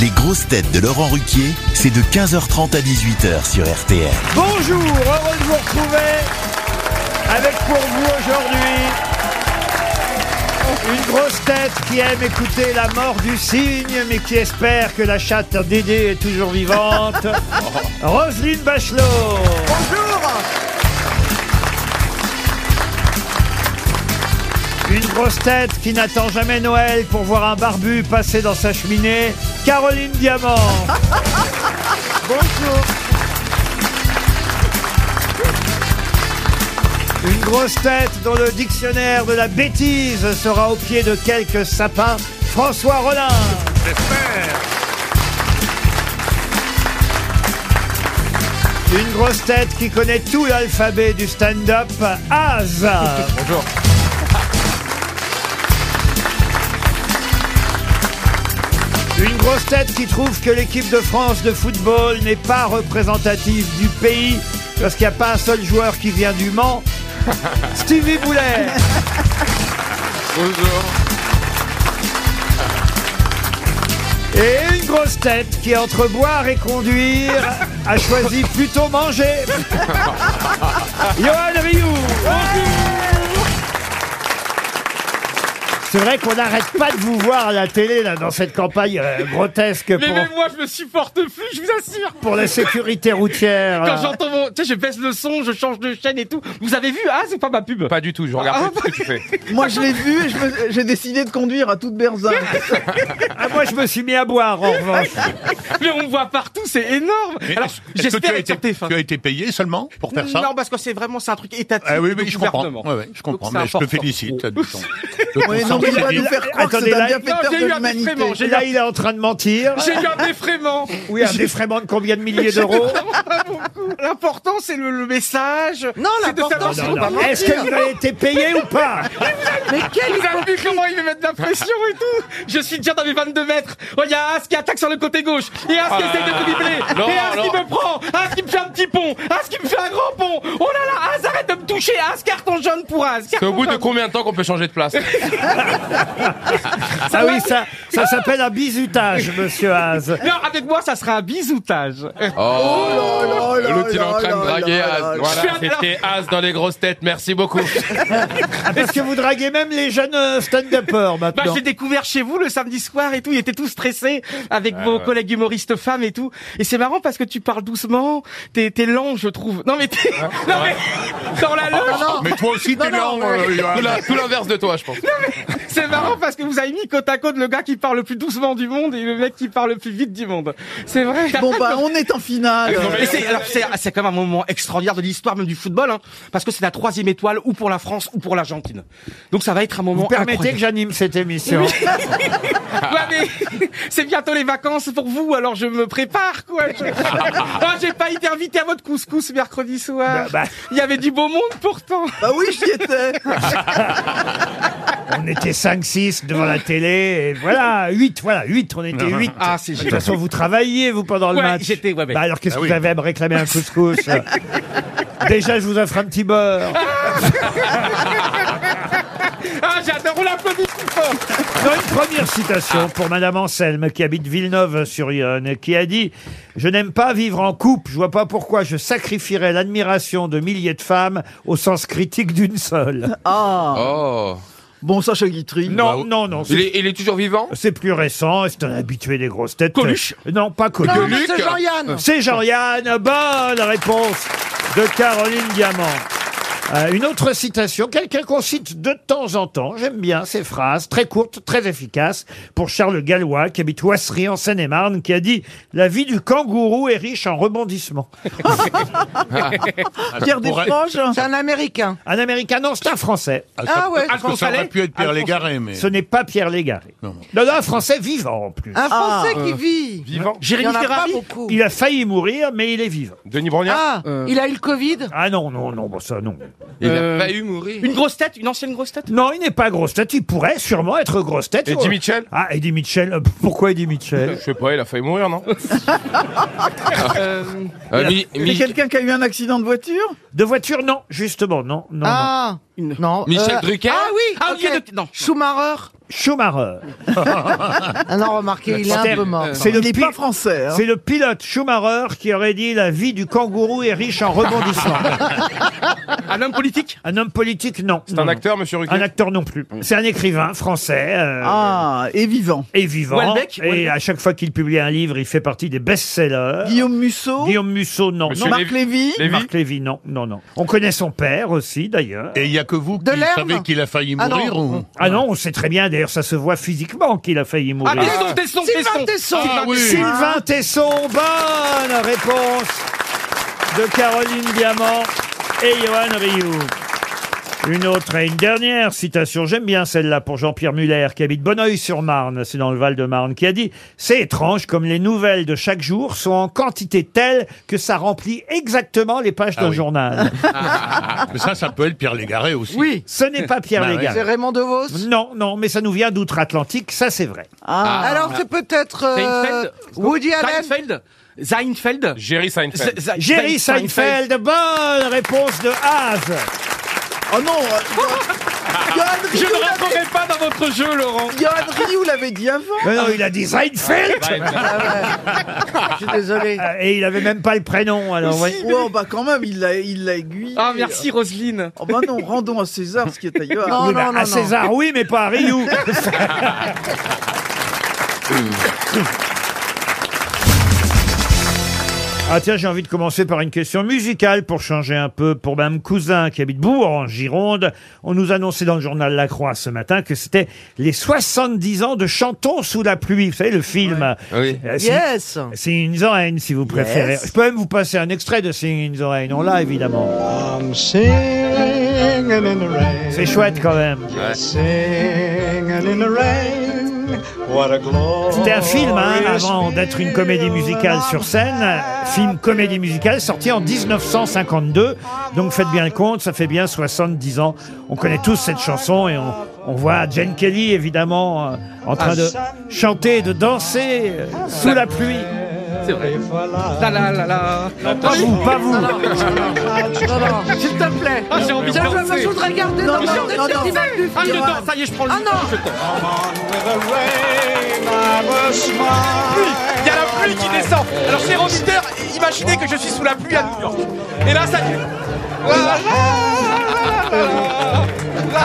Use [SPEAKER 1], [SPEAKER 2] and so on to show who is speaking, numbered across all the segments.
[SPEAKER 1] Les grosses têtes de Laurent Ruquier, c'est de 15h30 à 18h sur RTL.
[SPEAKER 2] Bonjour, heureux de vous retrouver avec pour vous aujourd'hui une grosse tête qui aime écouter la mort du cygne mais qui espère que la chatte Dédé est toujours vivante. Roselyne Bachelot. Une grosse tête qui n'attend jamais Noël pour voir un barbu passer dans sa cheminée, Caroline Diamant. Bonjour. Une grosse tête dont le dictionnaire de la bêtise sera au pied de quelques sapins, François Rollin. Une grosse tête qui connaît tout l'alphabet du stand-up, Az.
[SPEAKER 3] Bonjour.
[SPEAKER 2] Une grosse tête qui trouve que l'équipe de France de football n'est pas représentative du pays parce qu'il n'y a pas un seul joueur qui vient du Mans. Stevie Boulet.
[SPEAKER 3] Bonjour.
[SPEAKER 2] Et une grosse tête qui, entre boire et conduire, a choisi plutôt manger. Johan Rioux. bonjour. C'est vrai qu'on n'arrête pas de vous voir à la télé là, dans cette campagne euh, grotesque
[SPEAKER 3] Mais
[SPEAKER 2] pour,
[SPEAKER 3] même moi, je me supporte plus, je vous assure.
[SPEAKER 2] pour euh, la sécurité routière.
[SPEAKER 3] Quand j'entends vos... Tu sais, je baisse le son, je change de chaîne et tout. Vous avez vu, ah, c'est pas ma pub
[SPEAKER 4] Pas du tout, je
[SPEAKER 3] Ah,
[SPEAKER 4] regarde plus
[SPEAKER 2] bah,
[SPEAKER 4] ce que tu fais.
[SPEAKER 5] Moi, je l'ai vu et je me- j'ai décidé de conduire à toute berzingue.
[SPEAKER 2] Ah, moi, je me suis mis à boire en revanche.
[SPEAKER 3] Mais on me voit partout, c'est énorme.
[SPEAKER 6] Mais
[SPEAKER 3] Alors,
[SPEAKER 6] est-ce- est-ce que
[SPEAKER 3] j'espère
[SPEAKER 6] tu as,
[SPEAKER 3] être
[SPEAKER 6] été,
[SPEAKER 3] sur TF1.
[SPEAKER 6] tu as été payé seulement pour faire ça
[SPEAKER 3] Non, parce que c'est vraiment, c'est un truc étatique.
[SPEAKER 6] Ah oui,
[SPEAKER 3] du
[SPEAKER 6] oui, je comprends.
[SPEAKER 3] gouvernement.
[SPEAKER 6] Ouais, ouais, je comprends,
[SPEAKER 3] Donc, c'est
[SPEAKER 6] mais je te
[SPEAKER 3] important.
[SPEAKER 6] félicite. t'as du temps. De
[SPEAKER 5] Oui,
[SPEAKER 6] ton
[SPEAKER 5] non,
[SPEAKER 6] sens
[SPEAKER 5] mais il va
[SPEAKER 6] critique.
[SPEAKER 5] nous faire croire que
[SPEAKER 2] Attendez,
[SPEAKER 5] c'est un
[SPEAKER 2] là-
[SPEAKER 5] bienfaiteur
[SPEAKER 3] Non, j'ai
[SPEAKER 5] de
[SPEAKER 3] eu un
[SPEAKER 5] l'humanité.
[SPEAKER 3] défraiement, j'ai-
[SPEAKER 2] Là, il est en train de mentir.
[SPEAKER 3] J'ai eu un défraiement.
[SPEAKER 2] Oui, un défraiement de combien de milliers d'euros
[SPEAKER 3] L'important, c'est le, le message.
[SPEAKER 5] Non,
[SPEAKER 3] c'est de
[SPEAKER 5] l'important,
[SPEAKER 3] savoir
[SPEAKER 5] c'est
[SPEAKER 3] si
[SPEAKER 5] de
[SPEAKER 3] on
[SPEAKER 5] pas
[SPEAKER 3] va
[SPEAKER 5] mentir.
[SPEAKER 2] Est-ce que vous avez été payé ou pas
[SPEAKER 5] Mais quel
[SPEAKER 3] Vous avez vu comment il me met de la pression et tout Je suis déjà dans mes 22 mètres Oh, il y a As qui attaque sur le côté gauche Et As
[SPEAKER 2] Ah
[SPEAKER 3] qui essaye de me
[SPEAKER 4] non,
[SPEAKER 3] dribbler Et As qui
[SPEAKER 4] non.
[SPEAKER 3] me prend As qui me fait un petit pont As qui me fait un grand pont Oh là là As arrête de me toucher As carton jaune pour As
[SPEAKER 4] C'est au
[SPEAKER 3] carton
[SPEAKER 4] bout de
[SPEAKER 3] jaune.
[SPEAKER 4] combien de temps qu'on peut changer de place
[SPEAKER 2] Ah oui, ça, ça s'appelle un bizutage, monsieur Haas.
[SPEAKER 3] Non, avec moi, ça sera un bisoutage
[SPEAKER 4] Oh
[SPEAKER 5] Oh là
[SPEAKER 4] L'autre, il est en
[SPEAKER 5] là
[SPEAKER 4] train de
[SPEAKER 5] là
[SPEAKER 4] draguer
[SPEAKER 5] là là
[SPEAKER 4] As.
[SPEAKER 5] là.
[SPEAKER 4] Voilà, c'était As dans les grosses têtes, merci beaucoup.
[SPEAKER 2] Ah, parce que vous draguez même les jeunes euh, stand-uppers
[SPEAKER 3] Bah,
[SPEAKER 2] maintenant.
[SPEAKER 3] j'ai découvert chez vous le samedi soir et tout, ils étaient tous stressés avec vos collègues humoristes femmes et tout. Et c'est marrant parce que tu parles doucement, t'es, t'es lent, je trouve. Non mais t'es, non mais, dans
[SPEAKER 7] Ah,
[SPEAKER 8] Ah,
[SPEAKER 3] la loge,
[SPEAKER 6] Mais toi aussi, t'es
[SPEAKER 5] non,
[SPEAKER 6] lent, euh, Johan.
[SPEAKER 4] Tout la- tout l'inverse de toi, je pense.
[SPEAKER 3] C'est marrant parce que vous avez mis côte à côte le gars qui parle le plus doucement du monde et le mec qui parle le plus vite du monde. C'est vrai.
[SPEAKER 5] Bon, bah, on est en finale.
[SPEAKER 3] Et c'est, alors c'est, ah, c'est quand même un moment extraordinaire de l'histoire même du football, hein, parce que c'est la troisième étoile ou pour la France ou pour l'Argentine. Donc ça va être un moment
[SPEAKER 2] Vous permettez que
[SPEAKER 3] incroyable.
[SPEAKER 2] j'anime cette émission.
[SPEAKER 3] Ouais, mais c'est bientôt les vacances pour vous, alors je me prépare quoi. Je- Ah, j'ai pas été invité à votre couscous mercredi soir.
[SPEAKER 2] Bah, bah.
[SPEAKER 3] Il y avait du beau monde pourtant.
[SPEAKER 5] Bah oui, j'y étais.
[SPEAKER 2] On était 5-6 devant la télé, et voilà, 8, voilà, 8, on était 8.
[SPEAKER 3] Ah c'est
[SPEAKER 2] De toute façon, vous travailliez, vous, pendant le
[SPEAKER 3] Ouais,
[SPEAKER 2] match.
[SPEAKER 3] j'étais- ouais, ouais.
[SPEAKER 2] Bah, alors, qu'est-ce
[SPEAKER 6] Ah
[SPEAKER 2] que
[SPEAKER 6] oui.
[SPEAKER 2] vous avez à me réclamer un couscous euh Déjà, je vous offre un petit beurre.
[SPEAKER 3] Ah j'adore, on l'applaudit tout fort.
[SPEAKER 2] Non, une première citation pour Madame Anselme qui habite Villeneuve-sur-Yonne, qui a dit Je n'aime pas vivre en couple. Je vois pas pourquoi je sacrifierais l'admiration de milliers de femmes au sens critique d'une seule.
[SPEAKER 5] Ah,
[SPEAKER 4] Oh.
[SPEAKER 5] bon, Sacha Guitry.
[SPEAKER 2] Non, non, non.
[SPEAKER 4] Bah, Il
[SPEAKER 2] c'est-
[SPEAKER 4] est, il est toujours vivant
[SPEAKER 2] C'est plus récent. et C'est un habitué des grosses têtes. Euh,
[SPEAKER 3] Coluche
[SPEAKER 2] Non, pas Coluche. Euh,
[SPEAKER 4] mais Luc. c'est
[SPEAKER 5] Jean-Yann.
[SPEAKER 2] C'est Jean-Yann. Bonne réponse de Caroline Diamant. Euh, une autre citation, quelqu'un qu'on cite de temps en temps. J'aime bien ces phrases, très courtes, très efficaces, pour Charles Gallois, qui habite Oisserie en Seine-et-Marne, qui a dit « La vie du kangourou est riche en rebondissements Ah,
[SPEAKER 5] Pierre Desproges.
[SPEAKER 7] C'est un Américain. ».
[SPEAKER 2] Un Américain, non, c'est un Français.
[SPEAKER 6] Ah,
[SPEAKER 7] Ah
[SPEAKER 6] ça-
[SPEAKER 7] ouais.
[SPEAKER 6] parce que ça aurait
[SPEAKER 3] Alphonse
[SPEAKER 6] pu être Pierre
[SPEAKER 3] Allais.
[SPEAKER 6] Légaré, mais...
[SPEAKER 2] Ah, Ce n'est pas Pierre Légaré. Non,
[SPEAKER 6] Non.
[SPEAKER 2] non, un Français vivant, en plus. Euh.
[SPEAKER 7] Un
[SPEAKER 5] Ah,
[SPEAKER 7] Français qui vit.
[SPEAKER 4] Vivant
[SPEAKER 7] Il n'y en
[SPEAKER 3] Jérémy
[SPEAKER 7] a pas
[SPEAKER 3] Ferrari.
[SPEAKER 7] beaucoup.
[SPEAKER 2] Il a failli mourir, mais il est vivant. Euh.
[SPEAKER 4] Denis Brognard
[SPEAKER 7] Ah, il a eu le Covid.
[SPEAKER 2] Ah non, non, non, bon, ça, non.
[SPEAKER 4] Il
[SPEAKER 3] Euh,
[SPEAKER 4] a pas eu mourir.
[SPEAKER 3] Une grosse tête, une ancienne grosse tête.
[SPEAKER 2] Non, il n'est pas grosse tête, il pourrait sûrement être grosse tête.
[SPEAKER 4] Eddie Mitchell
[SPEAKER 2] Ah, Eddie Mitchell. euh, Pourquoi Eddie Mitchell
[SPEAKER 4] Je sais pas, il a failli mourir, non Euh, Mi- Mi-
[SPEAKER 5] C'est quelqu'un qui a eu un accident de voiture
[SPEAKER 2] De voiture, non, justement, non, non. non.
[SPEAKER 7] Ah, non.
[SPEAKER 4] Michel Drucker
[SPEAKER 7] Ah oui.
[SPEAKER 3] Ah,
[SPEAKER 7] ok.
[SPEAKER 3] il y a de- non.
[SPEAKER 7] Schumacher.
[SPEAKER 2] Schumacher.
[SPEAKER 7] Ah non, remarquez, il est un peu mort.
[SPEAKER 2] C'est le
[SPEAKER 5] Il n'est
[SPEAKER 2] pi-
[SPEAKER 5] pas français. hein.
[SPEAKER 2] C'est le pilote Schumacher qui aurait dit la vie du kangourou est riche en rebondissements.
[SPEAKER 3] Un homme politique
[SPEAKER 2] un homme politique, non.
[SPEAKER 4] C'est
[SPEAKER 2] Non,
[SPEAKER 4] un
[SPEAKER 2] non.
[SPEAKER 4] acteur, monsieur Ruquier
[SPEAKER 2] Un acteur non plus. C'est un écrivain français. euh,
[SPEAKER 5] Ah, et vivant.
[SPEAKER 2] Et vivant.
[SPEAKER 3] Houellebecq,
[SPEAKER 2] et
[SPEAKER 3] Houellebecq.
[SPEAKER 2] à chaque fois qu'il publie un livre, il fait partie des best-sellers.
[SPEAKER 5] Guillaume Musso,
[SPEAKER 2] Guillaume Musso, non.
[SPEAKER 4] Monsieur
[SPEAKER 2] non.
[SPEAKER 5] Marc Lévy,
[SPEAKER 4] Lévy.
[SPEAKER 2] Marc Lévy, non, non, non. On connaît son père aussi, d'ailleurs.
[SPEAKER 6] Et il n'y a que vous qui
[SPEAKER 7] Delerme
[SPEAKER 6] savez qu'il a failli
[SPEAKER 7] Ah non.
[SPEAKER 6] mourir ou...
[SPEAKER 2] Ah non, on sait très bien, d'ailleurs, ça se voit physiquement qu'il a failli
[SPEAKER 3] Ah,
[SPEAKER 2] mourir.
[SPEAKER 3] Tesson, Tesson,
[SPEAKER 7] Sylvain
[SPEAKER 3] Tesson
[SPEAKER 7] Tesson
[SPEAKER 6] Ah oui.
[SPEAKER 2] Sylvain Tesson, bonne réponse de Caroline Diamant et Johan Rioux. Une autre et une dernière citation, j'aime bien celle-là pour Jean-Pierre Muller qui habite Bonneuil-sur-Marne, c'est dans le Val-de-Marne, qui a dit « C'est étrange comme les nouvelles de chaque jour sont en quantité telle que ça remplit exactement les pages d'un
[SPEAKER 7] Ah
[SPEAKER 6] oui.
[SPEAKER 2] journal.
[SPEAKER 6] Mais ça, ça peut être Pierre Légaré aussi.
[SPEAKER 7] Oui, »
[SPEAKER 2] Ce n'est pas Pierre
[SPEAKER 6] Bah oui.
[SPEAKER 2] Légal.
[SPEAKER 7] c'est Raymond DeVos. Ah.
[SPEAKER 2] Non, non, mais ça nous vient d'outre-Atlantique, ça c'est vrai.
[SPEAKER 7] Alors c'est peut-être euh,
[SPEAKER 3] Seinfeld
[SPEAKER 7] Woody Allen.
[SPEAKER 3] Seinfeld Seinfeld
[SPEAKER 4] Jerry Seinfeld.
[SPEAKER 3] Z- Z-
[SPEAKER 2] Jerry
[SPEAKER 3] Sein-
[SPEAKER 2] Seinfeld, bonne réponse de Haas.
[SPEAKER 5] Oh non euh, Johan
[SPEAKER 3] Je
[SPEAKER 5] Rioux
[SPEAKER 3] ne
[SPEAKER 5] l'avait-
[SPEAKER 3] rentrerai pas dans votre jeu, Laurent
[SPEAKER 5] Johan Rioux l'avait dit avant.
[SPEAKER 2] Mais non, il a dit Seinfeld
[SPEAKER 7] Ah, Je suis désolé.
[SPEAKER 2] Euh, Et il avait même pas le prénom, alors ouais.
[SPEAKER 5] Ouais, bah quand même, il l'a il l'a aiguillé.
[SPEAKER 3] Ah, merci, Roselyne
[SPEAKER 5] Oh bah non, rendons à César ce qui est à Johan.
[SPEAKER 7] Non,
[SPEAKER 2] Oui, bah,
[SPEAKER 7] non, non,
[SPEAKER 2] à
[SPEAKER 7] non.
[SPEAKER 2] César, oui, mais pas à Rioux. Ah tiens, j'ai envie de commencer par une question musicale pour changer un peu pour Mme Cousin qui habite Bourg en Gironde. On nous annonçait dans le journal La Croix ce matin que c'était les 70 ans de Chantons sous la pluie. Vous savez, le film.
[SPEAKER 4] Oui.
[SPEAKER 2] Euh, c'est-
[SPEAKER 7] Yes.
[SPEAKER 2] Singing in the Rain, si vous préférez.
[SPEAKER 5] Yes.
[SPEAKER 2] Je peux même vous passer un extrait de Singing in the Rain. On l'a, évidemment.
[SPEAKER 9] I'm singing in the rain.
[SPEAKER 2] C'est chouette, quand même.
[SPEAKER 9] Singing in the rain. What a glory.
[SPEAKER 2] C'était un film, hein, avant d'être une comédie musicale sur scène. Euh, Film comédie musicale sorti en 1952. Donc faites bien le compte, ça fait bien 70 ans. On connaît tous cette chanson et on, on voit Jane Kelly, évidemment, euh, en train de chanter, de danser euh, sous la pluie.
[SPEAKER 3] C'est vrai. La la la
[SPEAKER 5] Ah,
[SPEAKER 3] la
[SPEAKER 2] Pas vous, pas vous.
[SPEAKER 7] Non, non, s'il te plaît.
[SPEAKER 3] Ah, j'ai envie de
[SPEAKER 7] Je veux
[SPEAKER 3] danser
[SPEAKER 7] je voudrais regarder
[SPEAKER 5] Non,
[SPEAKER 7] dans
[SPEAKER 5] non,
[SPEAKER 7] le
[SPEAKER 5] non, non.
[SPEAKER 7] festival du
[SPEAKER 3] Ah, je
[SPEAKER 7] film.
[SPEAKER 3] danse, ça y est, je prends le
[SPEAKER 7] Ah,
[SPEAKER 3] jeu,
[SPEAKER 7] non.
[SPEAKER 3] je danse.
[SPEAKER 9] With the rain, I will smile.
[SPEAKER 10] Il y a la pluie qui descend. Alors, cher auditeur, imaginez que je suis sous la pluie à New York. Et là, ça y est. La, la, la, la, la, la,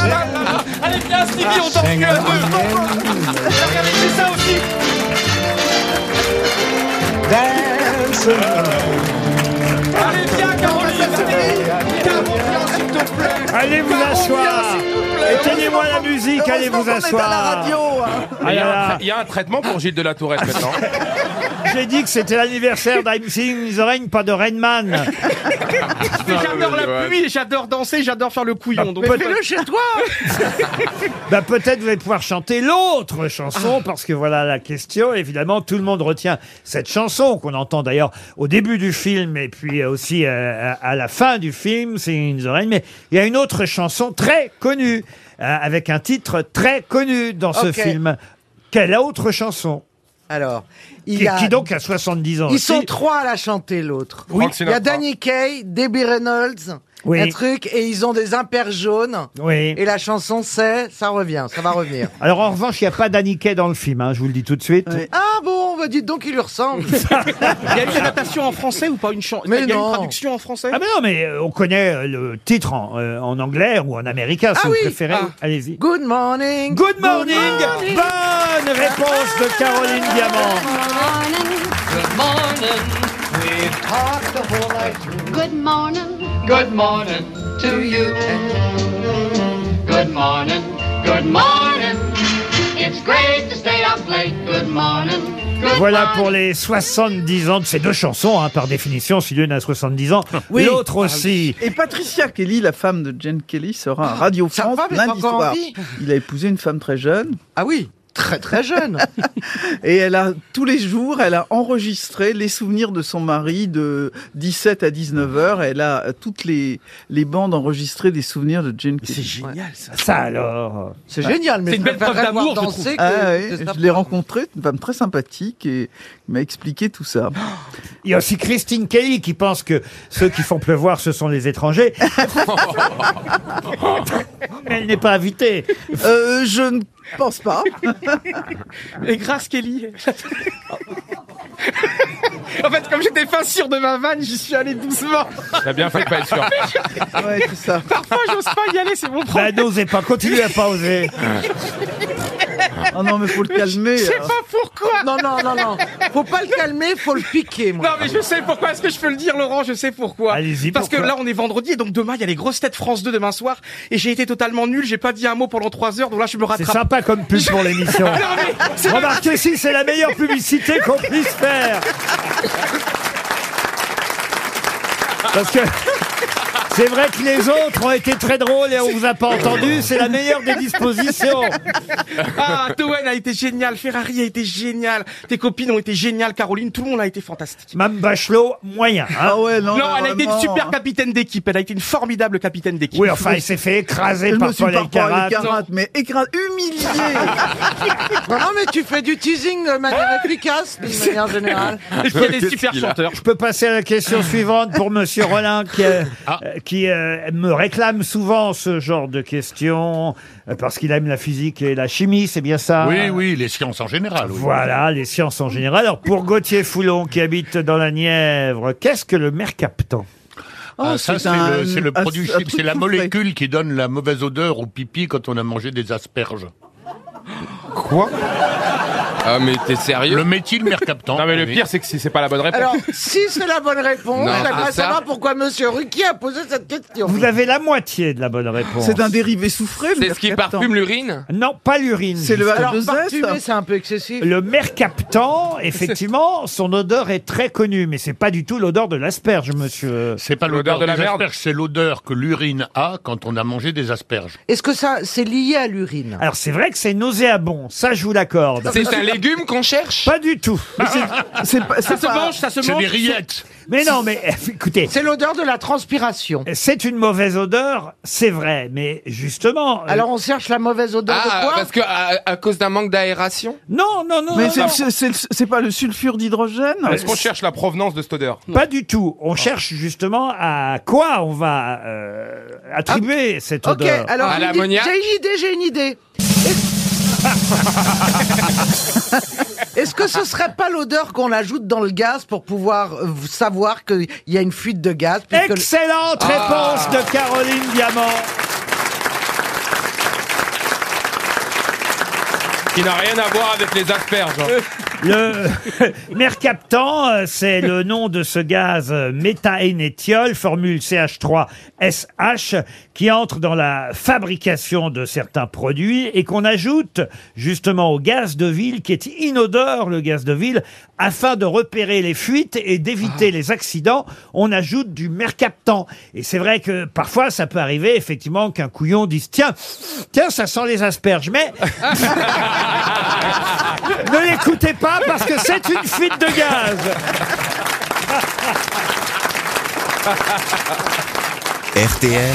[SPEAKER 10] la, la, la. Allez, viens, Stevie, on danse que à deux. Regardez, c'est ça aussi.
[SPEAKER 9] Dancing
[SPEAKER 10] Allez, viens, Caroline. Caroline, s'il te plaît.
[SPEAKER 2] Allez vous asseoir. Éteignez-moi la musique, allez vous
[SPEAKER 5] Heureusement qu'on est à la
[SPEAKER 2] asseoir.
[SPEAKER 5] radio. hein.
[SPEAKER 2] Ah
[SPEAKER 4] Il y, a
[SPEAKER 2] là
[SPEAKER 4] un
[SPEAKER 2] là.
[SPEAKER 4] tra- il y a un traitement pour Gilles de la Tourette maintenant.
[SPEAKER 2] J'ai dit que c'était l'anniversaire d'Im Singing in the Rain, pas de Rainman.
[SPEAKER 3] Mais j'adore la pluie, j'adore danser, j'adore faire le couillon. Donc,
[SPEAKER 7] Fais-le chez toi.
[SPEAKER 2] Bah peut-être vous allez pouvoir chanter l'autre
[SPEAKER 7] Ah.
[SPEAKER 2] chanson parce que voilà la question. Évidemment, tout le monde retient cette chanson qu'on entend d'ailleurs au début du film et puis euh, aussi euh, à à la fin du film, c'est in the Rain. Mais il y a une autre chanson très connue euh, avec un titre très connu dans ce
[SPEAKER 7] Ok.
[SPEAKER 2] film. Quelle autre chanson
[SPEAKER 7] Alors, il
[SPEAKER 2] qui,
[SPEAKER 7] y a.
[SPEAKER 2] qui donc a 70 ans
[SPEAKER 7] Ils
[SPEAKER 2] aussi.
[SPEAKER 7] sont trois à la chanter l'autre.
[SPEAKER 4] Oui.
[SPEAKER 7] Il y a Danny Kaye, Debbie Reynolds,
[SPEAKER 2] Oui.
[SPEAKER 7] un truc, et ils ont des impairs jaunes.
[SPEAKER 2] Oui.
[SPEAKER 7] Et la chanson c'est, ça revient, ça va revenir.
[SPEAKER 2] Alors en revanche, il n'y a pas d'Aniquet dans le film, hein, je vous le dis tout de suite.
[SPEAKER 5] Ouais.
[SPEAKER 7] ah bon, bah dites donc, il lui ressemble.
[SPEAKER 3] Il y a eu une adaptation en français ou pas une chanson Il y
[SPEAKER 7] Mais
[SPEAKER 3] a eu une
[SPEAKER 7] non.
[SPEAKER 3] traduction en français
[SPEAKER 2] Ah mais non, mais euh, on connaît euh, le titre en, euh, en anglais ou en américain, si
[SPEAKER 7] Ah
[SPEAKER 2] vous
[SPEAKER 7] oui,
[SPEAKER 2] préférez.
[SPEAKER 7] ah.
[SPEAKER 2] Allez-y.
[SPEAKER 7] Good morning. Ah.
[SPEAKER 2] Good morning. Bonne réponse de Caroline Diamant.
[SPEAKER 11] Good morning. Good morning to you. Good morning. Good morning. It's great to stay up late. Good morning. Good
[SPEAKER 2] Voilà
[SPEAKER 11] morning.
[SPEAKER 2] pour les 70 ans de ces deux chansons, hein, par définition, si l'une a 70 ans,
[SPEAKER 7] Ah
[SPEAKER 5] Oui.
[SPEAKER 2] l'autre aussi.
[SPEAKER 5] Et Patricia Kelly, la femme de Jane Kelly, sera à Radio
[SPEAKER 7] Sa
[SPEAKER 5] France
[SPEAKER 7] femme est
[SPEAKER 5] lundi
[SPEAKER 7] encore en
[SPEAKER 5] soir.
[SPEAKER 7] vie
[SPEAKER 5] Il a épousé une femme très jeune
[SPEAKER 7] Ah oui, très très jeune.
[SPEAKER 5] et elle a tous les jours, elle a enregistré les souvenirs de son mari de 17 à 19 heures. Elle a euh, toutes les les bandes enregistrées des souvenirs de Jane Kelly.
[SPEAKER 3] génial ça.
[SPEAKER 2] Ça alors.
[SPEAKER 7] C'est génial, mais
[SPEAKER 3] C'est une
[SPEAKER 7] je
[SPEAKER 3] belle preuve
[SPEAKER 7] préférerais
[SPEAKER 3] d'amour,
[SPEAKER 7] voir
[SPEAKER 3] je
[SPEAKER 7] danser que
[SPEAKER 5] Ah ouais,
[SPEAKER 7] que ça- Ah.
[SPEAKER 5] je l'ai rencontrée, une femme très sympathique et elle m'a expliqué tout ça.
[SPEAKER 2] Il y a aussi Christine Kelly qui pense que ceux qui font pleuvoir, ce sont les étrangers. Mais elle n'est pas invitée.
[SPEAKER 5] Euh, je ne pense pas.
[SPEAKER 3] Et grâce Kelly. en fait, comme j'étais pas sûr de ma vanne, j'y suis allé doucement.
[SPEAKER 4] T'as bien fait de pas être sûr.
[SPEAKER 5] Ouais, c'est ça.
[SPEAKER 3] Parfois, j'ose pas y aller, c'est mon problème.
[SPEAKER 2] Bah, n'osez pas, continuez à pas oser.
[SPEAKER 5] Oh non, mais faut le calmer. hein.
[SPEAKER 3] Je sais pas pourquoi.
[SPEAKER 7] Non, non, non, non. Faut pas le calmer, faut
[SPEAKER 2] Bah,
[SPEAKER 7] le piquer, moi.
[SPEAKER 3] Non, mais je sais pourquoi. Est-ce que je peux le dire, Laurent Je sais pourquoi.
[SPEAKER 2] Allez-y,
[SPEAKER 3] Parce que
[SPEAKER 2] pourquoi
[SPEAKER 3] là, on est vendredi et donc demain, il y a les grosses têtes France 2 demain soir. Et j'ai été totalement nul. J'ai pas dit un mot pendant trois heures. Donc là, je me
[SPEAKER 2] C'est
[SPEAKER 3] rattrape.
[SPEAKER 2] sympa comme pub pour l'émission.
[SPEAKER 3] Non, mais c'est-
[SPEAKER 2] Remarquez si c'est la meilleure publicité qu'on puisse faire. Parce que c'est vrai que les autres ont été très drôles et on vous a pas entendu. C'est la meilleure des dispositions.
[SPEAKER 3] Ah, Toen a été génial. Ferrari a été génial. Tes copines ont été géniales. Caroline, tout le monde a été fantastique.
[SPEAKER 2] Mme Bachelot, moyen. hein.
[SPEAKER 5] Ah ouais, non.
[SPEAKER 3] Non,
[SPEAKER 5] là,
[SPEAKER 3] elle a été une
[SPEAKER 5] vraiment,
[SPEAKER 3] super
[SPEAKER 5] hein.
[SPEAKER 3] capitaine d'équipe. Elle a été une formidable capitaine d'équipe.
[SPEAKER 2] Oui, enfin, il s'est fait écraser
[SPEAKER 5] Je
[SPEAKER 2] par
[SPEAKER 5] me suis
[SPEAKER 2] Paul
[SPEAKER 5] pas
[SPEAKER 2] Elkarat.
[SPEAKER 5] parlé Carat, mais
[SPEAKER 4] Ah,
[SPEAKER 5] écrasé, humilié.
[SPEAKER 7] Non, non, mais tu fais du teasing de manière efficace, d'une manière générale.
[SPEAKER 3] Il y a des super chanteurs.
[SPEAKER 2] Je peux passer à la question suivante pour Monsieur Rollin qui, euh, euh, qui euh, me réclame souvent ce genre de questions euh, parce qu'il aime la physique et la chimie, c'est bien ça
[SPEAKER 6] Oui, oui, les sciences en général. oui.
[SPEAKER 2] Voilà, les sciences en général. Alors pour Gauthier Foulon qui habite dans la Nièvre, qu'est-ce que le mercaptan
[SPEAKER 6] Ah,
[SPEAKER 5] Oh,
[SPEAKER 6] ça, c'est le, c'est le
[SPEAKER 5] un-
[SPEAKER 6] produit
[SPEAKER 5] un
[SPEAKER 6] chimique,
[SPEAKER 5] truc
[SPEAKER 6] c'est la
[SPEAKER 5] tout frais.
[SPEAKER 6] molécule qui donne la mauvaise odeur au pipi quand on a mangé des asperges.
[SPEAKER 4] Ah, mais t'es sérieux
[SPEAKER 6] Le méthylmercaptan.
[SPEAKER 4] Non, mais le
[SPEAKER 6] Oui.
[SPEAKER 4] pire, c'est que si c'est pas la bonne réponse.
[SPEAKER 7] Alors, si c'est la bonne réponse,
[SPEAKER 4] Non,
[SPEAKER 7] j'aimerais
[SPEAKER 4] c'est ça.
[SPEAKER 7] savoir pourquoi Monsieur Ruquier a posé cette question.
[SPEAKER 2] Vous avez la moitié de la bonne réponse.
[SPEAKER 5] C'est un dérivé soufré. le
[SPEAKER 4] c'est ce qui
[SPEAKER 5] mercaptan.
[SPEAKER 4] parfume l'urine
[SPEAKER 2] Non, pas l'urine.
[SPEAKER 5] C'est le
[SPEAKER 7] Alors,
[SPEAKER 5] H2S.
[SPEAKER 7] parfumer, c'est un peu excessif.
[SPEAKER 2] Le mercaptan, effectivement, son odeur est très connue, mais c'est pas du tout l'odeur de l'asperge, monsieur.
[SPEAKER 6] C'est pas
[SPEAKER 4] L'odeur
[SPEAKER 6] l'odeur
[SPEAKER 4] de la
[SPEAKER 6] des
[SPEAKER 4] merde.
[SPEAKER 6] asperges, c'est l'odeur que l'urine a quand on a mangé des asperges.
[SPEAKER 7] Est-ce que ça, c'est lié à l'urine
[SPEAKER 2] Alors c'est vrai que c'est nauséabond, ça je vous l'accorde.
[SPEAKER 4] C'est un légume qu'on cherche Ah,
[SPEAKER 2] Pas du tout.
[SPEAKER 5] C'est pas-
[SPEAKER 3] Ça
[SPEAKER 5] c'est
[SPEAKER 3] se
[SPEAKER 5] pas-
[SPEAKER 3] mange, ça se
[SPEAKER 6] C'est
[SPEAKER 3] mange.
[SPEAKER 6] des rillettes.
[SPEAKER 2] Mais non, mais écoutez,
[SPEAKER 7] C'est l'odeur de la transpiration.
[SPEAKER 2] c'est une mauvaise odeur, c'est vrai, mais justement. euh,
[SPEAKER 7] Alors, on cherche la mauvaise odeur de
[SPEAKER 4] Ah,
[SPEAKER 7] quoi
[SPEAKER 4] parce que à, à cause d'un manque d'aération
[SPEAKER 2] non, non, non,
[SPEAKER 5] Mais
[SPEAKER 2] non,
[SPEAKER 5] c'est-
[SPEAKER 2] non,
[SPEAKER 5] c'est- c'est c'est pas le sulfure d'hydrogène
[SPEAKER 4] Est-ce qu'on cherche Ah. la provenance de cette odeur
[SPEAKER 2] pas du tout. On cherche justement à quoi on va euh, attribuer cette
[SPEAKER 7] Ah, Ok,
[SPEAKER 2] odeur.
[SPEAKER 7] alors
[SPEAKER 4] À
[SPEAKER 7] j'ai une, idée,
[SPEAKER 4] Ah, l'ammoniac
[SPEAKER 7] j'ai une idée, j'ai une idée. Est-ce- Est-ce que ce serait pas l'odeur qu'on ajoute dans le gaz pour pouvoir euh, savoir qu'il y a une fuite de gaz puisque-
[SPEAKER 2] Excellente
[SPEAKER 4] Ah.
[SPEAKER 2] réponse de Caroline Diamant.
[SPEAKER 4] Qui n'a rien à voir avec les asperges. hein.
[SPEAKER 2] Le mercaptan, euh, c'est le nom de ce gaz euh, méthaénétiol, formule CH3SH, qui entre dans la fabrication de certains produits et qu'on ajoute justement au gaz de ville, qui est inodore, le gaz de ville, afin de repérer les fuites et d'éviter les accidents, on ajoute du mercaptan. Et c'est vrai que parfois, ça peut arriver effectivement qu'un couillon dise, tiens, tiens, ça sent les asperges, mais ne l'écoutez pas parce que c'est une fuite de gaz.
[SPEAKER 1] RTL,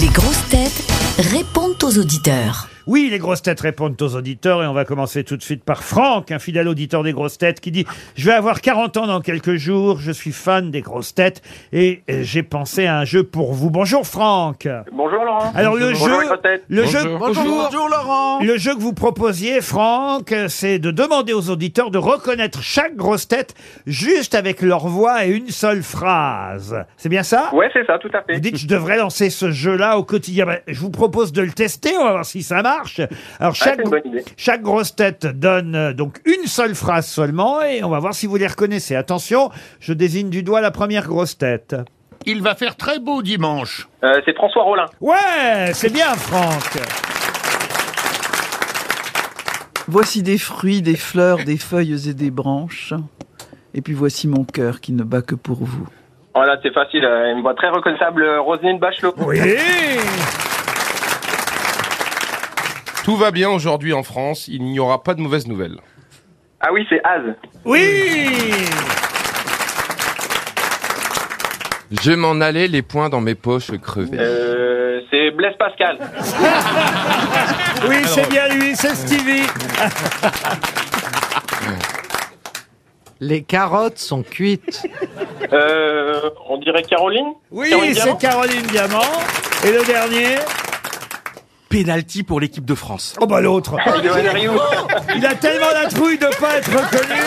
[SPEAKER 12] Les grosses têtes répondent aux auditeurs.
[SPEAKER 2] Oui, les grosses têtes répondent aux auditeurs et on va commencer tout de suite par Franck, un fidèle auditeur des grosses têtes qui dit "Je vais avoir 40 ans dans quelques jours, je suis fan des grosses têtes et euh, j'ai pensé à un jeu pour vous." Bonjour Franck.
[SPEAKER 13] Bonjour Laurent.
[SPEAKER 2] Alors le
[SPEAKER 13] Bonjour, les
[SPEAKER 2] jeu
[SPEAKER 13] grosses têtes.
[SPEAKER 2] le jeu
[SPEAKER 4] Bonjour.
[SPEAKER 5] Bonjour, bonjour, Laurent.
[SPEAKER 2] Le jeu que vous proposiez, Franck, euh, c'est de demander aux auditeurs de reconnaître chaque grosse tête juste avec leur voix et une seule phrase. C'est bien ça
[SPEAKER 13] Ouais, c'est ça, tout à
[SPEAKER 2] Vous
[SPEAKER 13] fait.
[SPEAKER 2] dites, je devrais lancer ce jeu-là au quotidien. Ben, je vous propose de le tester, on va voir si ça marche. Alors,
[SPEAKER 13] Ah,
[SPEAKER 2] chaque,
[SPEAKER 13] c'est une bonne idée.
[SPEAKER 2] chaque grosse tête donne euh, donc une seule phrase seulement et on va voir si vous les reconnaissez. Attention, je désigne du doigt la première grosse tête.
[SPEAKER 6] Il va faire très beau dimanche.
[SPEAKER 13] Euh, c'est François Rollin.
[SPEAKER 2] Ouais, Eh, c'est bien, Franck.
[SPEAKER 5] Voici des fruits, des fleurs, des feuilles et des branches. Et puis voici mon cœur qui ne bat que pour vous.
[SPEAKER 13] Voilà, c'est facile. euh, Une voix très reconnaissable, euh, Roselyne Bachelot.
[SPEAKER 2] Oui.
[SPEAKER 4] Tout va bien aujourd'hui en France, il n'y aura pas de mauvaises nouvelles.
[SPEAKER 13] Ah oui, c'est Az.
[SPEAKER 2] Oui.
[SPEAKER 4] Je m'en allais, les poings dans mes poches crevés.
[SPEAKER 13] Euh, c'est Blaise Pascal.
[SPEAKER 2] Oui, c'est bien lui, c'est Stevie.
[SPEAKER 14] Les carottes sont cuites.
[SPEAKER 13] Euh, on dirait Caroline
[SPEAKER 2] Oui,
[SPEAKER 13] Caroline Diamant
[SPEAKER 2] c'est Caroline Diamant. Et le dernier
[SPEAKER 3] Pénalty pour l'équipe de France. Ah,
[SPEAKER 2] Oh bah l'autre.
[SPEAKER 13] Ah,
[SPEAKER 2] Il a tellement la trouille de pas être reconnu.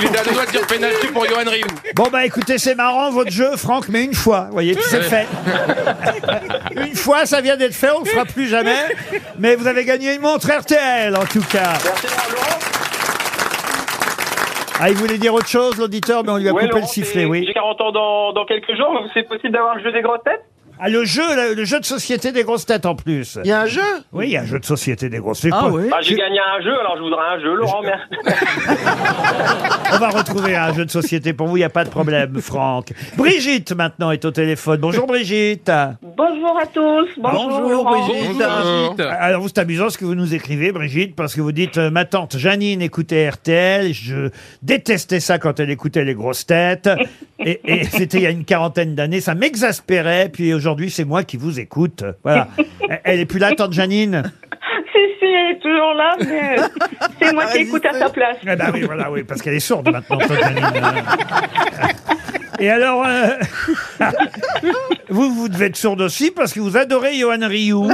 [SPEAKER 4] Il est à deux doigts de dire pénalty pour Johan Rioux.
[SPEAKER 2] Bon bah écoutez, c'est marrant votre jeu, Franck, mais une fois, vous voyez, puis c'est fait. Une fois, ça vient d'être fait, on ne le fera plus jamais. Mais vous avez gagné une montre RTL, en tout cas. Ah, il voulait dire autre chose, l'auditeur, mais on lui a
[SPEAKER 13] Ouais,
[SPEAKER 2] coupé
[SPEAKER 13] Laurent,
[SPEAKER 2] le sifflet,
[SPEAKER 13] c'est-
[SPEAKER 2] oui.
[SPEAKER 13] J'ai 40 ans dans, dans quelques jours, donc c'est possible d'avoir le jeu des grosses têtes
[SPEAKER 2] Ah, le jeu, le, le jeu de société des grosses têtes en plus.
[SPEAKER 13] Il y a un jeu
[SPEAKER 2] Oui, il y a un jeu de société des grosses têtes. Pas-
[SPEAKER 13] Ah, j'ai gagné un jeu, alors je voudrais un jeu, Laurent, merci.
[SPEAKER 2] On va retrouver un jeu de société pour vous, il n'y a pas de problème, Franck. Brigitte, maintenant, est au téléphone. Bonjour, Brigitte.
[SPEAKER 15] Bonjour à tous. Bonjour, Laurent.
[SPEAKER 2] Euh, Alors, vous, c'est amusant ce que vous nous écrivez, Brigitte, parce que vous dites euh, Ma tante Janine écoutait RTL, je détestais ça quand elle écoutait les grosses têtes. Et, et c'était il y a une quarantaine d'années, ça m'exaspérait, puis aujourd'hui, c'est moi qui vous écoute. Voilà. Elle- Elle est plus là, tante Janine
[SPEAKER 15] Si, si, elle est toujours là, mais euh, c'est moi qui écoute à sa place.
[SPEAKER 2] Ah bah oui, voilà, oui, parce qu'elle est sourde maintenant, tante Janine. Et alors, euh, vous, vous devez être sourde aussi parce que vous adorez Johan Rioux.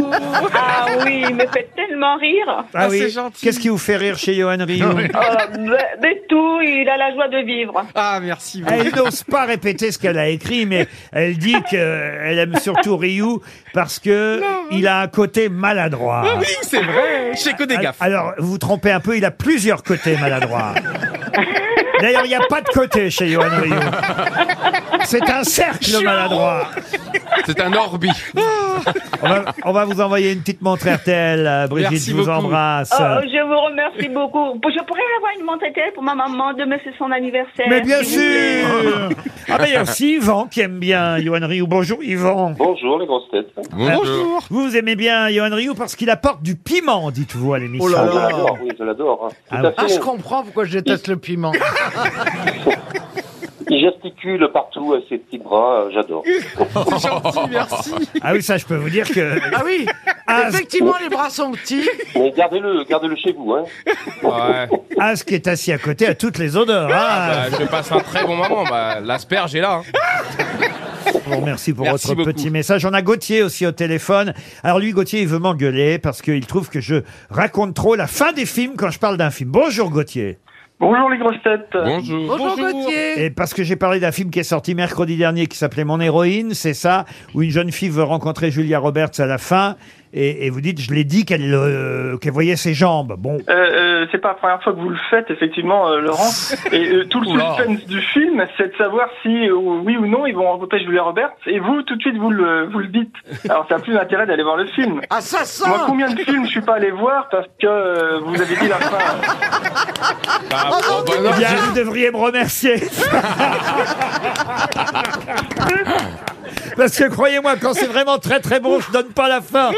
[SPEAKER 15] Ah oui, il me fait tellement rire.
[SPEAKER 2] Ah oui. Qu'est-ce qui vous fait rire chez Johan Rioux
[SPEAKER 15] Euh, de, de tout, il a la joie de vivre.
[SPEAKER 3] Ah, merci.
[SPEAKER 2] Elle n'ose pas répéter ce qu'elle a écrit, mais elle dit qu'elle aime surtout Ryu parce que il a un côté maladroit.
[SPEAKER 3] Ah oui, c'est vrai. Je sais que des
[SPEAKER 2] Al-
[SPEAKER 3] gaffes.
[SPEAKER 2] Alors, vous vous trompez un peu, il a plusieurs côtés maladroits. D'ailleurs, il n'y a pas de côté chez Johan Ryu. C'est un cercle maladroit.
[SPEAKER 4] C'est un orbi.
[SPEAKER 2] On va, on va vous envoyer une petite montre RTL, euh, Brigitte,
[SPEAKER 4] Merci
[SPEAKER 2] je vous
[SPEAKER 4] beaucoup.
[SPEAKER 2] embrasse.
[SPEAKER 15] Oh, je vous remercie beaucoup. Je pourrais avoir une montre RTL pour ma maman. Demain, c'est son anniversaire.
[SPEAKER 2] Mais bien
[SPEAKER 15] Si vous voulez.
[SPEAKER 2] sûr Ah ben il y a aussi Yvan qui aime bien Johan Rioux. Bonjour Yvan
[SPEAKER 13] Bonjour, les grosses têtes.
[SPEAKER 2] Euh, Vous vous aimez bien Johan Rioux parce qu'il apporte du piment, dites-vous, à l'émission.
[SPEAKER 13] Ah, Je l'adore, oui, je l'adore. hein. Tout à
[SPEAKER 7] Ah,
[SPEAKER 13] fait.
[SPEAKER 7] je comprends pourquoi je déteste le piment.
[SPEAKER 13] Il gesticule partout avec ses petits bras, euh, j'adore.
[SPEAKER 2] Ah oui, ça, je peux vous dire que...
[SPEAKER 7] Ah oui, effectivement, les bras sont petits.
[SPEAKER 13] Mais gardez-le, gardez-le chez vous. Hein.
[SPEAKER 2] Ah, ce qui est assis à côté a toutes les odeurs. Ah,
[SPEAKER 4] Bah, je passe un très bon moment. Bah, L'asperge est là. hein.
[SPEAKER 2] je vous remercie Oh, pour
[SPEAKER 4] Merci
[SPEAKER 2] votre
[SPEAKER 4] beaucoup.
[SPEAKER 2] petit message. On a Gauthier aussi au téléphone. Alors lui, Gauthier, il veut m'engueuler parce qu'il trouve que je raconte trop la fin des films quand je parle d'un film. Bonjour Gauthier
[SPEAKER 13] Bonjour les grosses têtes.
[SPEAKER 4] Bonjour.
[SPEAKER 7] Bonjour, Gauthier.
[SPEAKER 2] Et parce que j'ai parlé d'un film qui est sorti mercredi dernier qui s'appelait Mon héroïne, c'est ça, où une jeune fille veut rencontrer Julia Roberts à la fin. Et, et vous dites, je l'ai dit qu'elle euh, qu'elle voyait ses jambes. Bon,
[SPEAKER 13] Euh, euh, c'est pas la première fois que vous le faites, effectivement, euh, Laurent. Et euh, tout le
[SPEAKER 2] Oula.
[SPEAKER 13] suspense du film, c'est de savoir si, euh, oui ou non, ils vont rencontrer Julia Roberts. Et vous, tout de suite, vous le, vous le dites. Alors, ça n'a plus d'intérêt d'aller voir le film.
[SPEAKER 7] Ah, ça sent
[SPEAKER 13] Moi, combien de films je suis pas allé voir parce que euh, vous avez dit la fin
[SPEAKER 4] Bah, bon, bah,
[SPEAKER 2] Eh
[SPEAKER 4] non,
[SPEAKER 2] bien,
[SPEAKER 4] je-
[SPEAKER 2] vous devriez me remercier. Parce que croyez-moi, quand c'est vraiment très très bon, je donne pas la fin.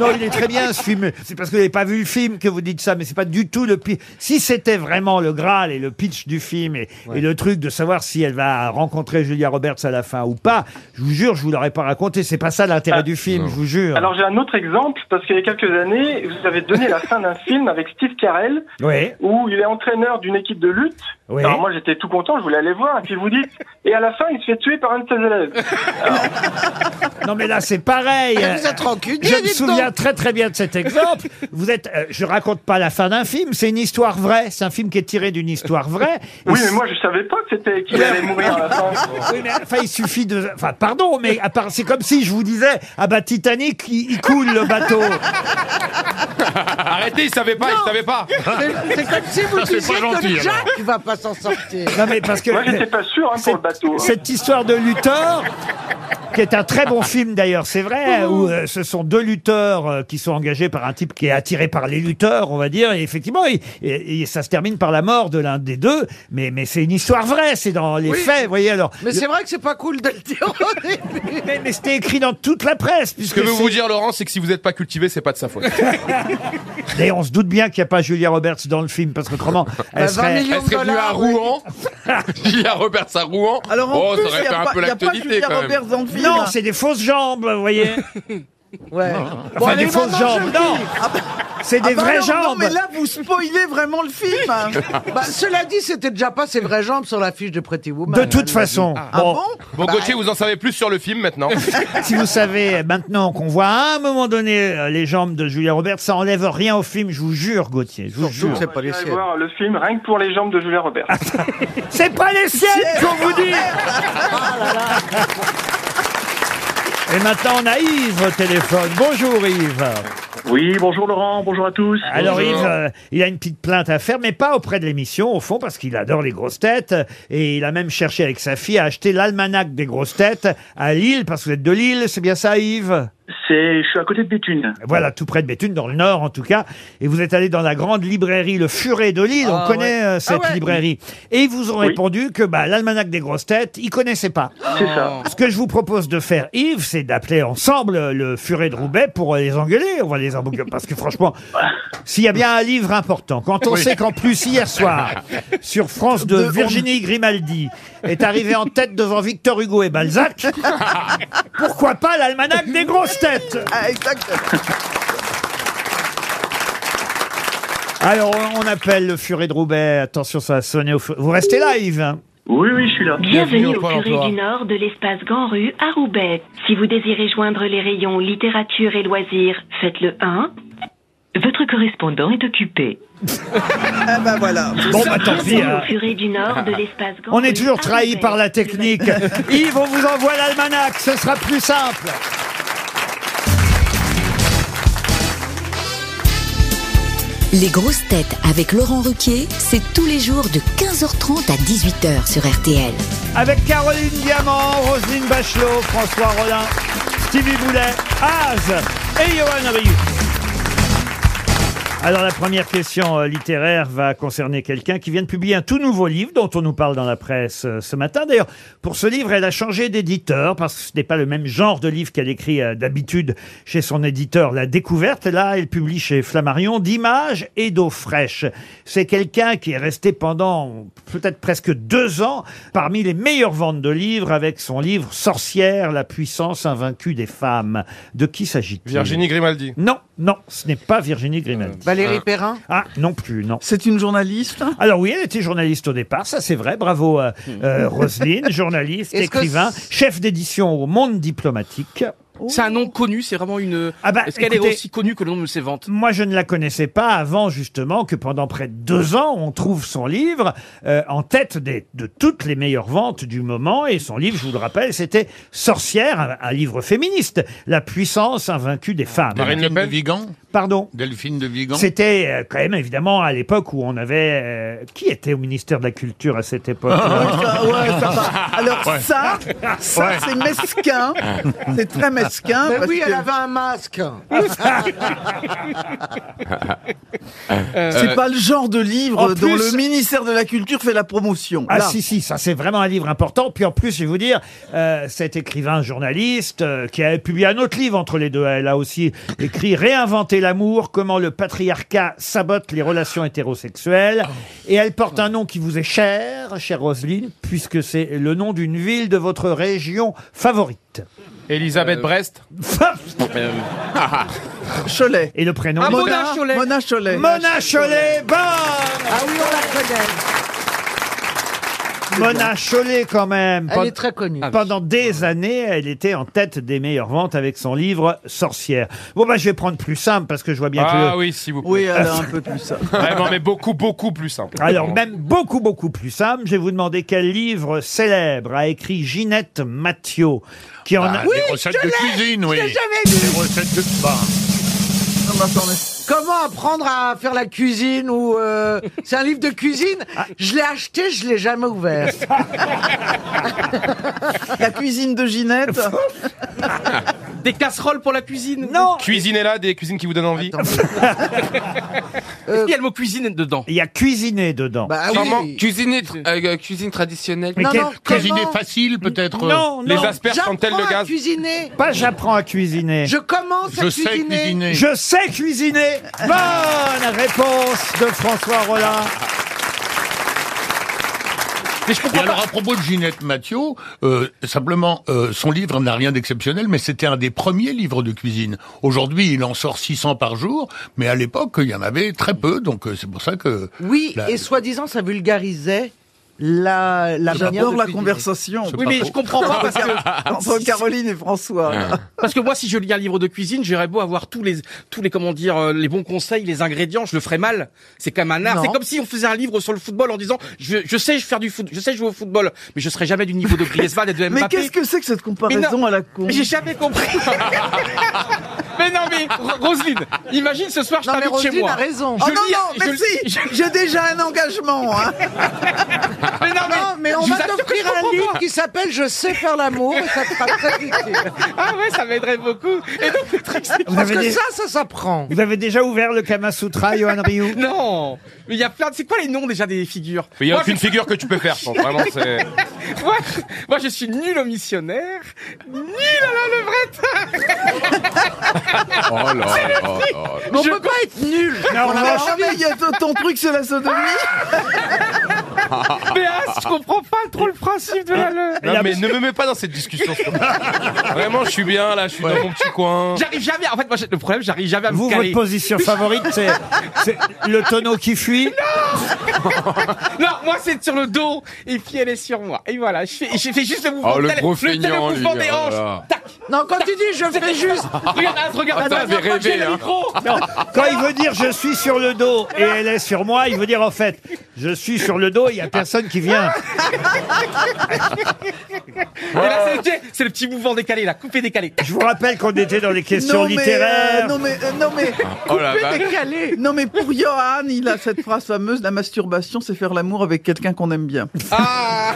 [SPEAKER 2] Non, il est très bien ce film. C'est parce que vous n'avez pas vu le film que vous dites ça, mais c'est pas du tout le pitch. Si c'était vraiment le Graal et le pitch du film et, et le truc de savoir si elle va rencontrer Julia Roberts à la fin ou pas, je vous jure, je vous l'aurais pas raconté. C'est pas ça l'intérêt du film, je vous jure.
[SPEAKER 13] Alors j'ai un autre exemple, parce qu'il y a quelques années, vous avez donné la fin d'un film avec Steve Carell,
[SPEAKER 2] Oui.
[SPEAKER 13] où il est entraîneur d'une équipe de lutte.
[SPEAKER 2] Oui.
[SPEAKER 13] Alors moi j'étais tout content, je voulais aller voir, et puis vous dites, et à la fin il se fait tuer par un de ses élèves.
[SPEAKER 2] Non mais là c'est pareil.
[SPEAKER 13] Ah, vous êtes rancunier,
[SPEAKER 2] Je me
[SPEAKER 13] dites donc.
[SPEAKER 2] souviens très très bien de cet exemple. Vous êtes, euh, je raconte pas la fin d'un film, c'est une histoire vraie. C'est un film qui est tiré d'une histoire vraie.
[SPEAKER 13] Oui mais moi je savais pas que c'était qu'il allait mourir à la fin.
[SPEAKER 2] Oui, mais enfin, il suffit de. Enfin, pardon, mais à part, c'est comme si je vous disais Ah bah, Titanic, il, il coule le bateau.
[SPEAKER 4] Arrêtez, il savait pas, il savait pas.
[SPEAKER 7] C'est comme si vous
[SPEAKER 4] Ça, c'est
[SPEAKER 7] disiez
[SPEAKER 4] pas gentil,
[SPEAKER 7] que
[SPEAKER 4] alors.
[SPEAKER 7] Jacques va pas s'en sortir.
[SPEAKER 2] Non, mais parce que.
[SPEAKER 13] Moi j'étais pas sûr hein, pour le bateau.
[SPEAKER 2] Cette histoire de Luthor, qui est un très bon film d'ailleurs, c'est vrai, où euh, ce sont deux lutteurs euh, qui sont engagés par un type qui est attiré par les lutteurs, on va dire, et effectivement, il- et- et ça se termine par la mort de l'un des deux, mais, mais c'est une histoire vraie, c'est dans les
[SPEAKER 7] Oui.
[SPEAKER 2] faits, vous voyez alors.
[SPEAKER 7] Mais c'est vrai que c'est pas cool de le dire au début.
[SPEAKER 2] Mais, mais c'était écrit dans toute la presse,
[SPEAKER 4] Ce
[SPEAKER 2] puisque
[SPEAKER 4] que veut
[SPEAKER 2] c'est-
[SPEAKER 4] vous dire, Laurent, c'est que si vous n'êtes pas cultivé, c'est pas de sa faute.
[SPEAKER 2] Et on se doute bien qu'il n'y a pas Julia Roberts dans le film, parce qu'autrement,
[SPEAKER 5] Bah,
[SPEAKER 2] elle serait...
[SPEAKER 4] Elle serait venue à Rouen. Julia Roberts à Rouen.
[SPEAKER 5] Alors en
[SPEAKER 4] oh,
[SPEAKER 5] plus,
[SPEAKER 4] ça aurait
[SPEAKER 5] il y
[SPEAKER 4] fait
[SPEAKER 5] a
[SPEAKER 4] un
[SPEAKER 5] pas-
[SPEAKER 4] peu
[SPEAKER 5] il y a pas
[SPEAKER 4] l'actualité
[SPEAKER 5] Julia
[SPEAKER 4] quand même.
[SPEAKER 5] Roberts dans le film.
[SPEAKER 2] Non, c'est des fausses jambes, vous voyez.
[SPEAKER 7] Ouais.
[SPEAKER 2] Enfin, des
[SPEAKER 5] allez,
[SPEAKER 2] fausses
[SPEAKER 5] maintenant, je
[SPEAKER 2] jambes,
[SPEAKER 5] le
[SPEAKER 2] non.
[SPEAKER 5] dis. Ah bah-
[SPEAKER 2] C'est des
[SPEAKER 5] Ah bah
[SPEAKER 2] vraies
[SPEAKER 5] non, Non,
[SPEAKER 2] jambes.
[SPEAKER 5] mais là, vous spoilez vraiment le film. hein.
[SPEAKER 7] Bah, cela dit, c'était déjà pas ses vraies jambes sur la fiche de Pretty Woman.
[SPEAKER 2] De
[SPEAKER 5] Bah,
[SPEAKER 2] toute façon.
[SPEAKER 7] Ah bon
[SPEAKER 4] Bon,
[SPEAKER 7] Bah,
[SPEAKER 4] Gauthier, vous en savez plus sur le film maintenant.
[SPEAKER 2] si vous savez maintenant qu'on voit à un moment donné euh, les jambes de Julia Roberts, ça enlève rien au film, je vous jure, Gauthier. Je vous jure.
[SPEAKER 13] On va aller voir le film rien que pour les jambes de Julia Roberts.
[SPEAKER 2] C'est pas les siennes qu'on vous dit Et maintenant, on a Yves au téléphone. Bonjour Yves.
[SPEAKER 16] Oui, bonjour Laurent, bonjour à tous.
[SPEAKER 2] Alors Yves, euh, il a une petite plainte à faire, mais pas auprès de l'émission, au fond, parce qu'il adore les grosses têtes. Et il a même cherché avec sa fille à acheter l'almanach des grosses têtes à Lille, parce que vous êtes de Lille, c'est bien ça Yves
[SPEAKER 16] C'est, je suis à côté de Béthune.
[SPEAKER 2] Voilà, tout près de Béthune, dans le nord en tout cas. Et vous êtes allé dans la grande librairie Le Furet de Lille,
[SPEAKER 16] Ah
[SPEAKER 2] on connaît
[SPEAKER 16] ouais.
[SPEAKER 2] euh, cette
[SPEAKER 16] Ah ouais.
[SPEAKER 2] librairie. Et ils vous ont
[SPEAKER 16] Oui.
[SPEAKER 2] répondu que bah, l'almanach des grosses têtes, ils connaissaient pas.
[SPEAKER 16] C'est ça.
[SPEAKER 2] Oh. Ce que je vous propose de faire, Yves, c'est d'appeler ensemble euh, le Furet de Roubaix pour euh, les engueuler. On va les engueuler parce que franchement, s'il y a bien un livre important, quand on
[SPEAKER 16] Oui.
[SPEAKER 2] sait qu'en plus hier soir, sur France 2,
[SPEAKER 16] De-
[SPEAKER 2] Virginie Grimaldi est arrivée en tête devant Victor Hugo et Balzac, pourquoi pas l'almanach des grosses têtes
[SPEAKER 5] Ah, exactement.
[SPEAKER 2] Alors, on appelle le furet de Roubaix. Attention, ça va sonner au feu. Vous restez là, Yves hein
[SPEAKER 16] Oui, oui, je suis là.
[SPEAKER 17] Bienvenue au Curé du Nord de l'espace Grand Rue à Roubaix. Si vous désirez joindre les rayons littérature et loisirs, faites le 1. Votre correspondant est occupé.
[SPEAKER 5] Ah bah voilà.
[SPEAKER 2] Bon, bah, tant pis,
[SPEAKER 17] Bienvenue
[SPEAKER 2] hein.
[SPEAKER 17] au Curé du Nord de l'espace Grand
[SPEAKER 2] On est
[SPEAKER 17] Rue
[SPEAKER 2] toujours
[SPEAKER 17] à
[SPEAKER 2] trahi
[SPEAKER 17] Roubaix.
[SPEAKER 2] par la technique. Yves, on vous envoie l'almanach. Ce sera plus simple.
[SPEAKER 12] Les grosses têtes avec Laurent Ruquier, c'est tous les jours de 15h30 à 18h sur RTL.
[SPEAKER 2] Avec Caroline Diamant, Roselyne Bachelot, François Rollin, Stevie Boulet, Ah, Az et Johan Rioux. Alors la première question euh, littéraire va concerner quelqu'un qui vient de publier un tout nouveau livre dont on nous parle dans la presse euh, ce matin. D'ailleurs, pour ce livre, elle a changé d'éditeur parce que ce n'est pas le même genre de livre qu'elle écrit euh, d'habitude chez son éditeur La Découverte. Là, elle publie chez Flammarion d'images et d'eau fraîche. C'est quelqu'un qui est resté pendant peut-être presque deux ans parmi les meilleures ventes de livres avec son livre Sorcière, la puissance invaincue des femmes. De qui s'agit-il
[SPEAKER 4] Virginie Grimaldi.
[SPEAKER 2] Non, non, ce n'est pas Virginie Grimaldi.
[SPEAKER 4] Valérie
[SPEAKER 7] Perrin
[SPEAKER 2] Ah, non plus, non.
[SPEAKER 5] C'est une journaliste
[SPEAKER 2] Alors oui, elle était journaliste au départ, ça c'est vrai, bravo euh, euh, Roselyne, journaliste,
[SPEAKER 3] Hmm. Est-ce que
[SPEAKER 2] écrivain,
[SPEAKER 3] c'est-
[SPEAKER 2] chef d'édition au Monde Diplomatique. Ah bah,
[SPEAKER 3] C'est un nom connu, c'est vraiment une. Est-ce qu'elle est
[SPEAKER 2] écoutez-
[SPEAKER 3] aussi connue que le nom de ses ventes
[SPEAKER 2] Moi, je ne la connaissais pas avant justement que pendant près de deux ans, on trouve son livre euh, en tête des- de toutes les meilleures ventes du moment. Et son livre, je vous le rappelle, c'était Sorcière, un, un livre féministe, la puissance invaincue des femmes.
[SPEAKER 6] Marine Le Pen Vigan
[SPEAKER 2] Pardon
[SPEAKER 6] Delphine de Vigan
[SPEAKER 2] C'était euh, quand même évidemment à l'époque où on avait euh, qui était au ministère de la Culture à cette époque.
[SPEAKER 5] Ça, Ah, ouais, ça va. Alors
[SPEAKER 2] Ouais.
[SPEAKER 5] ça, ça
[SPEAKER 2] Ouais. Ah.
[SPEAKER 5] c'est mesquin. C'est très mesquin.
[SPEAKER 7] Bah
[SPEAKER 5] parce
[SPEAKER 7] oui, elle
[SPEAKER 5] que-
[SPEAKER 7] avait un masque.
[SPEAKER 5] C'est pas le genre de livre
[SPEAKER 2] Euh, en
[SPEAKER 5] dont
[SPEAKER 2] plus-
[SPEAKER 5] le ministère de la Culture fait la promotion.
[SPEAKER 2] Ah
[SPEAKER 5] Là.
[SPEAKER 2] si si, ça c'est vraiment un livre important. Puis en plus, je vais vous dire, euh, cet écrivain journaliste euh, qui a publié un autre livre entre les deux, elle a aussi écrit Réinventer l'amour, comment le patriarcat sabote les relations hétérosexuelles. Et elle porte un nom qui vous est cher, chère Roselyne, puisque c'est le nom d'une ville de votre région favorite.
[SPEAKER 4] Elisabeth Brest.
[SPEAKER 5] Cholet.
[SPEAKER 2] Et le prénom
[SPEAKER 5] Ah, Mona Mona Cholet. Mona Cholet.
[SPEAKER 2] Mona Cholet, bonne
[SPEAKER 7] Ah oui, on la connaît.
[SPEAKER 2] Mona Chollet quand même.
[SPEAKER 7] Elle
[SPEAKER 2] Pen-
[SPEAKER 7] est très connue. Ah
[SPEAKER 2] Pendant des années, elle était en tête des meilleures ventes avec son livre Sorcière. Bon bah je vais prendre plus simple parce que je vois bien que.
[SPEAKER 4] Ah oui, s'il vous plaît.
[SPEAKER 5] Oui, elle a un peu plus ça.
[SPEAKER 4] Vraiment, mais beaucoup, beaucoup plus simple.
[SPEAKER 2] Alors même beaucoup beaucoup plus simple, je vais vous demander quel livre célèbre a écrit Ginette Mathieu qui en
[SPEAKER 6] Ah,
[SPEAKER 4] Bah,
[SPEAKER 2] a
[SPEAKER 6] des recettes de cuisine, oui. Des recettes de pain.
[SPEAKER 7] Comment apprendre à faire la cuisine ou euh, c'est un livre de cuisine Je l'ai acheté, je l'ai jamais ouvert.
[SPEAKER 5] La cuisine de Ginette.
[SPEAKER 3] Des casseroles pour la cuisine
[SPEAKER 2] Non
[SPEAKER 4] Cuisinez-la, des cuisines qui vous donnent envie.
[SPEAKER 3] Est-ce qu'il y a le mot cuisine dedans
[SPEAKER 2] Il y a cuisiné dedans.
[SPEAKER 7] Bah oui.
[SPEAKER 4] Comment
[SPEAKER 18] Cuisine, et tra- euh, cuisine traditionnelle.
[SPEAKER 2] Ah, Mais Non, quel- non,
[SPEAKER 6] Cuisiner
[SPEAKER 7] comment
[SPEAKER 6] facile, peut-être
[SPEAKER 2] Non, non.
[SPEAKER 4] Les asperges sont-elles
[SPEAKER 7] J'apprends
[SPEAKER 4] de
[SPEAKER 7] à
[SPEAKER 4] gaz
[SPEAKER 7] cuisiner.
[SPEAKER 2] Pas j'apprends à cuisiner.
[SPEAKER 7] Je commence à
[SPEAKER 6] Je sais
[SPEAKER 7] cuisiner.
[SPEAKER 6] cuisiner.
[SPEAKER 2] Je sais cuisiner. Bonne réponse de François Rollin.
[SPEAKER 6] Et alors à propos de Ginette Mathieu, euh, simplement, euh, son livre n'a rien d'exceptionnel, mais c'était un des premiers livres de cuisine. Aujourd'hui, il en sort 600 par jour, mais à l'époque, il y en avait très peu, donc euh, c'est pour ça que...
[SPEAKER 7] Oui,
[SPEAKER 6] la-
[SPEAKER 7] et soi-disant, ça vulgarisait la, la
[SPEAKER 5] J'adore
[SPEAKER 7] manière de
[SPEAKER 5] la
[SPEAKER 7] cuisiner.
[SPEAKER 5] conversation.
[SPEAKER 3] Oui, mais je comprends pas parce que
[SPEAKER 5] Entre Caroline et François.
[SPEAKER 3] Parce que moi, si je lis un livre de cuisine, j'aurais beau avoir tous les, tous les, comment dire, euh, les bons conseils, les ingrédients, je le ferais mal. C'est quand même un art.
[SPEAKER 7] Non.
[SPEAKER 3] C'est comme si on faisait un livre sur le football en disant, je, je sais faire du foot, je sais jouer au football, mais je serai jamais du niveau de Griezmann et de Mbappé.
[SPEAKER 5] Mais qu'est-ce que c'est que cette comparaison à la con
[SPEAKER 3] Mais j'ai jamais compris. mais non, mais Ro- Roselyne, imagine ce soir, je
[SPEAKER 5] Non, mais
[SPEAKER 3] t'invite chez
[SPEAKER 5] Roselyne
[SPEAKER 3] moi.
[SPEAKER 5] a raison.
[SPEAKER 3] Je
[SPEAKER 5] Oh non,
[SPEAKER 3] lis-
[SPEAKER 5] non, mais si,
[SPEAKER 7] j'ai déjà un engagement.
[SPEAKER 5] hein.
[SPEAKER 3] Mais non, mais,
[SPEAKER 7] mais on
[SPEAKER 3] je
[SPEAKER 7] va
[SPEAKER 3] vous assure que
[SPEAKER 7] t'offrir
[SPEAKER 3] je comprends
[SPEAKER 7] un livre
[SPEAKER 3] pas.
[SPEAKER 7] qui s'appelle Je sais faire l'amour et ça te sera très utile.
[SPEAKER 3] Ah ouais, ça m'aiderait beaucoup. Et donc, le truc, c'est-
[SPEAKER 7] Parce que
[SPEAKER 2] avez des-
[SPEAKER 7] ça, ça s'apprend.
[SPEAKER 2] Vous avez déjà ouvert le Kama Sutra, Johan Rioux
[SPEAKER 3] Non, mais il y a plein de. C'est quoi les noms déjà des figures
[SPEAKER 4] Mais il n'y a
[SPEAKER 3] Moi,
[SPEAKER 4] aucune
[SPEAKER 3] je-
[SPEAKER 4] figure que tu peux faire, je pense. Vraiment, c'est.
[SPEAKER 3] moi, je- moi, je suis nul au missionnaire, nul à la levrette.
[SPEAKER 10] Oh là là là.
[SPEAKER 7] Mais on peut pas être nul.
[SPEAKER 5] On
[SPEAKER 7] On a
[SPEAKER 5] n'a
[SPEAKER 7] la
[SPEAKER 5] jamais, il y a ton- ton truc, c'est la sodomie.
[SPEAKER 2] Ah,
[SPEAKER 3] Mais ah, je comprends pas trop le principe de
[SPEAKER 5] Ah.
[SPEAKER 3] la le-
[SPEAKER 4] Non, mais ne me mets pas dans cette discussion. s'il te plaît. Vraiment, je suis bien là, je suis dans mon petit coin.
[SPEAKER 3] J'arrive jamais. En fait, moi, j'ai- le problème, j'arrive jamais à me
[SPEAKER 2] Vous,
[SPEAKER 3] caler.
[SPEAKER 2] votre position favorite, c'est c'est le tonneau qui fuit
[SPEAKER 3] Non, moi, c'est sur le dos et puis elle est sur moi. Et voilà, je fais, je fais juste le mouvement.
[SPEAKER 10] Oh, le
[SPEAKER 3] tel-
[SPEAKER 10] gros
[SPEAKER 3] tel-
[SPEAKER 10] feignant,
[SPEAKER 3] le mouvement
[SPEAKER 10] lui,
[SPEAKER 3] des
[SPEAKER 10] oh là
[SPEAKER 3] hanches.
[SPEAKER 10] là.
[SPEAKER 3] Tac.
[SPEAKER 7] Non, quand tu dis je fais juste. Bah,
[SPEAKER 3] Regarde, regarde,
[SPEAKER 10] Ah,
[SPEAKER 3] regarde,
[SPEAKER 10] t'avais
[SPEAKER 3] regarde,
[SPEAKER 10] rêvé,
[SPEAKER 3] le
[SPEAKER 10] hein.
[SPEAKER 3] micro.
[SPEAKER 2] Non, quand il veut dire je suis sur le dos et elle est sur moi, il veut dire en fait je suis sur le dos, il y a personne qui vient.
[SPEAKER 3] Et là, c'est le, c'est le petit mouvement décalé, là, coupé décalé. Tac.
[SPEAKER 2] Je vous rappelle qu'on était dans les questions
[SPEAKER 5] mais, euh,
[SPEAKER 2] littéraires.
[SPEAKER 5] non mais, euh, non mais,
[SPEAKER 2] Ah,
[SPEAKER 4] Oh la vache.
[SPEAKER 5] décalé. Non mais pour Johan, il a cette phrase fameuse la masturbation, c'est faire l'amour avec quelqu'un qu'on aime bien.
[SPEAKER 3] Ah,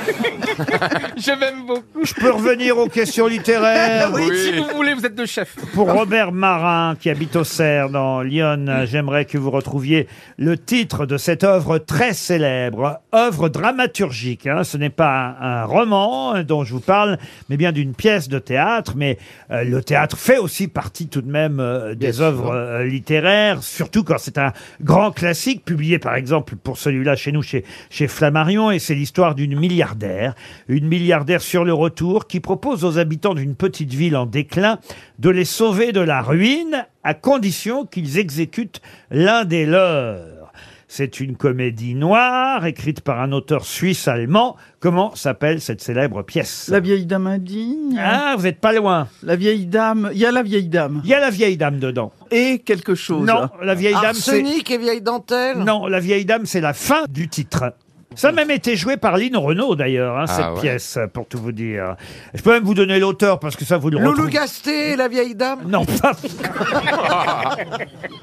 [SPEAKER 3] je m'aime beaucoup.
[SPEAKER 2] Je peux revenir aux questions littéraires.
[SPEAKER 3] Oui, si vous voulez, vous êtes deux chefs.
[SPEAKER 2] Pour Robert Marin, qui habite au Cerf, dans Lyon, j'aimerais que vous retrouviez le titre de cette œuvre très célèbre, œuvre dramaturgique. hein. Ce n'est pas un, un roman euh, dont je vous parle, mais bien d'une pièce de théâtre. Mais euh, le théâtre fait aussi partie tout de même euh, des œuvres euh, littéraires, surtout quand c'est un grand classique, publié par exemple pour celui-là chez nous, chez, chez Flammarion, et c'est l'histoire d'une milliardaire, une milliardaire sur le retour, qui propose aux habitants d'une petite ville en déclin de les sauver de la ruine à condition qu'ils exécutent l'un des leurs. C'est une comédie noire écrite par un auteur suisse-allemand. Comment s'appelle cette célèbre pièce
[SPEAKER 5] La vieille dame indigne,
[SPEAKER 2] Ah, vous n'êtes pas loin.
[SPEAKER 5] la vieille dame, il y a la vieille dame
[SPEAKER 2] Il y a la vieille dame dedans.
[SPEAKER 5] et quelque chose.
[SPEAKER 2] Non, la vieille dame, c'est
[SPEAKER 7] Arsenic et vieille dentelle.
[SPEAKER 2] non, la vieille dame, c'est la fin du titre. Ça a même été joué par Lynn Renault d'ailleurs, hein,
[SPEAKER 4] Ah,
[SPEAKER 2] cette
[SPEAKER 4] ouais.
[SPEAKER 2] pièce, pour tout vous dire. Je peux même vous donner l'auteur parce que ça vous le
[SPEAKER 7] Loulou
[SPEAKER 2] retrouvez-
[SPEAKER 7] Gasté, la vieille dame.
[SPEAKER 2] Non, pas.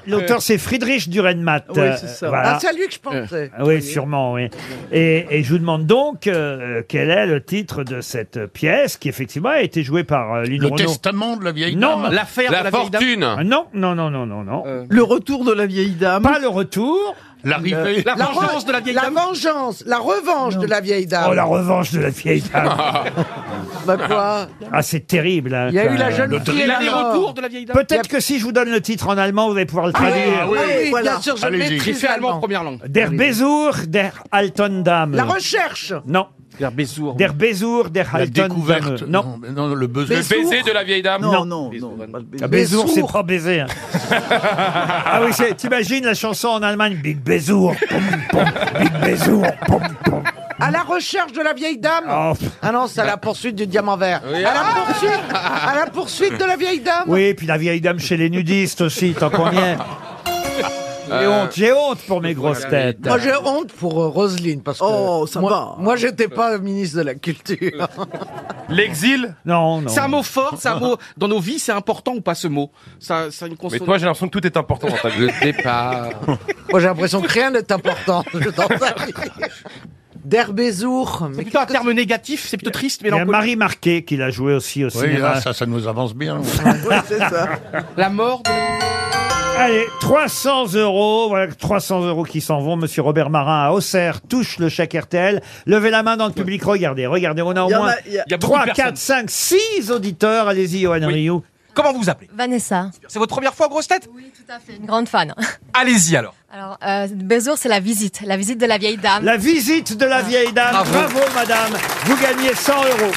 [SPEAKER 2] L'auteur, c'est Friedrich Dürrenmatt.
[SPEAKER 5] Oui, c'est ça.
[SPEAKER 2] Euh, voilà.
[SPEAKER 7] Ah, c'est à lui que je pensais.
[SPEAKER 2] Ah Oui, sûrement, oui. Et, et je vous demande donc euh, quel est le titre de cette pièce qui, effectivement, a été jouée par euh, Lynn
[SPEAKER 6] Le
[SPEAKER 2] Renault.
[SPEAKER 6] testament de la vieille
[SPEAKER 2] Non,
[SPEAKER 6] dame.
[SPEAKER 3] L'affaire de
[SPEAKER 4] La
[SPEAKER 3] la vieille dame.
[SPEAKER 4] fortune.
[SPEAKER 2] Ah, Non, non, non, non, non, non.
[SPEAKER 5] Euh. Le retour de la vieille dame.
[SPEAKER 2] Pas le rieau.
[SPEAKER 6] L'arrivée.
[SPEAKER 3] La
[SPEAKER 7] La
[SPEAKER 3] vengeance
[SPEAKER 7] re-
[SPEAKER 3] de la vieille
[SPEAKER 7] la
[SPEAKER 3] dame.
[SPEAKER 7] vengeance, la revanche de la vieille dame.
[SPEAKER 2] Oh, la revanche de la vieille dame.
[SPEAKER 7] Bah quoi
[SPEAKER 2] Ah, c'est terrible. hein,
[SPEAKER 7] Il y a
[SPEAKER 2] quand
[SPEAKER 7] eu la
[SPEAKER 2] même.
[SPEAKER 7] jeune fille. et
[SPEAKER 3] Il a
[SPEAKER 7] la
[SPEAKER 3] des
[SPEAKER 7] mort.
[SPEAKER 3] retours de la vieille dame.
[SPEAKER 2] Peut-être que si je vous donne le titre en allemand, vous allez pouvoir le
[SPEAKER 7] Ah oui,
[SPEAKER 2] traduire.
[SPEAKER 7] ah oui,
[SPEAKER 5] Voilà.
[SPEAKER 7] bien sûr, je
[SPEAKER 6] Allez-y.
[SPEAKER 3] Qui
[SPEAKER 7] maîtrise
[SPEAKER 3] fait allemand en
[SPEAKER 7] l'allemand.
[SPEAKER 3] première langue.
[SPEAKER 2] Der Besour, der Alten Dame.
[SPEAKER 7] La recherche.
[SPEAKER 2] non.
[SPEAKER 3] Der Besour.
[SPEAKER 2] Der Besour, der
[SPEAKER 6] La
[SPEAKER 2] Alten
[SPEAKER 6] découverte.
[SPEAKER 2] Dame. Non.
[SPEAKER 6] mais non, le besoin.
[SPEAKER 4] Le baiser de la vieille dame.
[SPEAKER 5] Non, non, non. pas le baiser.
[SPEAKER 2] Ah, Besour,
[SPEAKER 7] Besour.
[SPEAKER 2] c'est pas baiser. hein. ah oui, c'est- t'imagines la chanson en Allemagne Big Besour. pom, pom, Big Besour. pom, pom.
[SPEAKER 7] À la recherche de la vieille dame.
[SPEAKER 2] Oh, pff.
[SPEAKER 7] Ah non, c'est à la poursuite du diamant vert. À la poursuite, à Ah, la poursuite de la vieille dame.
[SPEAKER 2] Oui, puis la vieille dame chez les nudistes aussi, tant qu'on y est.
[SPEAKER 7] Ah.
[SPEAKER 3] Euh.
[SPEAKER 2] J'ai honte, j'ai honte pour mes grosses têtes.
[SPEAKER 7] Moi j'ai honte pour euh, Roselyne parce que
[SPEAKER 5] Oh, ça
[SPEAKER 7] moi,
[SPEAKER 5] va.
[SPEAKER 7] moi j'étais pas ministre de la culture.
[SPEAKER 4] L'exil.
[SPEAKER 2] Oh Non, non.
[SPEAKER 3] C'est un mot fort, c'est un mot dans nos vies, c'est important ou pas ce mot Ça, ça a une
[SPEAKER 4] Mais
[SPEAKER 3] consonance.
[SPEAKER 4] toi, j'ai l'impression que tout est important dans ta vie.
[SPEAKER 18] Le départ.
[SPEAKER 7] moi j'ai l'impression que rien n'est important dans ta vie. D'Herbézour,
[SPEAKER 3] c'est
[SPEAKER 7] mais
[SPEAKER 3] plutôt un terme négatif, c'est plutôt triste,
[SPEAKER 2] Il y a
[SPEAKER 3] mélancolique.
[SPEAKER 2] Marie Marquet qui l'a joué aussi au
[SPEAKER 6] Oui,
[SPEAKER 2] cinéma.
[SPEAKER 6] là, ça, ça nous avance bien.
[SPEAKER 5] Oui, c'est ça.
[SPEAKER 3] La mort. De...
[SPEAKER 2] Allez, 300 euros, voilà 300 euros qui s'en vont. Monsieur Robert Marin à Auxerre touche le chèque RTL. Levez la main dans le public, regardez, regardez, on a au
[SPEAKER 5] Il y en
[SPEAKER 2] moins
[SPEAKER 5] a- il y a-
[SPEAKER 3] Il y a beaucoup
[SPEAKER 2] 3,
[SPEAKER 3] de
[SPEAKER 2] 4, 5, 6 auditeurs. Allez-y, Johan Rioux.
[SPEAKER 3] Comment vous vous appelez
[SPEAKER 15] Vanessa.
[SPEAKER 3] C'est votre première fois, grosse tête
[SPEAKER 15] Oui, tout à fait. Une grande fan.
[SPEAKER 3] Allez-y alors.
[SPEAKER 15] Alors, euh, Bezour, c'est la visite. La visite de la vieille dame.
[SPEAKER 2] La visite de la vieille dame. Bravo. madame. Vous gagnez 100 euros.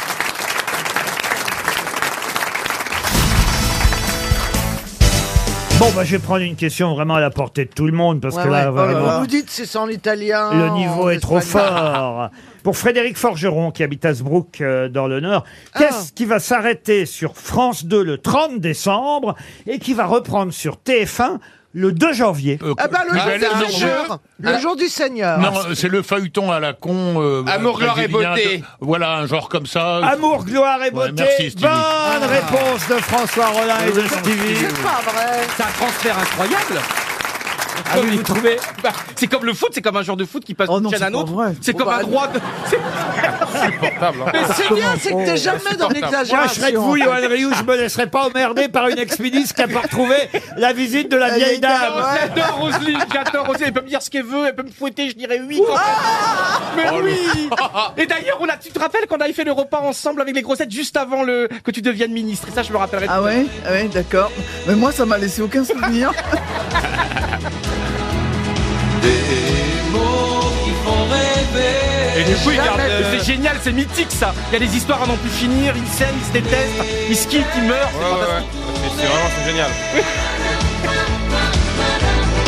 [SPEAKER 2] Bon, bah, je vais prendre une question vraiment à la portée de tout le monde parce
[SPEAKER 7] Ouais,
[SPEAKER 2] que Oh là,
[SPEAKER 7] ouais. Oh
[SPEAKER 2] vraiment,
[SPEAKER 7] Vous dites c'est ça en italien.
[SPEAKER 2] le niveau
[SPEAKER 7] en
[SPEAKER 2] est trop
[SPEAKER 7] espagnol.
[SPEAKER 2] fort. Pour Frédéric Forgeron, qui habite Asbrook euh, dans le Nord,
[SPEAKER 7] Ah.
[SPEAKER 2] qu'est-ce qui va s'arrêter sur France 2 le 30 décembre et qui va reprendre sur TF1 le 2 janvier
[SPEAKER 7] Ah bah le
[SPEAKER 6] Ah,
[SPEAKER 7] jour
[SPEAKER 6] là,
[SPEAKER 7] du
[SPEAKER 6] non,
[SPEAKER 7] Seigneur, le jour Ah. euh, du Seigneur.
[SPEAKER 6] Non, Euh, c'est le feuilleton à la con. euh,
[SPEAKER 2] Amour, gloire et
[SPEAKER 6] brésilien,
[SPEAKER 2] beauté.
[SPEAKER 6] de- Voilà, un genre comme ça.
[SPEAKER 2] Ah, Amour, gloire et beauté.
[SPEAKER 6] merci, Stevie.
[SPEAKER 2] Bonne réponse de François Rollin et de Stevie.
[SPEAKER 3] C'est pas vrai. C'est un transfert incroyable.
[SPEAKER 2] Ah
[SPEAKER 3] Comme vous trouvez Bah, C'est comme le foot, c'est comme un joueur de foot qui passe d'une chaîne à un autre. C'est
[SPEAKER 7] Oh,
[SPEAKER 3] comme
[SPEAKER 7] bah,
[SPEAKER 3] un droit. de- C'est
[SPEAKER 8] Portable.
[SPEAKER 2] hein.
[SPEAKER 3] Mais c'est bien, c'est que t'es
[SPEAKER 7] jamais dans l'exagération.
[SPEAKER 2] Moi, je serais de vous, Johan Rioux, je me laisserais pas emmerder par une ex-ministre qui a pas retrouvé la visite de la vieille dame.
[SPEAKER 3] J'adore Roselyne, j'adore Roselyne. Elle peut me dire ce qu'elle veut, elle peut me fouetter, je dirais oui. quand-
[SPEAKER 5] Ah
[SPEAKER 3] Mais
[SPEAKER 10] Oh, le-
[SPEAKER 3] oui Et d'ailleurs, on a, tu te rappelles qu'on avait fait le repas ensemble avec les grossettes juste avant le, que tu deviennes ministre Et ça, je me rappellerai.
[SPEAKER 5] Ah ouais, ah ouais d'accord. Mais moi, ça m'a laissé aucun souvenir.
[SPEAKER 3] Et du coup, il
[SPEAKER 5] Jamais
[SPEAKER 3] garde,
[SPEAKER 5] de-
[SPEAKER 3] c'est génial, c'est mythique ça. Il y a des histoires à n'en plus finir, ils s'aiment, ils se détestent, ils se quittent, ils meurent. c'est fantastique.
[SPEAKER 8] C'est vraiment c'est génial.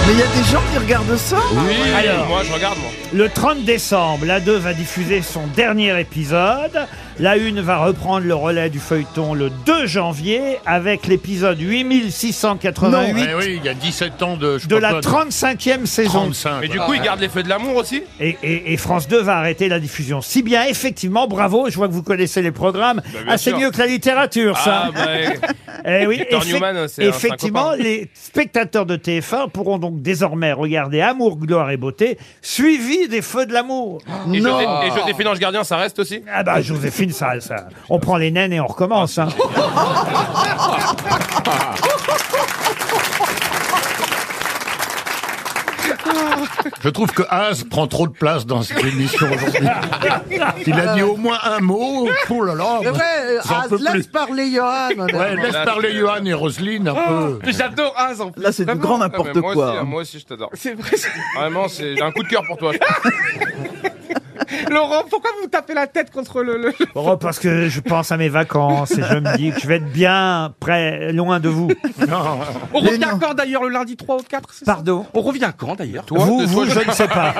[SPEAKER 5] Mais il y a des gens qui regardent ça.
[SPEAKER 8] Oui,
[SPEAKER 2] Alors.
[SPEAKER 8] moi je regarde moi.
[SPEAKER 2] Le 30 décembre, la 2 va diffuser son dernier épisode. La 1 va reprendre le relais du feuilleton le 2 janvier avec l'épisode 8688
[SPEAKER 6] Eh oui, il y a 17 ans de. je
[SPEAKER 2] de
[SPEAKER 6] sais
[SPEAKER 2] la
[SPEAKER 6] pas quoi,
[SPEAKER 2] 35e saison.
[SPEAKER 6] 35,
[SPEAKER 8] Mais du coup, il garde les feux de l'amour aussi
[SPEAKER 2] Et, et- et France 2 va arrêter la diffusion. Si bien, effectivement, bravo, je vois que vous connaissez les programmes.
[SPEAKER 8] Bah, bien
[SPEAKER 2] ah, c'est
[SPEAKER 8] sûr.
[SPEAKER 2] mieux que la littérature, ça.
[SPEAKER 8] Ah, bah,
[SPEAKER 2] Eh oui,
[SPEAKER 8] Victor
[SPEAKER 2] effec-
[SPEAKER 8] Newman, c'est un- c'est un
[SPEAKER 2] effectivement,
[SPEAKER 8] copain.
[SPEAKER 2] les spectateurs de TF1 pourront donc désormais regarder Amour, gloire et beauté, suivi des feux de l'amour.
[SPEAKER 8] Et, José- et José Finange Gardien, ça reste aussi
[SPEAKER 2] Ah bah Joséphine, ça, ça- on prend les naines et on recommence. hein.
[SPEAKER 8] Ah.
[SPEAKER 6] Je trouve que Haas prend trop de place dans cette émission aujourd'hui. Il a dit au moins un mot. Oh là là.
[SPEAKER 7] C'est vrai, euh,
[SPEAKER 6] j'en
[SPEAKER 7] Haas,
[SPEAKER 6] peux plus.
[SPEAKER 7] laisse parler Johan.
[SPEAKER 6] Ouais, laisse parler Johan et Roselyne un peu.
[SPEAKER 3] Mais J'adore Hans en plus.
[SPEAKER 5] Oh, Là, c'est du grand
[SPEAKER 8] Ah,
[SPEAKER 5] n'importe
[SPEAKER 8] mais moi
[SPEAKER 5] quoi.
[SPEAKER 6] hein.
[SPEAKER 5] hein.
[SPEAKER 8] Aussi, moi aussi, je t'adore.
[SPEAKER 3] C'est vrai.
[SPEAKER 8] Vraiment, c'est j'ai un coup de cœur pour toi.
[SPEAKER 3] Laurent, pourquoi vous tapez la tête contre le. le-
[SPEAKER 2] Oh, parce que je pense à mes vacances et je me dis que je vais être bien près, loin de vous.
[SPEAKER 3] On revient quand d'ailleurs le lundi 3 au 4 c'est ça
[SPEAKER 2] Pardon
[SPEAKER 3] On revient quand d'ailleurs
[SPEAKER 2] vous, vous, je ne sais pas.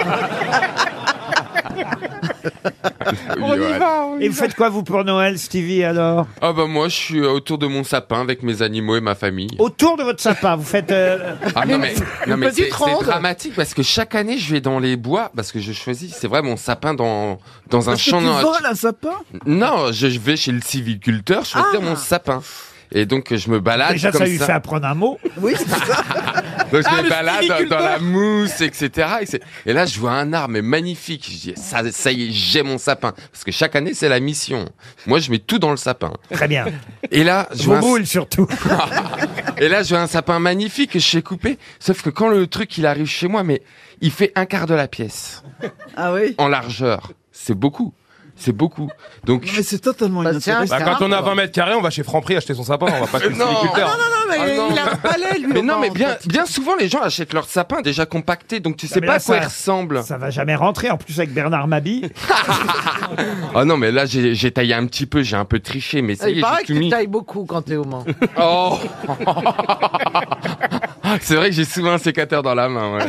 [SPEAKER 3] On y va, on y
[SPEAKER 2] Et vous
[SPEAKER 3] va.
[SPEAKER 2] faites quoi, vous, pour Noël, Stevie, alors
[SPEAKER 18] Ah bah moi je suis euh, autour de mon sapin avec mes animaux et ma famille.
[SPEAKER 2] Autour de votre sapin, vous faites... euh,
[SPEAKER 18] Ah non mais, non, mais c'est
[SPEAKER 2] petite
[SPEAKER 18] c'est
[SPEAKER 2] ronde.
[SPEAKER 18] dramatique parce que chaque année je vais dans les bois parce que je choisis, c'est vrai mon sapin dans, dans un
[SPEAKER 5] Parce que
[SPEAKER 18] champ...
[SPEAKER 5] tu
[SPEAKER 18] non,
[SPEAKER 5] voles un sapin
[SPEAKER 18] non, je vais chez le civiculteur choisir
[SPEAKER 5] Ah.
[SPEAKER 18] mon sapin. Et donc euh, je me balade
[SPEAKER 2] Déjà,
[SPEAKER 18] comme
[SPEAKER 2] ça lui fait apprendre un mot.
[SPEAKER 5] Oui,
[SPEAKER 18] Donc je
[SPEAKER 2] Ah,
[SPEAKER 18] me balade
[SPEAKER 2] le
[SPEAKER 18] dans- dans,
[SPEAKER 2] sylviculteur.
[SPEAKER 18] la mousse, etc. Et, c'est- et là, je vois un arbre mais magnifique. Je dis, ça, ça y est, j'ai mon sapin. Parce que chaque année, c'est la mission. Moi, je mets tout dans le sapin.
[SPEAKER 2] Très bien.
[SPEAKER 18] Et là, je
[SPEAKER 2] Vos
[SPEAKER 18] vois un-
[SPEAKER 2] boules, surtout.
[SPEAKER 18] et là, je vois un sapin magnifique que je sais couper. Sauf que quand le truc, il arrive chez moi, mais il fait un quart de la pièce.
[SPEAKER 5] Ah oui
[SPEAKER 18] En largeur. C'est beaucoup. C'est beaucoup. Donc.
[SPEAKER 5] Mais c'est totalement
[SPEAKER 8] Bah, quand on a 20 mètres carrés, on va chez Franprix acheter son sapin, on va pas chez le
[SPEAKER 18] Non.
[SPEAKER 8] sylviculteur.
[SPEAKER 18] Ah, non, non,
[SPEAKER 7] mais il a un palais, lui,
[SPEAKER 18] Mais
[SPEAKER 7] au
[SPEAKER 18] non,
[SPEAKER 7] moins,
[SPEAKER 18] mais
[SPEAKER 7] en
[SPEAKER 18] bien, bien souvent, les gens achètent leur sapin déjà compacté, donc
[SPEAKER 8] Ah,
[SPEAKER 18] tu sais
[SPEAKER 2] mais
[SPEAKER 18] pas
[SPEAKER 2] là,
[SPEAKER 18] à quoi
[SPEAKER 2] ça-
[SPEAKER 18] il ressemble.
[SPEAKER 2] Ça va jamais rentrer, en plus, avec Bernard Mabille.
[SPEAKER 18] Ah non, mais là, j'ai j'ai taillé un petit peu, j'ai un peu triché, mais ça
[SPEAKER 7] Ah,
[SPEAKER 18] y
[SPEAKER 7] Il
[SPEAKER 18] est,
[SPEAKER 7] paraît
[SPEAKER 18] j'ai
[SPEAKER 7] que
[SPEAKER 18] tout
[SPEAKER 7] tu
[SPEAKER 18] mis.
[SPEAKER 7] tailles beaucoup quand t'es au Mans.
[SPEAKER 18] Oh C'est vrai que j'ai souvent un sécateur dans la main, ouais.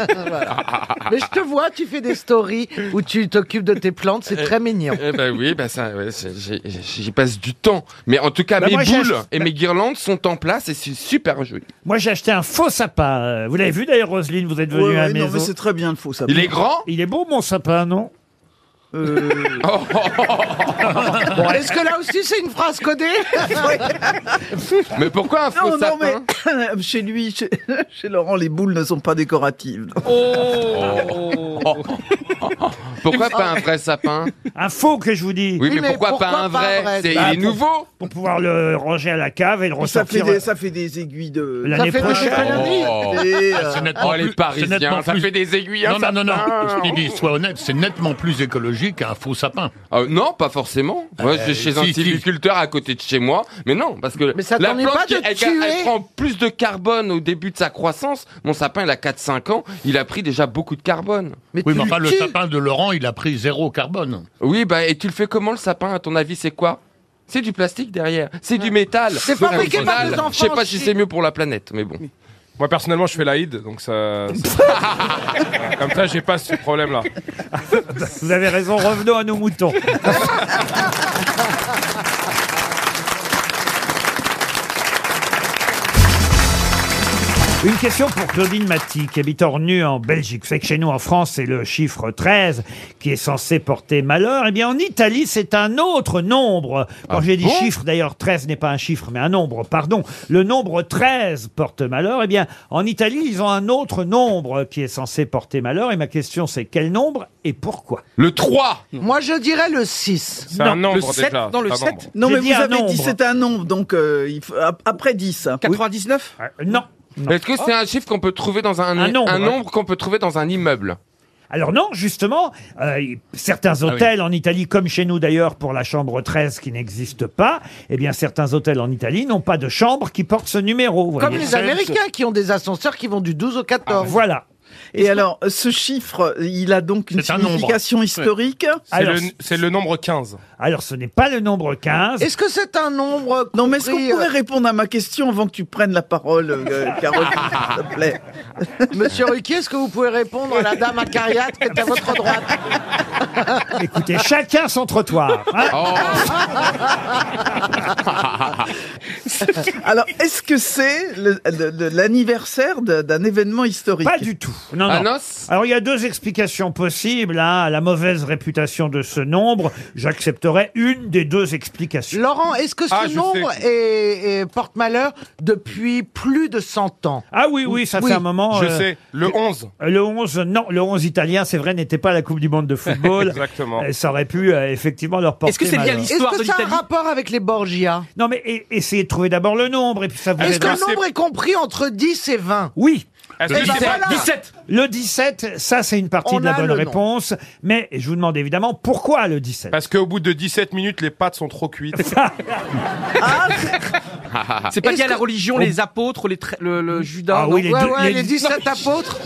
[SPEAKER 7] Mais je te vois, tu fais des stories où tu t'occupes de tes plantes, c'est très mignon.
[SPEAKER 18] Eh ben oui, bah ça, ouais, c'est- j'ai- j'ai- j'y passe du temps. Mais en tout cas,
[SPEAKER 2] Bah
[SPEAKER 18] mes
[SPEAKER 2] moi, j'ai
[SPEAKER 18] boules
[SPEAKER 2] acheté-
[SPEAKER 18] et mes guirlandes sont en place et c'est super joli.
[SPEAKER 2] Moi, j'ai acheté un faux sapin. Euh, Vous l'avez vu, d'ailleurs, Roselyne, vous êtes venue
[SPEAKER 5] Ouais,
[SPEAKER 2] à la
[SPEAKER 5] ouais, non,
[SPEAKER 2] maison.
[SPEAKER 5] mais c'est très bien le faux sapin. Euh,
[SPEAKER 18] Il est grand Oh.
[SPEAKER 2] Il est beau, mon sapin, non
[SPEAKER 7] Oh.
[SPEAKER 2] Bon,
[SPEAKER 7] Est-ce que là aussi c'est une phrase codée
[SPEAKER 18] Mais pourquoi un
[SPEAKER 5] faux sapin mais chez lui, chez, chez Laurent, les boules ne sont pas décoratives.
[SPEAKER 18] Oh. Pourquoi pas un vrai sapin
[SPEAKER 2] Un faux que je vous dis.
[SPEAKER 18] Oui, mais, pourquoi, pas un vrai, C'est Il
[SPEAKER 2] Bah,
[SPEAKER 18] est
[SPEAKER 2] pour-
[SPEAKER 18] nouveau
[SPEAKER 2] Pour pouvoir le ranger à la cave et le
[SPEAKER 5] Ça fait,
[SPEAKER 2] ressortir. euh,
[SPEAKER 5] des, ça fait des aiguilles de.
[SPEAKER 2] L'année Ça fait des prochaine.
[SPEAKER 5] Et,
[SPEAKER 18] Oh.
[SPEAKER 5] euh,
[SPEAKER 6] C'est nettement
[SPEAKER 18] Oh, les
[SPEAKER 6] plus- c'est
[SPEAKER 18] Parisiens,
[SPEAKER 6] nettement
[SPEAKER 18] ça
[SPEAKER 6] plus-
[SPEAKER 18] fait des aiguilles.
[SPEAKER 6] Non, non, non, non.
[SPEAKER 18] sapin.
[SPEAKER 6] Stevie, sois honnête, c'est nettement plus écologique logique à un faux sapin.
[SPEAKER 18] Euh, non, pas forcément. Moi, je vais chez un
[SPEAKER 6] Bah, si, si.
[SPEAKER 18] sylviculteur à côté de chez moi, mais non, parce que
[SPEAKER 6] ça
[SPEAKER 18] la
[SPEAKER 6] t'en est
[SPEAKER 18] plante,
[SPEAKER 6] pas de
[SPEAKER 18] elle, elle-
[SPEAKER 6] tuer
[SPEAKER 18] elle prend plus de carbone au début de sa croissance. Mon sapin, il a 4-5 ans, il a pris déjà beaucoup de carbone.
[SPEAKER 6] oui, mais enfin, le sapin de Laurent, il a pris zéro carbone.
[SPEAKER 18] Oui, bah, et tu le fais comment le sapin, à ton avis, c'est quoi c'est du plastique derrière, c'est du métal.
[SPEAKER 7] C'est fabriqué
[SPEAKER 18] du
[SPEAKER 7] par
[SPEAKER 18] métal.
[SPEAKER 7] des enfants,
[SPEAKER 18] Je sais pas si
[SPEAKER 7] chier.
[SPEAKER 18] c'est mieux pour la planète, mais bon.
[SPEAKER 4] Moi personnellement, je fais l'Aïd, donc ça. Comme ça, j'ai pas ce problème-là.
[SPEAKER 2] Vous avez raison, revenons à nos moutons. Une question pour Claudine Maty, qui habite Ornu en Belgique. C'est que chez nous en France, c'est le chiffre 13 qui est censé porter malheur. Eh bien, en Italie, c'est un autre nombre.
[SPEAKER 4] Ah
[SPEAKER 2] Quand j'ai dit chiffre, d'ailleurs, 13 n'est pas un chiffre, mais un nombre, pardon. Le nombre 13 porte malheur. Eh bien, en Italie, ils ont un autre nombre qui est censé porter malheur. Et ma question, c'est quel nombre et pourquoi
[SPEAKER 18] Le 3
[SPEAKER 7] Moi, je dirais le 6.
[SPEAKER 4] C'est un nombre, déjà,
[SPEAKER 7] dans
[SPEAKER 4] pas nombre.
[SPEAKER 5] Non,
[SPEAKER 7] J'ai
[SPEAKER 5] mais
[SPEAKER 7] dit
[SPEAKER 5] vous
[SPEAKER 7] un
[SPEAKER 5] avez
[SPEAKER 7] nombre.
[SPEAKER 5] dit c'est un nombre, donc euh, il faut- ap- après 10.
[SPEAKER 3] 99
[SPEAKER 2] Non.
[SPEAKER 18] Est-ce que c'est un chiffre qu'on peut trouver dans un,
[SPEAKER 2] Un nombre,
[SPEAKER 18] un
[SPEAKER 2] ouais.
[SPEAKER 18] nombre qu'on peut trouver dans un immeuble
[SPEAKER 2] Alors non, justement, euh, y- certains
[SPEAKER 18] Ah oui.
[SPEAKER 2] hôtels en Italie, comme chez nous d'ailleurs pour la chambre 13 qui n'existe pas, eh bien certains hôtels en Italie n'ont pas de chambre qui porte ce numéro. vous
[SPEAKER 7] Comme
[SPEAKER 2] voyez.
[SPEAKER 7] les Américains qui ont des ascenseurs qui vont du 12 au 14.
[SPEAKER 2] Voilà.
[SPEAKER 5] Et alors, euh, ce chiffre, il a donc une
[SPEAKER 4] C'est un nombre.
[SPEAKER 5] signification historique
[SPEAKER 4] C'est le, c'est le nombre 15.
[SPEAKER 2] Alors, ce n'est pas le nombre 15.
[SPEAKER 7] Est-ce que c'est un nombre
[SPEAKER 5] Non, mais est-ce qu'on
[SPEAKER 7] compris,
[SPEAKER 5] pourrait
[SPEAKER 7] euh,
[SPEAKER 5] répondre à ma question avant que tu prennes la parole, euh, Caroline, s'il te plaît
[SPEAKER 7] Monsieur Ruquier, est-ce que vous pouvez répondre à la dame à cariat qui est à votre droite
[SPEAKER 2] Écoutez, chacun son trottoir. hein.
[SPEAKER 4] Ah.
[SPEAKER 10] Oh.
[SPEAKER 5] Alors, est-ce que c'est le- le- le- l'anniversaire de- d'un événement historique
[SPEAKER 2] Pas du tout. Non,
[SPEAKER 6] Ah,
[SPEAKER 2] non. Alors il y a deux explications possibles hein, à la mauvaise réputation de ce nombre. J'accepterai une des deux explications.
[SPEAKER 7] Laurent, est-ce
[SPEAKER 4] Ah,
[SPEAKER 7] que ce nombre est- est- porte malheur depuis plus de 100 ans
[SPEAKER 2] Ah oui, oui, ça fait un moment.
[SPEAKER 4] Je
[SPEAKER 2] euh,
[SPEAKER 4] sais, le 11.
[SPEAKER 2] Le 11, non, le 11 italien, c'est vrai, n'était pas à la Coupe du Monde de football.
[SPEAKER 4] Exactement.
[SPEAKER 2] Euh, Ça aurait pu euh, effectivement leur porter. malheur.
[SPEAKER 7] Est-ce que ça a un rapport avec les Borgia
[SPEAKER 2] Non, mais e- essayez de trouver d'abord le nombre et puis ça vous
[SPEAKER 7] Est-ce que
[SPEAKER 2] aidera.
[SPEAKER 7] le nombre est compris entre 10 et 20
[SPEAKER 2] Oui.
[SPEAKER 7] Est-ce que Eh ben c'est- voilà. 17.
[SPEAKER 2] Le 17, ça c'est une partie
[SPEAKER 7] On
[SPEAKER 2] de la
[SPEAKER 7] a
[SPEAKER 2] bonne
[SPEAKER 7] le nom.
[SPEAKER 2] réponse. Mais je vous demande évidemment pourquoi le 17
[SPEAKER 4] Parce qu'au bout de 17 minutes, les pâtes sont trop cuites.
[SPEAKER 3] C'est pas
[SPEAKER 4] Est-ce
[SPEAKER 3] lié à la
[SPEAKER 4] que-
[SPEAKER 3] religion,
[SPEAKER 4] On-
[SPEAKER 3] les apôtres, les tra- le, le Judas.
[SPEAKER 2] Ah
[SPEAKER 3] non
[SPEAKER 2] oui, les
[SPEAKER 3] Ouais,
[SPEAKER 2] deux-
[SPEAKER 3] ouais,
[SPEAKER 2] les-
[SPEAKER 3] les
[SPEAKER 7] 17 apôtres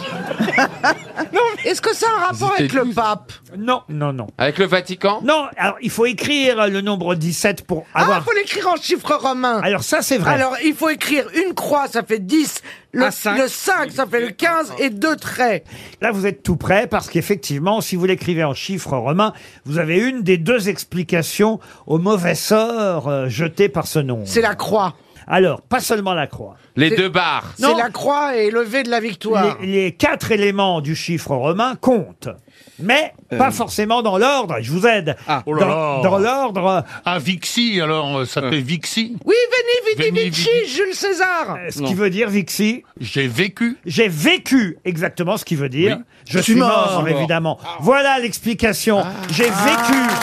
[SPEAKER 7] Est-ce que ça a un rapport avec le pape
[SPEAKER 2] Non, non, non.
[SPEAKER 18] Avec le Vatican
[SPEAKER 2] Non, alors il faut écrire le nombre 17 pour avoir.
[SPEAKER 7] Ah, faut l'écrire en chiffres romains.
[SPEAKER 2] Alors ça, c'est vrai.
[SPEAKER 7] Alors, il faut écrire une croix, ça fait 10. Le, le 5, ça fait le 15 et deux traits.
[SPEAKER 2] Là, vous êtes tout prêt parce qu'effectivement, si vous l'écrivez en chiffres romains, vous avez une des deux explications au mauvais sort euh, jeté par ce nombre.
[SPEAKER 7] C'est la croix.
[SPEAKER 2] Alors, pas seulement la croix.
[SPEAKER 18] Les deux barres.
[SPEAKER 7] C'est la croix et levée de la victoire.
[SPEAKER 2] Les, les quatre éléments du chiffre romain comptent, mais pas forcément dans l'ordre. Je vous aide.
[SPEAKER 6] Oh là
[SPEAKER 2] dans
[SPEAKER 6] là.
[SPEAKER 2] dans l'ordre, euh,
[SPEAKER 6] Ah, Vixi, alors, euh, ça
[SPEAKER 2] Ah.
[SPEAKER 6] fait Vixi
[SPEAKER 7] Oui, Veni, Vidi,
[SPEAKER 6] Veni,
[SPEAKER 7] Vici,
[SPEAKER 6] Vidi.
[SPEAKER 7] Jules César.
[SPEAKER 2] euh, ce qui veut dire, Vixi,
[SPEAKER 6] J'ai vécu.
[SPEAKER 2] j'ai vécu exactement ce qui veut dire.
[SPEAKER 6] Oui.
[SPEAKER 2] Je suis mort, évidemment.
[SPEAKER 6] Ah.
[SPEAKER 2] Voilà l'explication. J'ai vécu.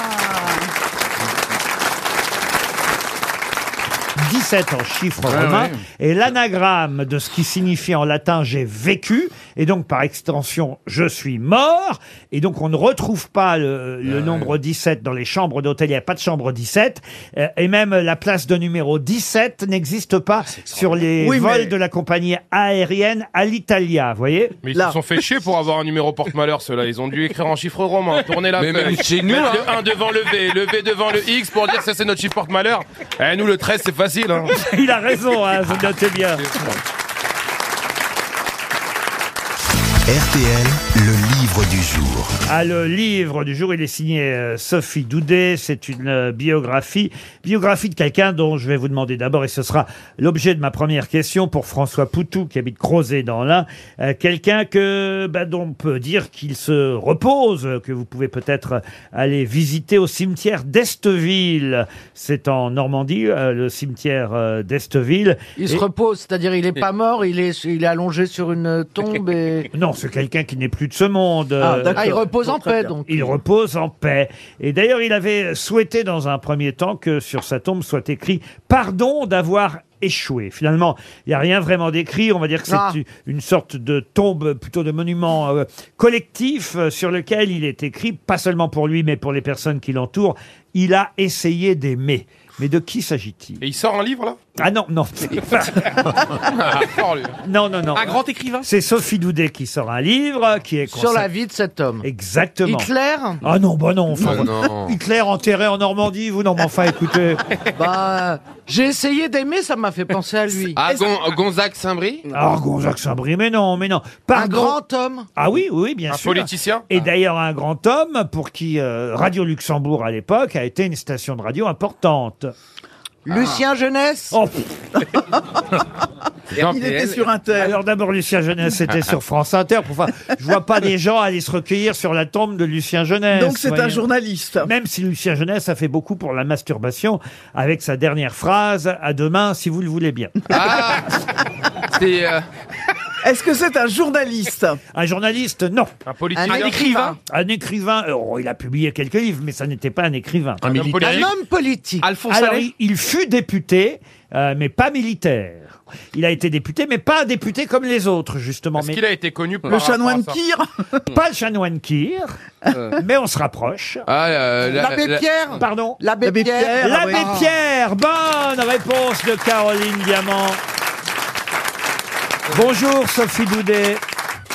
[SPEAKER 2] 17 en chiffres
[SPEAKER 6] Ah
[SPEAKER 2] romains,
[SPEAKER 6] ouais.
[SPEAKER 2] et l'anagramme de ce qui signifie en latin j'ai vécu, et donc par extension je suis mort, et donc on ne retrouve pas le, le nombre 17 dans les chambres d'hôtel, il n'y a pas de chambre 17, euh, et même la place de numéro 17 n'existe pas sur les
[SPEAKER 5] Oui,
[SPEAKER 2] vols
[SPEAKER 5] mais-
[SPEAKER 2] de la compagnie aérienne Alitalia, vous voyez
[SPEAKER 4] Ah, Mais ils se sont fait chier pour avoir un numéro porte-malheur, ceux-là. Ils ont dû écrire en chiffres romains, hein. tourner la
[SPEAKER 18] Mais
[SPEAKER 4] feuille.
[SPEAKER 18] même chez nous,
[SPEAKER 4] Mettre
[SPEAKER 18] hein.
[SPEAKER 4] le 1 devant le V, le V devant le X pour dire ça c'est notre chiffre porte-malheur. Eh, nous, le 13, c'est facile. Hein.
[SPEAKER 2] Il a raison, hein, vous notez bien.
[SPEAKER 1] RTL, le livre du jour.
[SPEAKER 2] Ah, le livre du jour, il est signé euh, Sophie Doudet. C'est une euh, biographie, biographie de quelqu'un dont je vais vous demander d'abord, et ce sera l'objet de ma première question pour François Poutou, qui habite Crozet dans l'Ain. Euh, quelqu'un que, bah, dont on peut dire qu'il se repose, euh, que vous pouvez peut-être aller visiter au cimetière d'Esteville. C'est en Normandie, euh, le cimetière euh, d'Esteville.
[SPEAKER 7] Il se
[SPEAKER 2] Et-
[SPEAKER 7] repose, c'est-à-dire il est pas mort, il est, il est allongé sur une tombe et...
[SPEAKER 2] Non, c'est quelqu'un qui n'est plus de ce monde.
[SPEAKER 7] Ah,
[SPEAKER 2] Euh,
[SPEAKER 7] d'accord. Ah, il repose en paix, donc.
[SPEAKER 2] Il repose en paix. Et d'ailleurs, il avait souhaité dans un premier temps que sur sa tombe soit écrit Pardon d'avoir échoué. Finalement, il n'y a rien vraiment d'écrit. On va dire que c'est
[SPEAKER 19] Ah.
[SPEAKER 2] une- une sorte de tombe, plutôt de monument euh, collectif euh, sur lequel il est écrit, pas seulement pour lui, mais pour les personnes qui l'entourent. Il a essayé d'aimer. Mais de qui s'agit-il
[SPEAKER 4] Et il sort un livre, là
[SPEAKER 2] Ah non, non.
[SPEAKER 4] Ah, Fort, lui.
[SPEAKER 2] non, non, non.
[SPEAKER 4] Un grand
[SPEAKER 3] écrivain
[SPEAKER 2] C'est Sophie Doudet qui sort un livre qui est
[SPEAKER 7] Sur la
[SPEAKER 2] consacré-
[SPEAKER 7] vie de cet homme.
[SPEAKER 2] Exactement.
[SPEAKER 7] Hitler
[SPEAKER 2] Ah non, bah non. enfin,
[SPEAKER 7] Mais non.
[SPEAKER 2] Hitler enterré en Normandie, vous non, mais enfin, écoutez.
[SPEAKER 7] Bah, j'ai essayé d'aimer, ça m'a fait penser à lui.
[SPEAKER 18] Ah, Gon- Gonzague Saint-Brie
[SPEAKER 2] Alors, Ah, Gonzague Saint-Brie, mais non, mais non. Par
[SPEAKER 7] Un
[SPEAKER 2] contre-
[SPEAKER 7] grand homme
[SPEAKER 2] Ah oui, oui, oui, bien
[SPEAKER 4] Un
[SPEAKER 2] sûr.
[SPEAKER 4] politicien
[SPEAKER 2] Et d'ailleurs, un grand homme pour qui euh, Radio Luxembourg, à l'époque, a été une station de radio importante.
[SPEAKER 7] Lucien Jeunesse
[SPEAKER 2] Oh, pff,
[SPEAKER 7] Il était sur un
[SPEAKER 2] Inter. Alors d'abord, Lucien Jeunesse était sur France Inter. Pour- Enfin, je vois pas des gens aller se recueillir sur la tombe de Lucien Jeunesse.
[SPEAKER 5] Donc, c'est un
[SPEAKER 2] journaliste. Même si Lucien Jeunesse a fait beaucoup pour la masturbation avec sa dernière phrase « À demain, si vous le voulez bien
[SPEAKER 4] Ah euh,
[SPEAKER 5] Est-ce que c'est un journaliste
[SPEAKER 2] Un journaliste, non.
[SPEAKER 4] Un
[SPEAKER 5] politicien Un écrivain
[SPEAKER 2] Un écrivain. Oh, il a publié quelques livres, mais ça n'était pas un écrivain.
[SPEAKER 4] Un
[SPEAKER 7] homme politique. Un homme
[SPEAKER 2] politique.
[SPEAKER 7] Alphonse
[SPEAKER 2] Alors,
[SPEAKER 7] Allais
[SPEAKER 2] il, il fut député, euh, mais pas militaire. Il a été député, mais pas un député comme les autres, justement.
[SPEAKER 4] Est-ce
[SPEAKER 2] Mais-
[SPEAKER 4] qu'il a été connu par
[SPEAKER 2] Le
[SPEAKER 4] rapport à
[SPEAKER 2] chanoine
[SPEAKER 4] ça
[SPEAKER 2] Kyr Pas le chanoine Kyr, mais on se rapproche.
[SPEAKER 18] Ah, euh, la-
[SPEAKER 2] L'abbé
[SPEAKER 18] la-
[SPEAKER 2] Pierre Pardon
[SPEAKER 7] L'abbé
[SPEAKER 2] L'abbé
[SPEAKER 7] Pierre,
[SPEAKER 2] Pierre,
[SPEAKER 7] ah oui.
[SPEAKER 2] Bonne réponse de Caroline Diamant. Bonjour Sophie Doudet.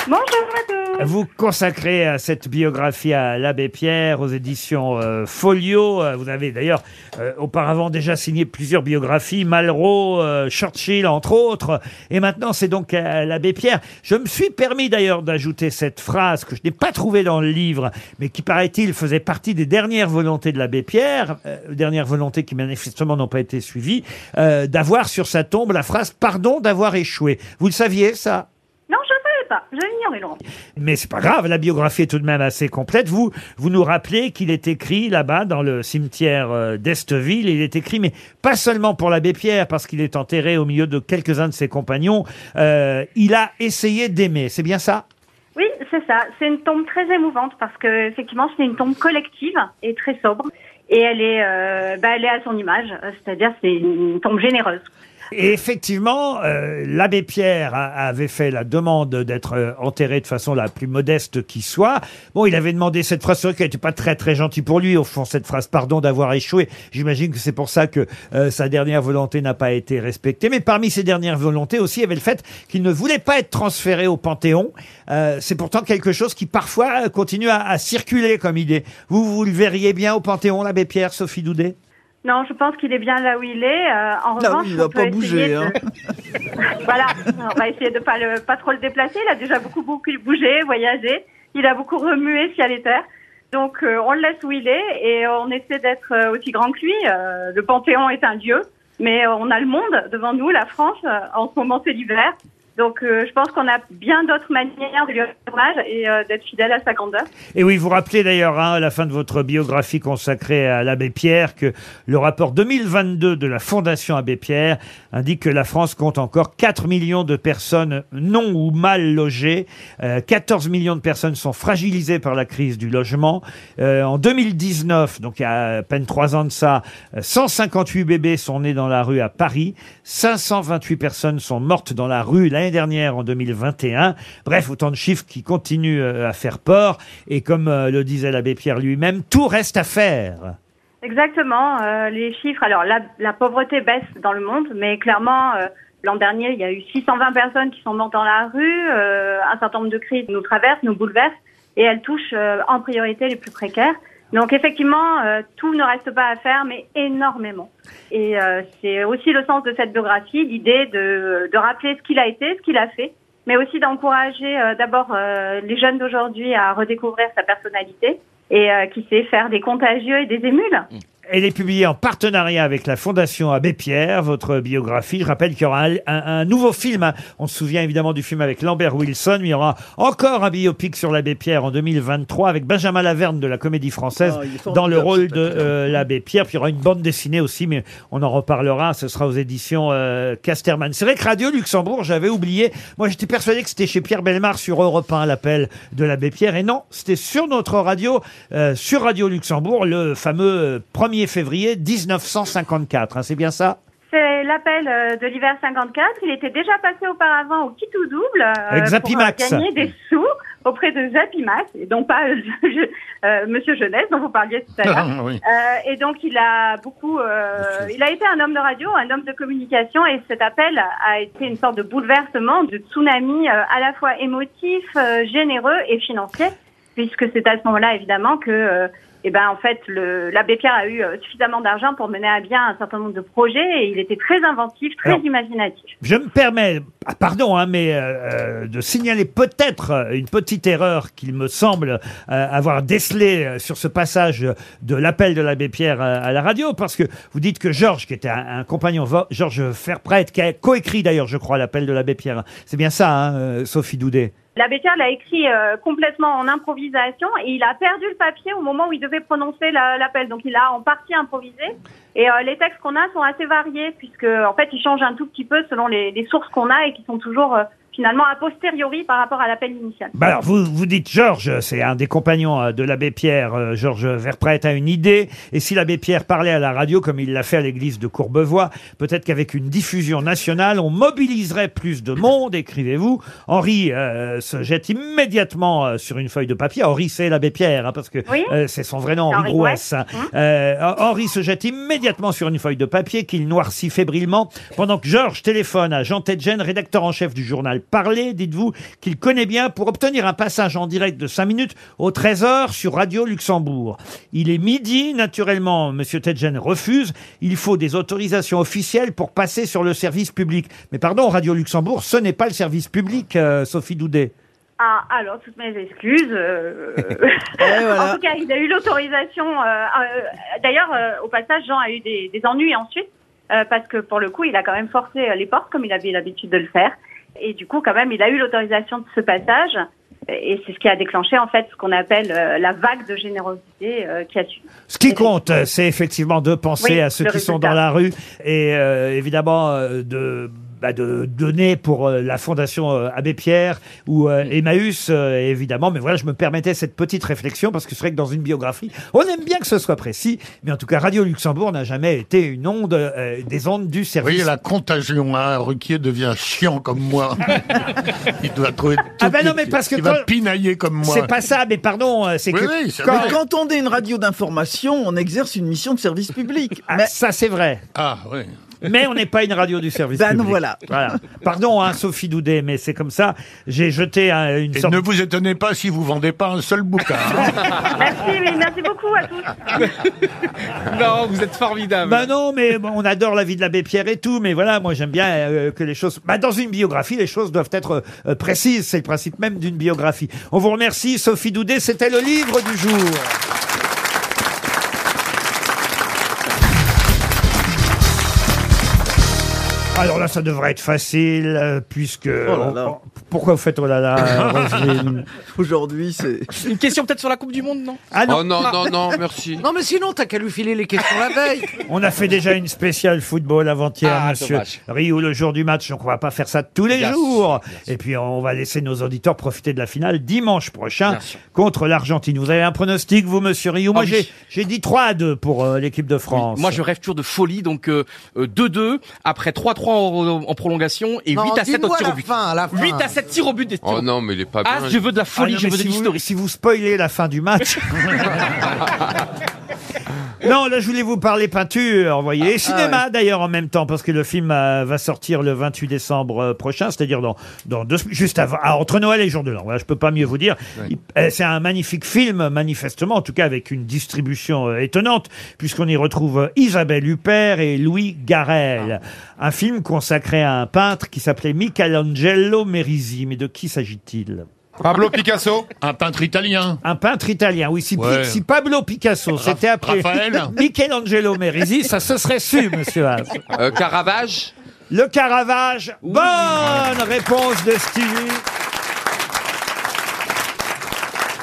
[SPEAKER 15] Bonjour à tous.
[SPEAKER 2] Vous consacrez euh, cette biographie à l'abbé Pierre aux éditions euh, Folio. Euh, Vous avez d'ailleurs euh, auparavant déjà signé plusieurs biographies, Malraux, euh, Churchill entre autres. Et maintenant c'est donc euh, l'abbé Pierre. Je me suis permis d'ailleurs d'ajouter cette phrase que je n'ai pas trouvée dans le livre, mais qui paraît-il faisait partie des dernières volontés de l'abbé Pierre, euh, dernières volontés qui manifestement n'ont pas été suivies, euh, d'avoir sur sa tombe la phrase pardon d'avoir échoué. Vous le saviez ça
[SPEAKER 15] Non, je ne savais pas. Je l'ignorais, Laurent.
[SPEAKER 2] mais c'est pas grave, la biographie est tout de même assez complète. Vous, vous nous rappelez qu'il est écrit là-bas dans le cimetière euh, d'Esteville. Il est écrit, mais pas seulement pour l'abbé Pierre, parce qu'il est enterré au milieu de quelques-uns de ses compagnons. Euh, il a essayé d'aimer, c'est bien ça
[SPEAKER 15] Oui, c'est ça. C'est une tombe très émouvante parce que effectivement, c'est une tombe collective et très sobre. Et elle est, euh, bah, elle est à son image, Euh, c'est-à-dire c'est une tombe généreuse.
[SPEAKER 2] Et effectivement, euh, l'abbé Pierre a- avait fait la demande d'être euh, enterré de façon la plus modeste qui soit. Bon, il avait demandé cette phrase, c'est vrai qu'elle n'était pas très très gentille pour lui, au fond, cette phrase, pardon d'avoir échoué. J'imagine que c'est pour ça que euh, sa dernière volonté n'a pas été respectée. Mais parmi ses dernières volontés aussi, il y avait le fait qu'il ne voulait pas être transféré au Panthéon. Euh, c'est pourtant quelque chose qui parfois euh, continue à, à circuler comme idée. Vous, vous le verriez bien au Panthéon, l'abbé Pierre, Sophie Doudet
[SPEAKER 15] Non, je pense qu'il est bien là où il est. Euh, en
[SPEAKER 2] Là où
[SPEAKER 15] revanche,
[SPEAKER 2] il va
[SPEAKER 15] on peut
[SPEAKER 2] pas bouger,
[SPEAKER 15] essayer de-
[SPEAKER 2] hein.
[SPEAKER 15] voilà, on va essayer de pas le, pas trop le déplacer. Il a déjà beaucoup beaucoup bougé, voyagé. Il a beaucoup remué ciel et terre. Donc euh, on le laisse où il est et on essaie d'être euh, aussi grand que lui. Euh, le Panthéon est un dieu, mais euh, on a le monde devant nous, la France. Euh, en ce moment, c'est l'hiver. Donc euh, je pense qu'on a bien d'autres manières de lui rendre hommage et euh, d'être fidèle à sa grandeur.
[SPEAKER 2] Et oui, vous rappelez d'ailleurs hein, à la fin de votre biographie consacrée à l'abbé Pierre que le rapport 2022 de la Fondation Abbé Pierre indique que la France compte encore 4 millions de personnes non ou mal logées. Euh, 14 millions de personnes sont fragilisées par la crise du logement. Euh, en 2019, donc il y a à peine 3 ans de ça, euh, 158 bébés sont nés dans la rue à Paris. 528 personnes sont mortes dans la rue l'année dernière en 2021. Bref, autant de chiffres qui continuent euh, à faire peur. Et comme euh, le disait l'abbé Pierre lui-même, tout reste à faire.
[SPEAKER 15] Exactement, euh, les chiffres. Alors la, la pauvreté baisse dans le monde, mais clairement, euh, l'an dernier, il y a eu 620 personnes qui sont mortes dans la rue. euh, un certain nombre de crises nous traversent, nous bouleversent, et elles touchent euh, en priorité les plus précaires. Donc effectivement, euh, tout ne reste pas à faire, mais énormément. Et euh, c'est aussi le sens de cette biographie, l'idée de, de rappeler ce qu'il a été, ce qu'il a fait, mais aussi d'encourager euh, d'abord euh, les jeunes d'aujourd'hui à redécouvrir sa personnalité et euh, qui sait faire des contagieux et des émules.
[SPEAKER 2] Mm. Elle est publiée en partenariat avec la Fondation Abbé Pierre, votre biographie. Je rappelle qu'il y aura un, un- un nouveau film. hein. On se souvient évidemment du film avec Lambert Wilson. mais Il y aura encore un biopic sur l'abbé Pierre en 2023 avec Benjamin Laverne de la Comédie Française
[SPEAKER 5] Ah, il est formidable,
[SPEAKER 2] dans le rôle de euh, l'abbé Pierre. Puis il y aura une bande dessinée aussi, mais on en reparlera. Ce sera aux éditions euh, Casterman. C'est vrai que Radio Luxembourg, j'avais oublié. Moi, j'étais persuadé que c'était chez Pierre Belmar sur Europe 1 l'appel de l'abbé Pierre. Et non, c'était sur notre radio, euh, sur Radio Luxembourg, le fameux euh, 1er février 1954. hein. C'est bien ça
[SPEAKER 15] C'est l'appel euh, de l'hiver 54, il était déjà passé auparavant au kit ou double euh,
[SPEAKER 2] Avec Zapimax.
[SPEAKER 15] pour euh, gagner des sous auprès de Zapimax, et donc pas euh, je- euh, Monsieur Jeunesse dont vous parliez tout à
[SPEAKER 11] Ah,
[SPEAKER 15] l'heure.
[SPEAKER 11] oui.
[SPEAKER 15] Euh, et donc il a beaucoup, euh, il a été un homme de radio, un homme de communication, et cet appel a été une sorte de bouleversement, de tsunami euh, à la fois émotif, euh, généreux et financier, puisque c'est à ce moment-là évidemment que euh, eh ben en fait, le- l'abbé Pierre a eu euh, suffisamment d'argent pour mener à bien un certain nombre de projets et il était très inventif, très
[SPEAKER 2] Alors,
[SPEAKER 15] imaginatif.
[SPEAKER 2] Je me permets, ah, pardon, hein, mais euh, euh, de signaler peut-être euh, une petite erreur qu'il me semble euh, avoir décelée euh, sur ce passage euh, de l'appel de l'abbé Pierre euh, à la radio, parce que vous dites que Georges, qui était un, un compagnon, vo- Georges Ferprêtre, qui a coécrit d'ailleurs, je crois, l'appel de l'abbé Pierre. C'est bien ça, hein, euh, Sophie Doudet.
[SPEAKER 15] L'abbé Pierre l'a écrit euh, complètement en improvisation et il a perdu le papier au moment où il devait prononcer la- l'appel. Donc il a en partie improvisé. Et euh, les textes qu'on a sont assez variés puisque en fait ils changent un tout petit peu selon les, les sources qu'on a et qui sont toujours euh, finalement a posteriori par rapport à l'appel initial.
[SPEAKER 2] Bah alors, vous, vous dites Georges, c'est un des compagnons euh, de l'abbé Pierre, euh, Georges Verprette a une idée, et si l'abbé Pierre parlait à la radio comme il l'a fait à l'église de Courbevoie, peut-être qu'avec une diffusion nationale, on mobiliserait plus de monde, écrivez-vous. Henri euh, se jette immédiatement euh, sur une feuille de papier. Henri, c'est l'abbé Pierre, hein, parce que
[SPEAKER 15] Oui.
[SPEAKER 2] euh, c'est son vrai nom, Henri
[SPEAKER 15] Henri Grouès.
[SPEAKER 2] Grouès. hein. Euh, Henri se jette immédiatement sur une feuille de papier qu'il noircit fébrilement pendant que Georges téléphone à Jean Tedgen, rédacteur en chef du journal Parler, dites-vous, qu'il connaît bien pour obtenir un passage en direct de 5 minutes au 13h sur Radio Luxembourg. Il est midi, naturellement, Monsieur Tedgen refuse. Il faut des autorisations officielles pour passer sur le service public. Mais pardon, Radio Luxembourg, ce n'est pas le service public, euh, Sophie Doudet.
[SPEAKER 15] Ah, alors, toutes mes excuses. euh, En tout cas, il a eu l'autorisation. euh, euh, D'ailleurs, euh, au passage, Jean a eu des, des ennuis ensuite, euh, parce que pour le coup, il a quand même forcé euh, les portes, comme il avait l'habitude de le faire. Et du coup, quand même, il a eu l'autorisation de ce passage. Et c'est ce qui a déclenché, en fait, ce qu'on appelle euh, la vague de générosité euh, qui a suivi.
[SPEAKER 2] Ce qui compte, euh, c'est effectivement de penser
[SPEAKER 15] Oui,
[SPEAKER 2] à ceux
[SPEAKER 15] le
[SPEAKER 2] qui sont
[SPEAKER 15] résultat.
[SPEAKER 2] dans la rue et euh, évidemment euh, de, bah, de donner pour euh, la fondation euh, Abbé Pierre ou euh, Emmaüs, euh, évidemment. Mais voilà, je me permettais cette petite réflexion parce que c'est vrai que dans une biographie, on aime bien que ce soit précis, mais en tout cas, Radio Luxembourg n'a jamais été une onde euh, des ondes du
[SPEAKER 6] Vous voyez
[SPEAKER 2] service.
[SPEAKER 6] la contagion, hein, Ruquier devient chiant comme moi. il doit trouver.
[SPEAKER 2] Ah ben non, mais parce que
[SPEAKER 6] il va
[SPEAKER 2] quand-
[SPEAKER 6] pinailler comme moi.
[SPEAKER 2] c'est pas ça, mais pardon, euh, c'est
[SPEAKER 6] Oui,
[SPEAKER 2] que
[SPEAKER 6] oui, c'est
[SPEAKER 2] quand-
[SPEAKER 6] vrai.
[SPEAKER 5] Quand on est une radio d'information, on exerce une mission de service public.
[SPEAKER 2] Ah, ça c'est vrai.
[SPEAKER 6] Ah oui.
[SPEAKER 2] Mais on n'est pas une radio du service
[SPEAKER 5] Ben
[SPEAKER 2] public.
[SPEAKER 5] voilà.
[SPEAKER 2] Ppardon, hein, Sophie Doudet, mais c'est comme ça. J'ai jeté hein, une
[SPEAKER 6] Et
[SPEAKER 2] sorte
[SPEAKER 6] ne vous étonnez pas si vous vendez pas un seul bouquin.
[SPEAKER 15] Merci, mais merci beaucoup à tous.
[SPEAKER 2] Non, vous êtes formidable. Bah non, mais bon, on adore la vie de l'abbé Pierre et tout, mais voilà, moi j'aime bien euh, que les choses. Bah dans une biographie, les choses doivent être euh, précises. C'est le principe même d'une biographie. On vous remercie, Sophie Doudet. C'était le livre du jour. Alors là, ça devrait être facile, euh, puisque.
[SPEAKER 5] Oh là là.
[SPEAKER 2] Pourquoi vous faites oh là là, euh, Roselyne
[SPEAKER 5] Aujourd'hui, c'est.
[SPEAKER 3] Une question peut-être sur la Coupe du Monde, non
[SPEAKER 2] Ah non. Oh non,
[SPEAKER 3] Ah.
[SPEAKER 2] non, non,
[SPEAKER 18] merci.
[SPEAKER 7] Non, mais sinon, t'as qu'à lui filer les questions la veille.
[SPEAKER 2] On a fait déjà une spéciale football avant-hier,
[SPEAKER 18] Ah,
[SPEAKER 2] monsieur
[SPEAKER 18] dommage.
[SPEAKER 2] Rio, le jour du match, donc on va pas faire ça tous les
[SPEAKER 18] Bien
[SPEAKER 2] jours. Et puis on va laisser nos auditeurs profiter de la finale dimanche prochain
[SPEAKER 18] sûr.
[SPEAKER 2] contre l'Argentine. Vous avez un pronostic, vous, monsieur Rio Moi,
[SPEAKER 3] Ah oui.
[SPEAKER 2] j'ai- j'ai dit 3 à 2 pour euh, l'équipe de France.
[SPEAKER 3] Moi, je rêve toujours de folie, donc euh, euh, 2-2, après 3-3 en, en prolongation et
[SPEAKER 18] Non,
[SPEAKER 3] 8 à 7 au
[SPEAKER 18] dis-moi
[SPEAKER 3] tir
[SPEAKER 18] la
[SPEAKER 3] au but.
[SPEAKER 18] fin, à la fin.
[SPEAKER 3] 8 à 7 tirs au but des tirs au
[SPEAKER 18] Oh
[SPEAKER 3] but.
[SPEAKER 18] non, mais il est pas
[SPEAKER 3] Ah,
[SPEAKER 18] bien.
[SPEAKER 3] je veux de la folie,
[SPEAKER 2] Ah non,
[SPEAKER 3] je
[SPEAKER 2] mais
[SPEAKER 3] veux de
[SPEAKER 2] si
[SPEAKER 3] l'histoire.
[SPEAKER 2] vous, si vous spoilez la fin du match. non, là, je voulais vous parler peinture, vous voyez. Et cinéma, d'ailleurs, en même temps, parce que le film euh, va sortir le 28 décembre euh, prochain, c'est-à-dire dans, dans deux, sem- juste avant, ah, entre Noël et Jour de l'An. Voilà, je peux pas mieux vous dire. Il- euh, C'est un magnifique film, manifestement, en tout cas, avec une distribution euh, étonnante, puisqu'on y retrouve euh, Isabelle Huppert et Louis Garrel. Un film consacré à un peintre qui s'appelait Michelangelo Merisi. Mais de qui s'agit-il?
[SPEAKER 4] Pablo Picasso.
[SPEAKER 6] Un peintre italien.
[SPEAKER 2] Un peintre italien, oui. Si,
[SPEAKER 6] Ouais.
[SPEAKER 2] si Pablo Picasso s'était appelé
[SPEAKER 6] Raphaël.
[SPEAKER 2] Michelangelo Merisi, ça se serait su, monsieur Haas.
[SPEAKER 18] Euh, Caravage
[SPEAKER 2] Le Caravage, bonne réponse de Stevie.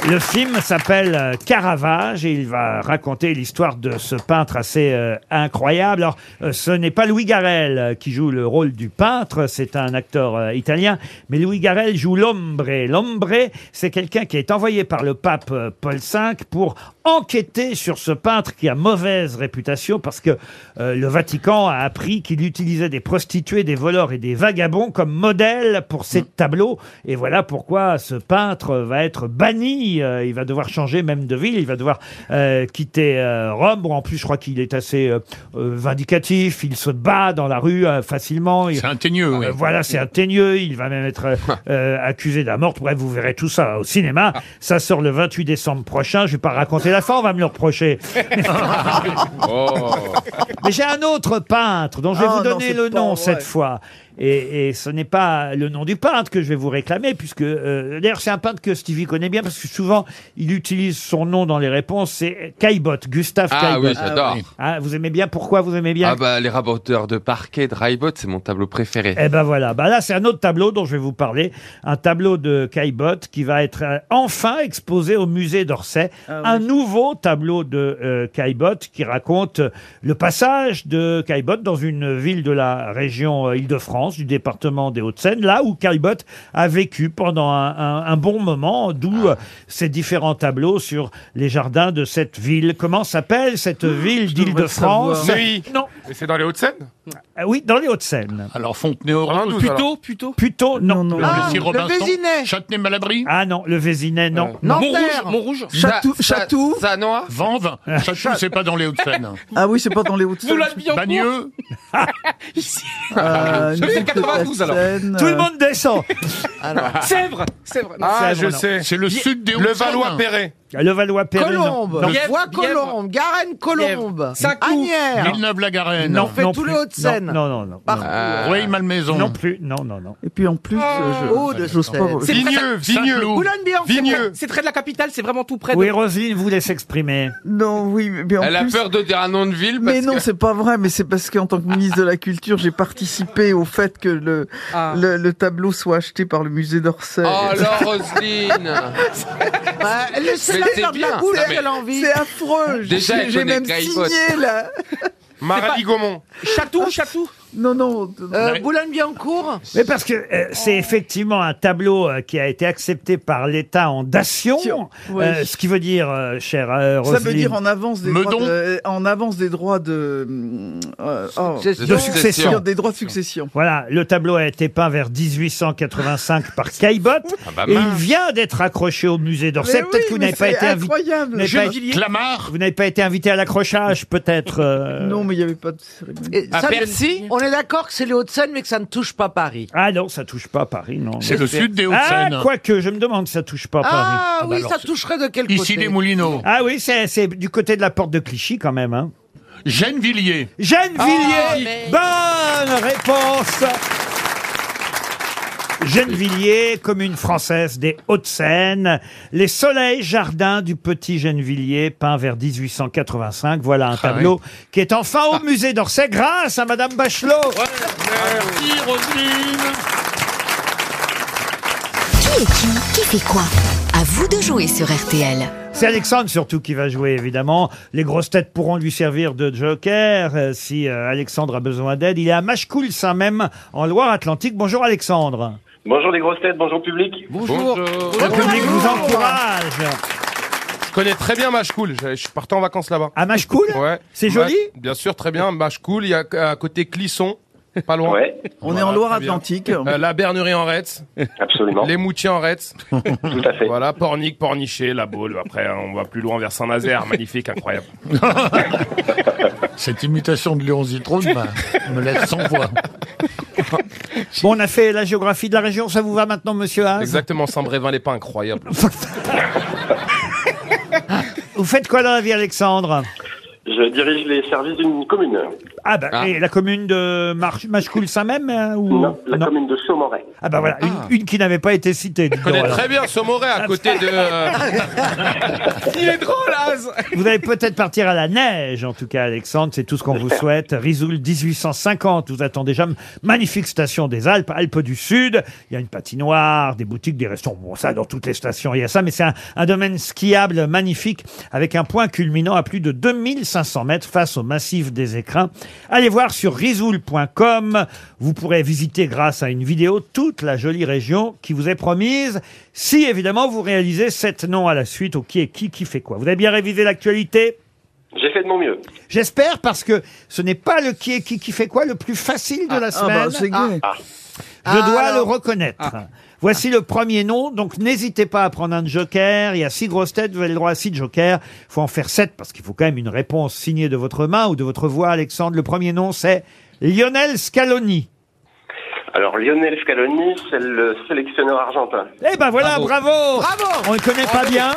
[SPEAKER 2] Le film s'appelle euh, Caravage et il va raconter l'histoire de ce peintre assez euh, incroyable. Alors, euh, ce n'est pas Louis Garrel euh, qui joue le rôle du peintre, c'est un acteur euh, italien, mais Louis Garrel joue l'ombre. L'ombre, c'est quelqu'un qui est envoyé par le pape euh, Paul V pour enquêté sur ce peintre qui a mauvaise réputation parce que euh, le Vatican a appris qu'il utilisait des prostituées, des voleurs et des vagabonds comme modèle pour ses tableaux. Et voilà pourquoi ce peintre va être banni. Euh, il va devoir changer même de ville. Il va devoir euh, quitter euh, Rome. Bon, en plus, je crois qu'il est assez euh, euh, vindicatif. Il se bat dans la rue euh, facilement. C'est
[SPEAKER 6] un teigneux, oui.
[SPEAKER 2] Voilà, c'est un teigneux. Il va même être euh,
[SPEAKER 18] Ah.
[SPEAKER 2] euh, accusé de la mort. Bref, vous verrez tout ça au cinéma. Ça sort le 28 décembre prochain. Je vais pas raconter la fin, on va me le reprocher. Mais j'ai un autre peintre dont je vais
[SPEAKER 10] Oh,
[SPEAKER 2] vous
[SPEAKER 10] non,
[SPEAKER 2] donner
[SPEAKER 10] c'est
[SPEAKER 2] le
[SPEAKER 10] pas
[SPEAKER 2] nom
[SPEAKER 10] vrai.
[SPEAKER 2] cette fois. Et, et ce n'est pas le nom du peintre que je vais vous réclamer, puisque euh, d'ailleurs c'est un peintre que Stevie connaît bien, parce que souvent il utilise son nom dans les réponses. C'est Caillebotte, Gustave
[SPEAKER 18] Ah
[SPEAKER 2] Caillebotte.
[SPEAKER 18] oui, j'adore. Ah oui.
[SPEAKER 2] Ah, vous aimez bien Pourquoi vous aimez Eh bien
[SPEAKER 18] Ah bah les rapporteurs de parquet, Drybot, c'est mon tableau préféré.
[SPEAKER 2] Eh ben voilà, bah là c'est un autre tableau dont je vais vous parler, un tableau de Caillebotte qui va être euh, enfin exposé au musée d'Orsay, un nouveau tableau de euh, Caillebotte qui raconte euh, le passage de Caillebotte dans une ville de la région euh, Île-de-France, du département des Hauts-de-Seine, là où Caillebotte a vécu pendant un, un- un bon moment, d'où euh, ces différents tableaux sur les jardins de cette ville. Comment s'appelle cette ville d'Île-de-France
[SPEAKER 4] Oui.
[SPEAKER 2] Non.
[SPEAKER 4] Mais c'est dans les Hauts-de-Seine
[SPEAKER 2] Ah oui, dans les Hauts-de-Seine.
[SPEAKER 6] Alors Fontenay-aux-Roses.
[SPEAKER 4] Plutôt, alors.
[SPEAKER 2] plutôt. Plutôt, non.
[SPEAKER 6] non. Ah, Lucie le Robinson, Vésinet.
[SPEAKER 2] Châtenay-Malabry. Ah non, le Vésinet, Euh, non.
[SPEAKER 6] Montrouge.
[SPEAKER 2] Chatou-
[SPEAKER 6] Chatou.
[SPEAKER 18] Sanois.
[SPEAKER 6] Vanves.
[SPEAKER 2] Euh,
[SPEAKER 6] Chatou, c'est pas dans les Hauts-de-Seine.
[SPEAKER 5] Ah oui, c'est pas dans les Hauts-de-Seine. Ah,
[SPEAKER 6] Bagneux.
[SPEAKER 5] Euh,
[SPEAKER 6] Celui
[SPEAKER 5] Nice,
[SPEAKER 6] de 92, alors.
[SPEAKER 5] Seine,
[SPEAKER 2] Tout
[SPEAKER 5] euh,
[SPEAKER 2] le monde descend.
[SPEAKER 7] Ah,
[SPEAKER 3] Sèvres, Sèvres. non.
[SPEAKER 4] Ah,
[SPEAKER 2] Sèvres,
[SPEAKER 4] je
[SPEAKER 2] non. Ah,
[SPEAKER 4] sais.
[SPEAKER 6] C'est le
[SPEAKER 4] Bi-
[SPEAKER 6] sud des
[SPEAKER 4] Le
[SPEAKER 6] Hauts-de-Seine.
[SPEAKER 4] Valois-Perret.
[SPEAKER 2] Le Valois-Perret. non.
[SPEAKER 7] Colombe,
[SPEAKER 2] Non.
[SPEAKER 7] Voix
[SPEAKER 4] Bièvre.
[SPEAKER 7] Colombe, Garenne Colombe,
[SPEAKER 4] Saint-Cloud.
[SPEAKER 7] Agnières.
[SPEAKER 6] Villeneuve-la-Garenne.
[SPEAKER 7] On fait tous
[SPEAKER 2] plus.
[SPEAKER 7] les Hauts-de-Seine.
[SPEAKER 2] Non, non, non. non,
[SPEAKER 7] Partout.
[SPEAKER 2] non.
[SPEAKER 6] Ah. Rueil-Malmaison.
[SPEAKER 2] Non plus, non, non, non.
[SPEAKER 5] Et puis en plus, euh, je-
[SPEAKER 2] Oh,
[SPEAKER 7] Haut de
[SPEAKER 5] j'ose pas-
[SPEAKER 7] Seine.
[SPEAKER 5] je-
[SPEAKER 3] C'est près de la-
[SPEAKER 6] Ah. Vigneux.
[SPEAKER 3] Boulogne-Biancourt, c'est
[SPEAKER 4] Vigneux.
[SPEAKER 3] près- C'est près de la capitale, c'est vraiment tout près. de-
[SPEAKER 2] Oui, Roselyne voulait s'exprimer.
[SPEAKER 5] Non, oui, mais en
[SPEAKER 18] Elle a
[SPEAKER 5] plus-
[SPEAKER 18] peur de dire un nom de ville parce
[SPEAKER 5] Mais non,
[SPEAKER 18] que...
[SPEAKER 5] c'est pas vrai, mais c'est parce qu'en tant que ministre de la Culture, j'ai participé au fait que le, le, le tableau soit acheté par le musée d'Orsay.
[SPEAKER 18] Ah. Oh là, Roselyne
[SPEAKER 7] Bah, Laissez-la
[SPEAKER 18] Mais c'est
[SPEAKER 7] faire de la
[SPEAKER 18] bien,
[SPEAKER 7] boule
[SPEAKER 18] ça, mais-
[SPEAKER 7] qu'elle a envie.
[SPEAKER 5] C'est affreux.
[SPEAKER 18] Déjà,
[SPEAKER 5] J'ai-
[SPEAKER 18] elle
[SPEAKER 5] j'ai
[SPEAKER 18] connaît
[SPEAKER 5] même
[SPEAKER 18] Caillebotte.
[SPEAKER 5] signé là.
[SPEAKER 4] Maradi-Gaumont.
[SPEAKER 3] Chatou, Chatou.
[SPEAKER 5] Non, non.
[SPEAKER 7] Euh, Boulogne-Biancourt.
[SPEAKER 2] Mais parce que euh, c'est effectivement un tableau euh, qui a été accepté par l'État en dation,
[SPEAKER 5] Oui.
[SPEAKER 2] euh, ce qui veut dire, euh, chère euh,
[SPEAKER 5] Ça veut
[SPEAKER 2] Roselyne,
[SPEAKER 5] dire en avance des
[SPEAKER 6] Meudon.
[SPEAKER 5] droits de, en avance des droits de hum, euh, oh,
[SPEAKER 2] de succession.
[SPEAKER 5] des droits de succession.
[SPEAKER 2] Voilà, le tableau a été peint vers 1885 par Caillebotte
[SPEAKER 18] bah,
[SPEAKER 2] et il
[SPEAKER 18] mince.
[SPEAKER 2] vient d'être accroché au musée d'Orsay.
[SPEAKER 5] Mais
[SPEAKER 2] Peut-être
[SPEAKER 5] oui,
[SPEAKER 2] que vous
[SPEAKER 5] mais
[SPEAKER 2] n'avez pas
[SPEAKER 5] c'est
[SPEAKER 2] été invité.
[SPEAKER 5] incroyable.
[SPEAKER 2] n'avez pas-
[SPEAKER 6] Clamart.
[SPEAKER 2] Vous n'avez pas été invité à l'accrochage, peut-être. euh.
[SPEAKER 5] Non, mais il n'y avait pas de cérémonie.
[SPEAKER 7] Et
[SPEAKER 18] À
[SPEAKER 7] ça,
[SPEAKER 18] Bercy
[SPEAKER 7] On est d'accord que c'est les Hauts-de-Seine, mais que ça ne touche pas Paris.
[SPEAKER 2] Ah non, ça touche pas Paris, non.
[SPEAKER 6] C'est le sud des
[SPEAKER 2] Ah,
[SPEAKER 6] Hauts-de-Seine.
[SPEAKER 2] quoique, je me demande si ça touche pas Paris.
[SPEAKER 7] Ah,
[SPEAKER 6] Ah, bah
[SPEAKER 7] oui,
[SPEAKER 6] alors,
[SPEAKER 7] ça
[SPEAKER 6] c'est-
[SPEAKER 7] toucherait de quel
[SPEAKER 6] Ici
[SPEAKER 7] côté
[SPEAKER 6] les Moulineaux.
[SPEAKER 2] Ah oui, c'est c'est du côté de la porte de Clichy quand même. Hein.
[SPEAKER 6] Gennevilliers.
[SPEAKER 2] Jeanne
[SPEAKER 7] Ah,
[SPEAKER 2] Villiers, bonne réponse Gennevilliers, commune française des Hauts-de-Seine, les soleils jardins du petit Gennevilliers, peint vers 1885. Voilà un
[SPEAKER 6] Ah
[SPEAKER 2] tableau qui est enfin au musée d'Orsay grâce à Madame Bachelot.
[SPEAKER 6] Merci Roselyne.
[SPEAKER 12] Qui est qui Qui fait quoi À vous de jouer sur RTL.
[SPEAKER 2] C'est Alexandre surtout qui va jouer, évidemment. Les grosses têtes pourront lui servir de joker euh, si euh, Alexandre a besoin d'aide. Il est à Machecoul, Saint-Même, en Loire-Atlantique. Bonjour Alexandre.
[SPEAKER 13] Bonjour les grosses têtes, bonjour public.
[SPEAKER 18] Bonjour.
[SPEAKER 2] Le public vous encourage.
[SPEAKER 4] Je connais très bien Mashkoul. Je je suis parti en vacances là-bas.
[SPEAKER 2] À Machecoul
[SPEAKER 4] Ouais.
[SPEAKER 2] C'est joli
[SPEAKER 4] Ouais, Bien sûr, très bien. Mashkoul, il y a à côté Clisson, pas loin.
[SPEAKER 13] Ouais,
[SPEAKER 5] On est en Loire-Atlantique.
[SPEAKER 4] Euh, la Bernerie en Retz,
[SPEAKER 13] absolument,
[SPEAKER 4] les Moutiers en Retz,
[SPEAKER 13] tout à fait.
[SPEAKER 4] voilà, Pornic, Pornichet, La Baule. Après, hein, on va plus loin vers Saint-Nazaire, magnifique, incroyable.
[SPEAKER 6] Cette imitation de Léon Zitrone bah, me laisse sans voix.
[SPEAKER 2] Bon, on a fait la géographie de la région. Ah, Ça vous va maintenant, monsieur Haas
[SPEAKER 4] Exactement, Saint-Brévin, les pas incroyable.
[SPEAKER 2] Vous faites quoi dans la vie, Alexandre
[SPEAKER 13] Je dirige les services d'une commune.
[SPEAKER 2] Ah, bah,
[SPEAKER 18] Ah.
[SPEAKER 2] et la commune de Mar- Machecoul, Saint-Même hein, ou...
[SPEAKER 13] Non, la commune de Saumoret.
[SPEAKER 2] Ah, bah voilà, une- une, qui n'avait pas été citée.
[SPEAKER 4] Je
[SPEAKER 2] dis donc,
[SPEAKER 4] connais
[SPEAKER 2] alors.
[SPEAKER 4] très bien Sommoret à côté de. euh,
[SPEAKER 3] Il est drôle,
[SPEAKER 4] hein,
[SPEAKER 3] Az.
[SPEAKER 2] Vous allez peut-être partir à la neige, en tout cas, Alexandre. C'est tout ce qu'on vous souhaite. Risoul 1850 vous attend déjà. Magnifique station des Alpes, Alpes du Sud. Il y a une patinoire, des boutiques, des restaurants. Bon, ça, dans toutes les stations, il y a ça. Mais c'est un, un domaine skiable magnifique avec un point culminant à plus de 2500 mètres face au massif des écrins. Allez voir sur risoul.com. Vous pourrez visiter grâce à une vidéo toute la jolie région qui vous est promise. Si évidemment vous réalisez sept noms à la suite au qui est qui, qui fait quoi. Vous avez bien révisé l'actualité
[SPEAKER 19] J'ai fait de mon mieux.
[SPEAKER 2] J'espère parce que ce n'est pas le qui est qui qui fait quoi le plus facile de la
[SPEAKER 19] ah bah,
[SPEAKER 2] semaine.
[SPEAKER 19] c'est gay. Ah.
[SPEAKER 2] Je
[SPEAKER 19] Ah,
[SPEAKER 2] dois
[SPEAKER 19] alors.
[SPEAKER 2] le reconnaître. Voici le premier nom, donc n'hésitez pas à prendre un joker. Il y a six grosses têtes, vous avez le droit à six jokers. Il faut en faire sept parce qu'il faut quand même une réponse signée de votre main ou de votre voix, Alexandre. Le premier nom, c'est Lionel Scaloni.
[SPEAKER 19] Alors Lionel Scaloni, c'est le sélectionneur argentin.
[SPEAKER 2] Eh ben voilà, bravo On ne connaît pas bien.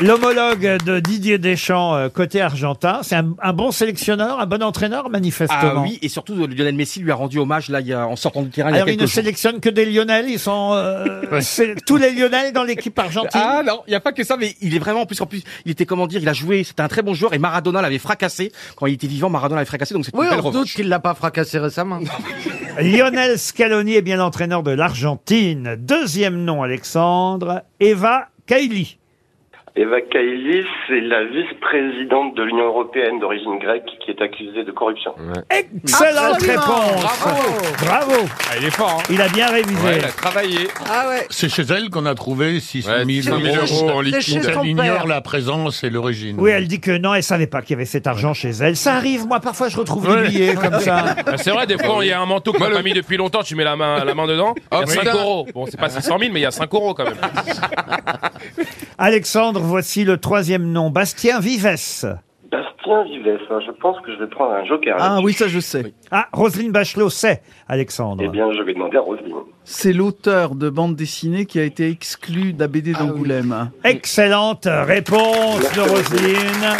[SPEAKER 2] L'homologue de Didier Deschamps euh, côté argentin, c'est un, un bon sélectionneur, un bon entraîneur
[SPEAKER 3] Ah
[SPEAKER 2] manifestement.
[SPEAKER 3] oui, et surtout Lionel Messi lui a rendu hommage là, il y a- en sortant du terrain.
[SPEAKER 2] Alors
[SPEAKER 3] il y a
[SPEAKER 2] il ne
[SPEAKER 3] quelques jours.
[SPEAKER 2] sélectionne que des Lyonnais, ils sont euh, c'est tous les Lyonnais dans l'équipe argentine.
[SPEAKER 3] Ah non, il n'y a pas que ça, mais il est vraiment en plus en plus, il était comment dire, il a joué, c'était un très bon joueur et Maradona l'avait fracassé quand il était vivant, Maradona l'avait fracassé, donc c'est
[SPEAKER 14] Oui,
[SPEAKER 3] une belle
[SPEAKER 14] on se
[SPEAKER 3] revanche.
[SPEAKER 14] doute qu'il l'a pas fracassé récemment.
[SPEAKER 2] Lionel Scaloni est bien l'entraîneur de l'Argentine. Deuxième nom, Alexandre, Eva Kaili.
[SPEAKER 19] Eva Kaili, c'est la vice-présidente de l'Union européenne d'origine grecque qui est accusée de corruption.
[SPEAKER 2] Excellente
[SPEAKER 19] Absolument.
[SPEAKER 2] réponse.
[SPEAKER 19] Bravo.
[SPEAKER 2] Bravo.
[SPEAKER 8] Ah,
[SPEAKER 6] il est
[SPEAKER 8] hein.
[SPEAKER 6] fort.
[SPEAKER 2] Il a bien révisé.
[SPEAKER 6] Ouais, il a
[SPEAKER 18] travaillé.
[SPEAKER 7] Ah ouais.
[SPEAKER 6] C'est chez elle qu'on a trouvé 600
[SPEAKER 18] 600
[SPEAKER 6] 000
[SPEAKER 18] 000
[SPEAKER 6] euros en
[SPEAKER 18] euros. C'est chez
[SPEAKER 6] liquide.
[SPEAKER 18] son
[SPEAKER 6] Elle ignore
[SPEAKER 18] père.
[SPEAKER 6] la présence et l'origine.
[SPEAKER 2] Oui, elle dit que non, elle savait pas qu'il y avait cet argent chez elle. Ça arrive, moi, parfois je retrouve les billets comme ça.
[SPEAKER 8] Ah, c'est vrai, des fois, il y a un manteau que t'as pas mis depuis longtemps, tu mets la main, la main dedans, il y
[SPEAKER 18] Oh,
[SPEAKER 8] a 5
[SPEAKER 18] putain.
[SPEAKER 8] euros. Bon, c'est pas 600 000, mais il y a 5 euros quand même.
[SPEAKER 2] Alexandre, voici le troisième nom, Bastien Vives.
[SPEAKER 19] Bastien Vives, hein, je pense que je vais prendre un joker.
[SPEAKER 5] Ah oui, ça je sais.
[SPEAKER 2] Ah, Roselyne Bachelot sait, Alexandre.
[SPEAKER 19] Eh bien, je vais demander à Roselyne.
[SPEAKER 5] C'est l'auteur de bande dessinée qui a été exclu de la BD
[SPEAKER 19] Ah
[SPEAKER 5] d'Angoulême.
[SPEAKER 2] Excellente réponse de Roselyne.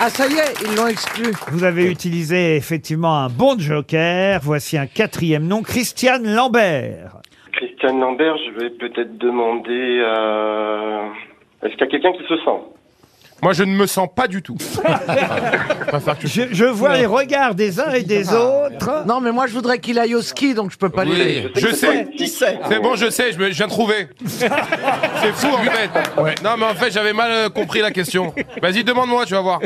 [SPEAKER 7] Ah, ça y est, ils l'ont exclu.
[SPEAKER 2] Vous avez utilisé effectivement un bon joker. Voici un quatrième nom, Christiane Lambert.
[SPEAKER 19] Christiane Lambert, je vais peut-être demander... euh, Est-ce qu'il y a quelqu'un qui se sent
[SPEAKER 8] Moi, je ne me sens pas du tout.
[SPEAKER 2] je, je vois les regards des uns et des autres.
[SPEAKER 7] Ah. Non, mais moi, je voudrais qu'il aille au ski, donc je peux pas
[SPEAKER 8] Oui,
[SPEAKER 7] l'aider.
[SPEAKER 8] je sais. C'est bon, je sais, je, me- je viens de trouver. C'est fou en fait. Non, mais en fait, j'avais mal euh, compris la question. Vas-y, demande-moi, tu vas voir.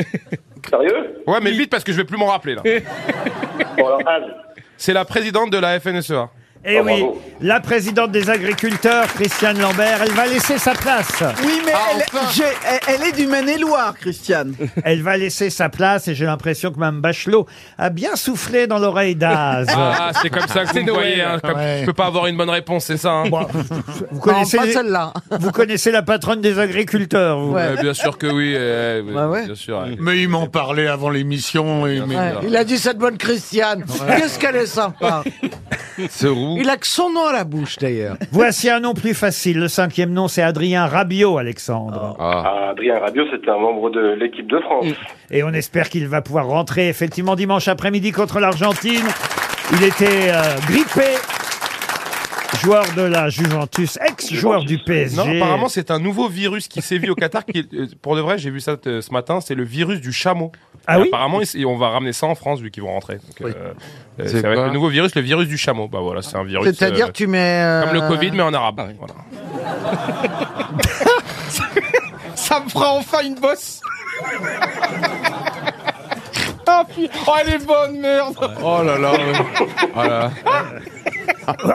[SPEAKER 19] Sérieux
[SPEAKER 8] Ouais, mais vite parce que je vais plus m'en rappeler là. C'est la présidente de la E FNSEA.
[SPEAKER 2] Eh oui, la présidente des agriculteurs, Christiane Lambert, elle va laisser sa place.
[SPEAKER 5] Oui, mais elle, j'ai- elle- elle est du Maine-et-Loire, Christiane.
[SPEAKER 2] Elle va laisser sa place et j'ai l'impression que Mme Bachelot a bien soufflé dans l'oreille d'Az.
[SPEAKER 8] Ah, c'est comme ça que vous me voyez. hein. Comme- Je peux pas avoir une bonne réponse, c'est ça. hein.
[SPEAKER 2] Vous
[SPEAKER 7] Non,
[SPEAKER 2] connaissez,
[SPEAKER 7] pas celle-là.
[SPEAKER 2] vous connaissez la patronne des agriculteurs, vous.
[SPEAKER 7] Ouais.
[SPEAKER 8] Euh, bien sûr que oui. euh,
[SPEAKER 7] Bah ouais.
[SPEAKER 8] Bien sûr. ouais.
[SPEAKER 6] Mais ils m'en parlaient avant l'émission. et- mais-
[SPEAKER 7] Ouais, Il a dit cette bonne Christiane. Qu'est-ce qu'elle est sympa.
[SPEAKER 18] Ce roux.
[SPEAKER 7] Il a que son nom à la bouche, d'ailleurs.
[SPEAKER 2] Voici un nom plus facile. Le cinquième nom, c'est Adrien Rabiot,
[SPEAKER 13] Ah.
[SPEAKER 2] Alexandre.
[SPEAKER 19] Ah, Adrien Rabiot, c'est un membre de l'équipe de France.
[SPEAKER 3] Mm.
[SPEAKER 2] Et on espère qu'il va pouvoir rentrer effectivement dimanche après-midi contre l'Argentine. Il était euh, grippé. Joueur de la Juventus, ex-joueur du PSG.
[SPEAKER 8] Non, apparemment, c'est un nouveau virus qui sévit au Qatar. Qui est- euh, pour de vrai, j'ai vu ça euh, ce matin. C'est le virus du chameau.
[SPEAKER 2] Ah
[SPEAKER 8] Et
[SPEAKER 2] oui
[SPEAKER 8] apparemment, ils- on va ramener ça en France vu qu'ils vont rentrer. Donc, euh, euh, ça
[SPEAKER 18] C'est
[SPEAKER 8] va être
[SPEAKER 18] quoi
[SPEAKER 8] le nouveau virus, le virus du chameau. Bah voilà, c'est un virus.
[SPEAKER 7] C'est-à-dire,
[SPEAKER 8] euh,
[SPEAKER 7] tu mets. euh,
[SPEAKER 8] Comme le Covid, mais en arabe. Voilà.
[SPEAKER 3] Ça me fera enfin une bosse. Ah putain, oh, elle est bonne merde.
[SPEAKER 8] Oh là là.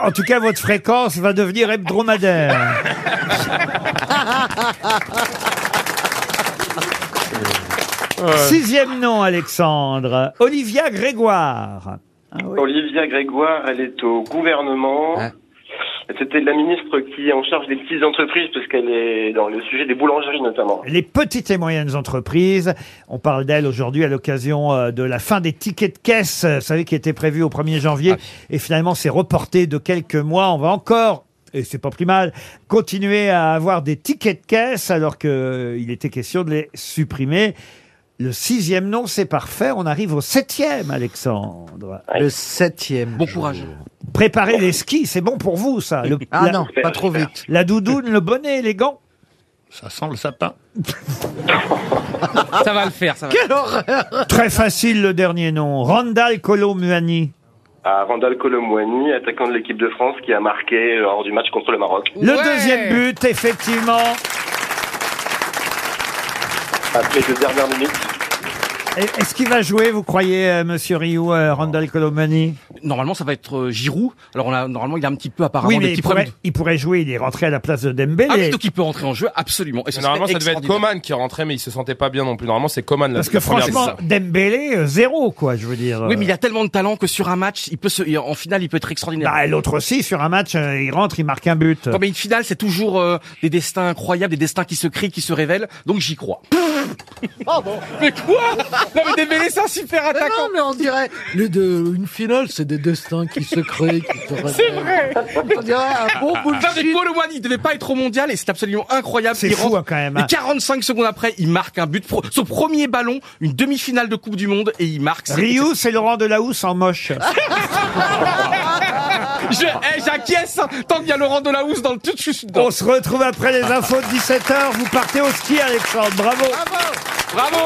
[SPEAKER 2] En tout cas, votre fréquence va devenir hebdomadaire. Sixième nom, Alexandre. Olivia Grégoire.
[SPEAKER 3] Ah
[SPEAKER 19] Olivia Grégoire, elle est au gouvernement. C'était la ministre qui est en charge des petites entreprises, parce qu'elle est dans le sujet des boulangeries notamment.
[SPEAKER 2] Les petites et moyennes entreprises. On parle d'elle aujourd'hui à l'occasion euh, de la fin des tickets de caisse, euh, vous savez, qui était prévue au 1er janvier.
[SPEAKER 7] Ah.
[SPEAKER 2] Et finalement, c'est reporté de quelques mois. On va encore et c'est pas plus mal, continuer à avoir des tickets de caisse alors qu'il était question de les supprimer. Le sixième nom, c'est parfait. On arrive au septième, Alexandre.
[SPEAKER 7] Le septième. Bon courage.
[SPEAKER 2] Préparez les skis, c'est bon pour vous, ça. Le-
[SPEAKER 7] Ah
[SPEAKER 2] la-
[SPEAKER 7] non, pas trop vite.
[SPEAKER 2] La doudoune, le bonnet élégant.
[SPEAKER 6] Ça sent le sapin.
[SPEAKER 3] Ça va le faire, ça va.
[SPEAKER 7] Quelle horreur
[SPEAKER 2] Très facile le dernier nom. Randall Colomuani.
[SPEAKER 19] À Ah, Randall Colomwani, attaquant de l'équipe de France, qui a marqué euh, lors du match contre le Maroc.
[SPEAKER 2] Le deuxième but, effectivement.
[SPEAKER 19] après les dernières minutes.
[SPEAKER 2] Et- Est-ce qu'il va jouer, vous croyez, euh, Monsieur Rioux, euh, Randall Colomani
[SPEAKER 3] Normalement, ça va être euh, Giroud. Alors, on a, normalement, il a un petit peu apparemment
[SPEAKER 2] Oui,
[SPEAKER 3] des
[SPEAKER 2] mais
[SPEAKER 3] petits
[SPEAKER 2] il pourrait,
[SPEAKER 3] problèmes.
[SPEAKER 2] il pourrait jouer, il est rentré à la place de Dembélé.
[SPEAKER 3] Ah oui, donc il peut entrer en jeu, absolument. Et ce serait
[SPEAKER 8] Normalement, ça devait être
[SPEAKER 3] extraordinaire.
[SPEAKER 8] Coman qui rentrait, mais il se sentait pas bien non plus. Normalement, c'est Coman. la-
[SPEAKER 2] Parce que
[SPEAKER 8] la première
[SPEAKER 2] franchement,
[SPEAKER 8] décision.
[SPEAKER 2] Dembélé, euh, zéro, quoi, je veux dire. euh,
[SPEAKER 3] Oui, mais il a tellement de talent que sur un match, il peut se, en finale, il peut être extraordinaire.
[SPEAKER 2] Bah, et l'autre aussi, sur un match, euh, il rentre, il marque un but.
[SPEAKER 3] Non, mais une finale, c'est toujours euh, des destins incroyables, des destins qui se crient, qui se révèlent. Donc j'y crois.
[SPEAKER 10] Oh, Mais quoi Non mais Dembélé c'est un super attaquant.
[SPEAKER 7] Non, mais on dirait les deux, une finale, c'est des destins qui se créent. Qui se
[SPEAKER 10] C'est vrai.
[SPEAKER 7] On dirait un bon bout
[SPEAKER 3] Enfin, mais Paul Oman, Ah, il devait pas être au mondial et c'est absolument incroyable.
[SPEAKER 2] C'est
[SPEAKER 3] Il
[SPEAKER 2] fou, hein, quand même,
[SPEAKER 3] Et
[SPEAKER 2] hein.
[SPEAKER 3] 45 secondes après, il marque un but. pro- Son premier ballon, une demi-finale de Coupe du Monde et il marque. C'est- Ah.
[SPEAKER 2] Rioux, c'est Laurent Delahousse en moche.
[SPEAKER 3] Je, eh, j'acquiesce. hein. Tant qu'il y a Laurent Delahousse dans le tout, je suis dedans.
[SPEAKER 2] On se retrouve après les infos de 17h. Vous partez au ski, Alexandre. Bravo.
[SPEAKER 3] Ah, Bravo.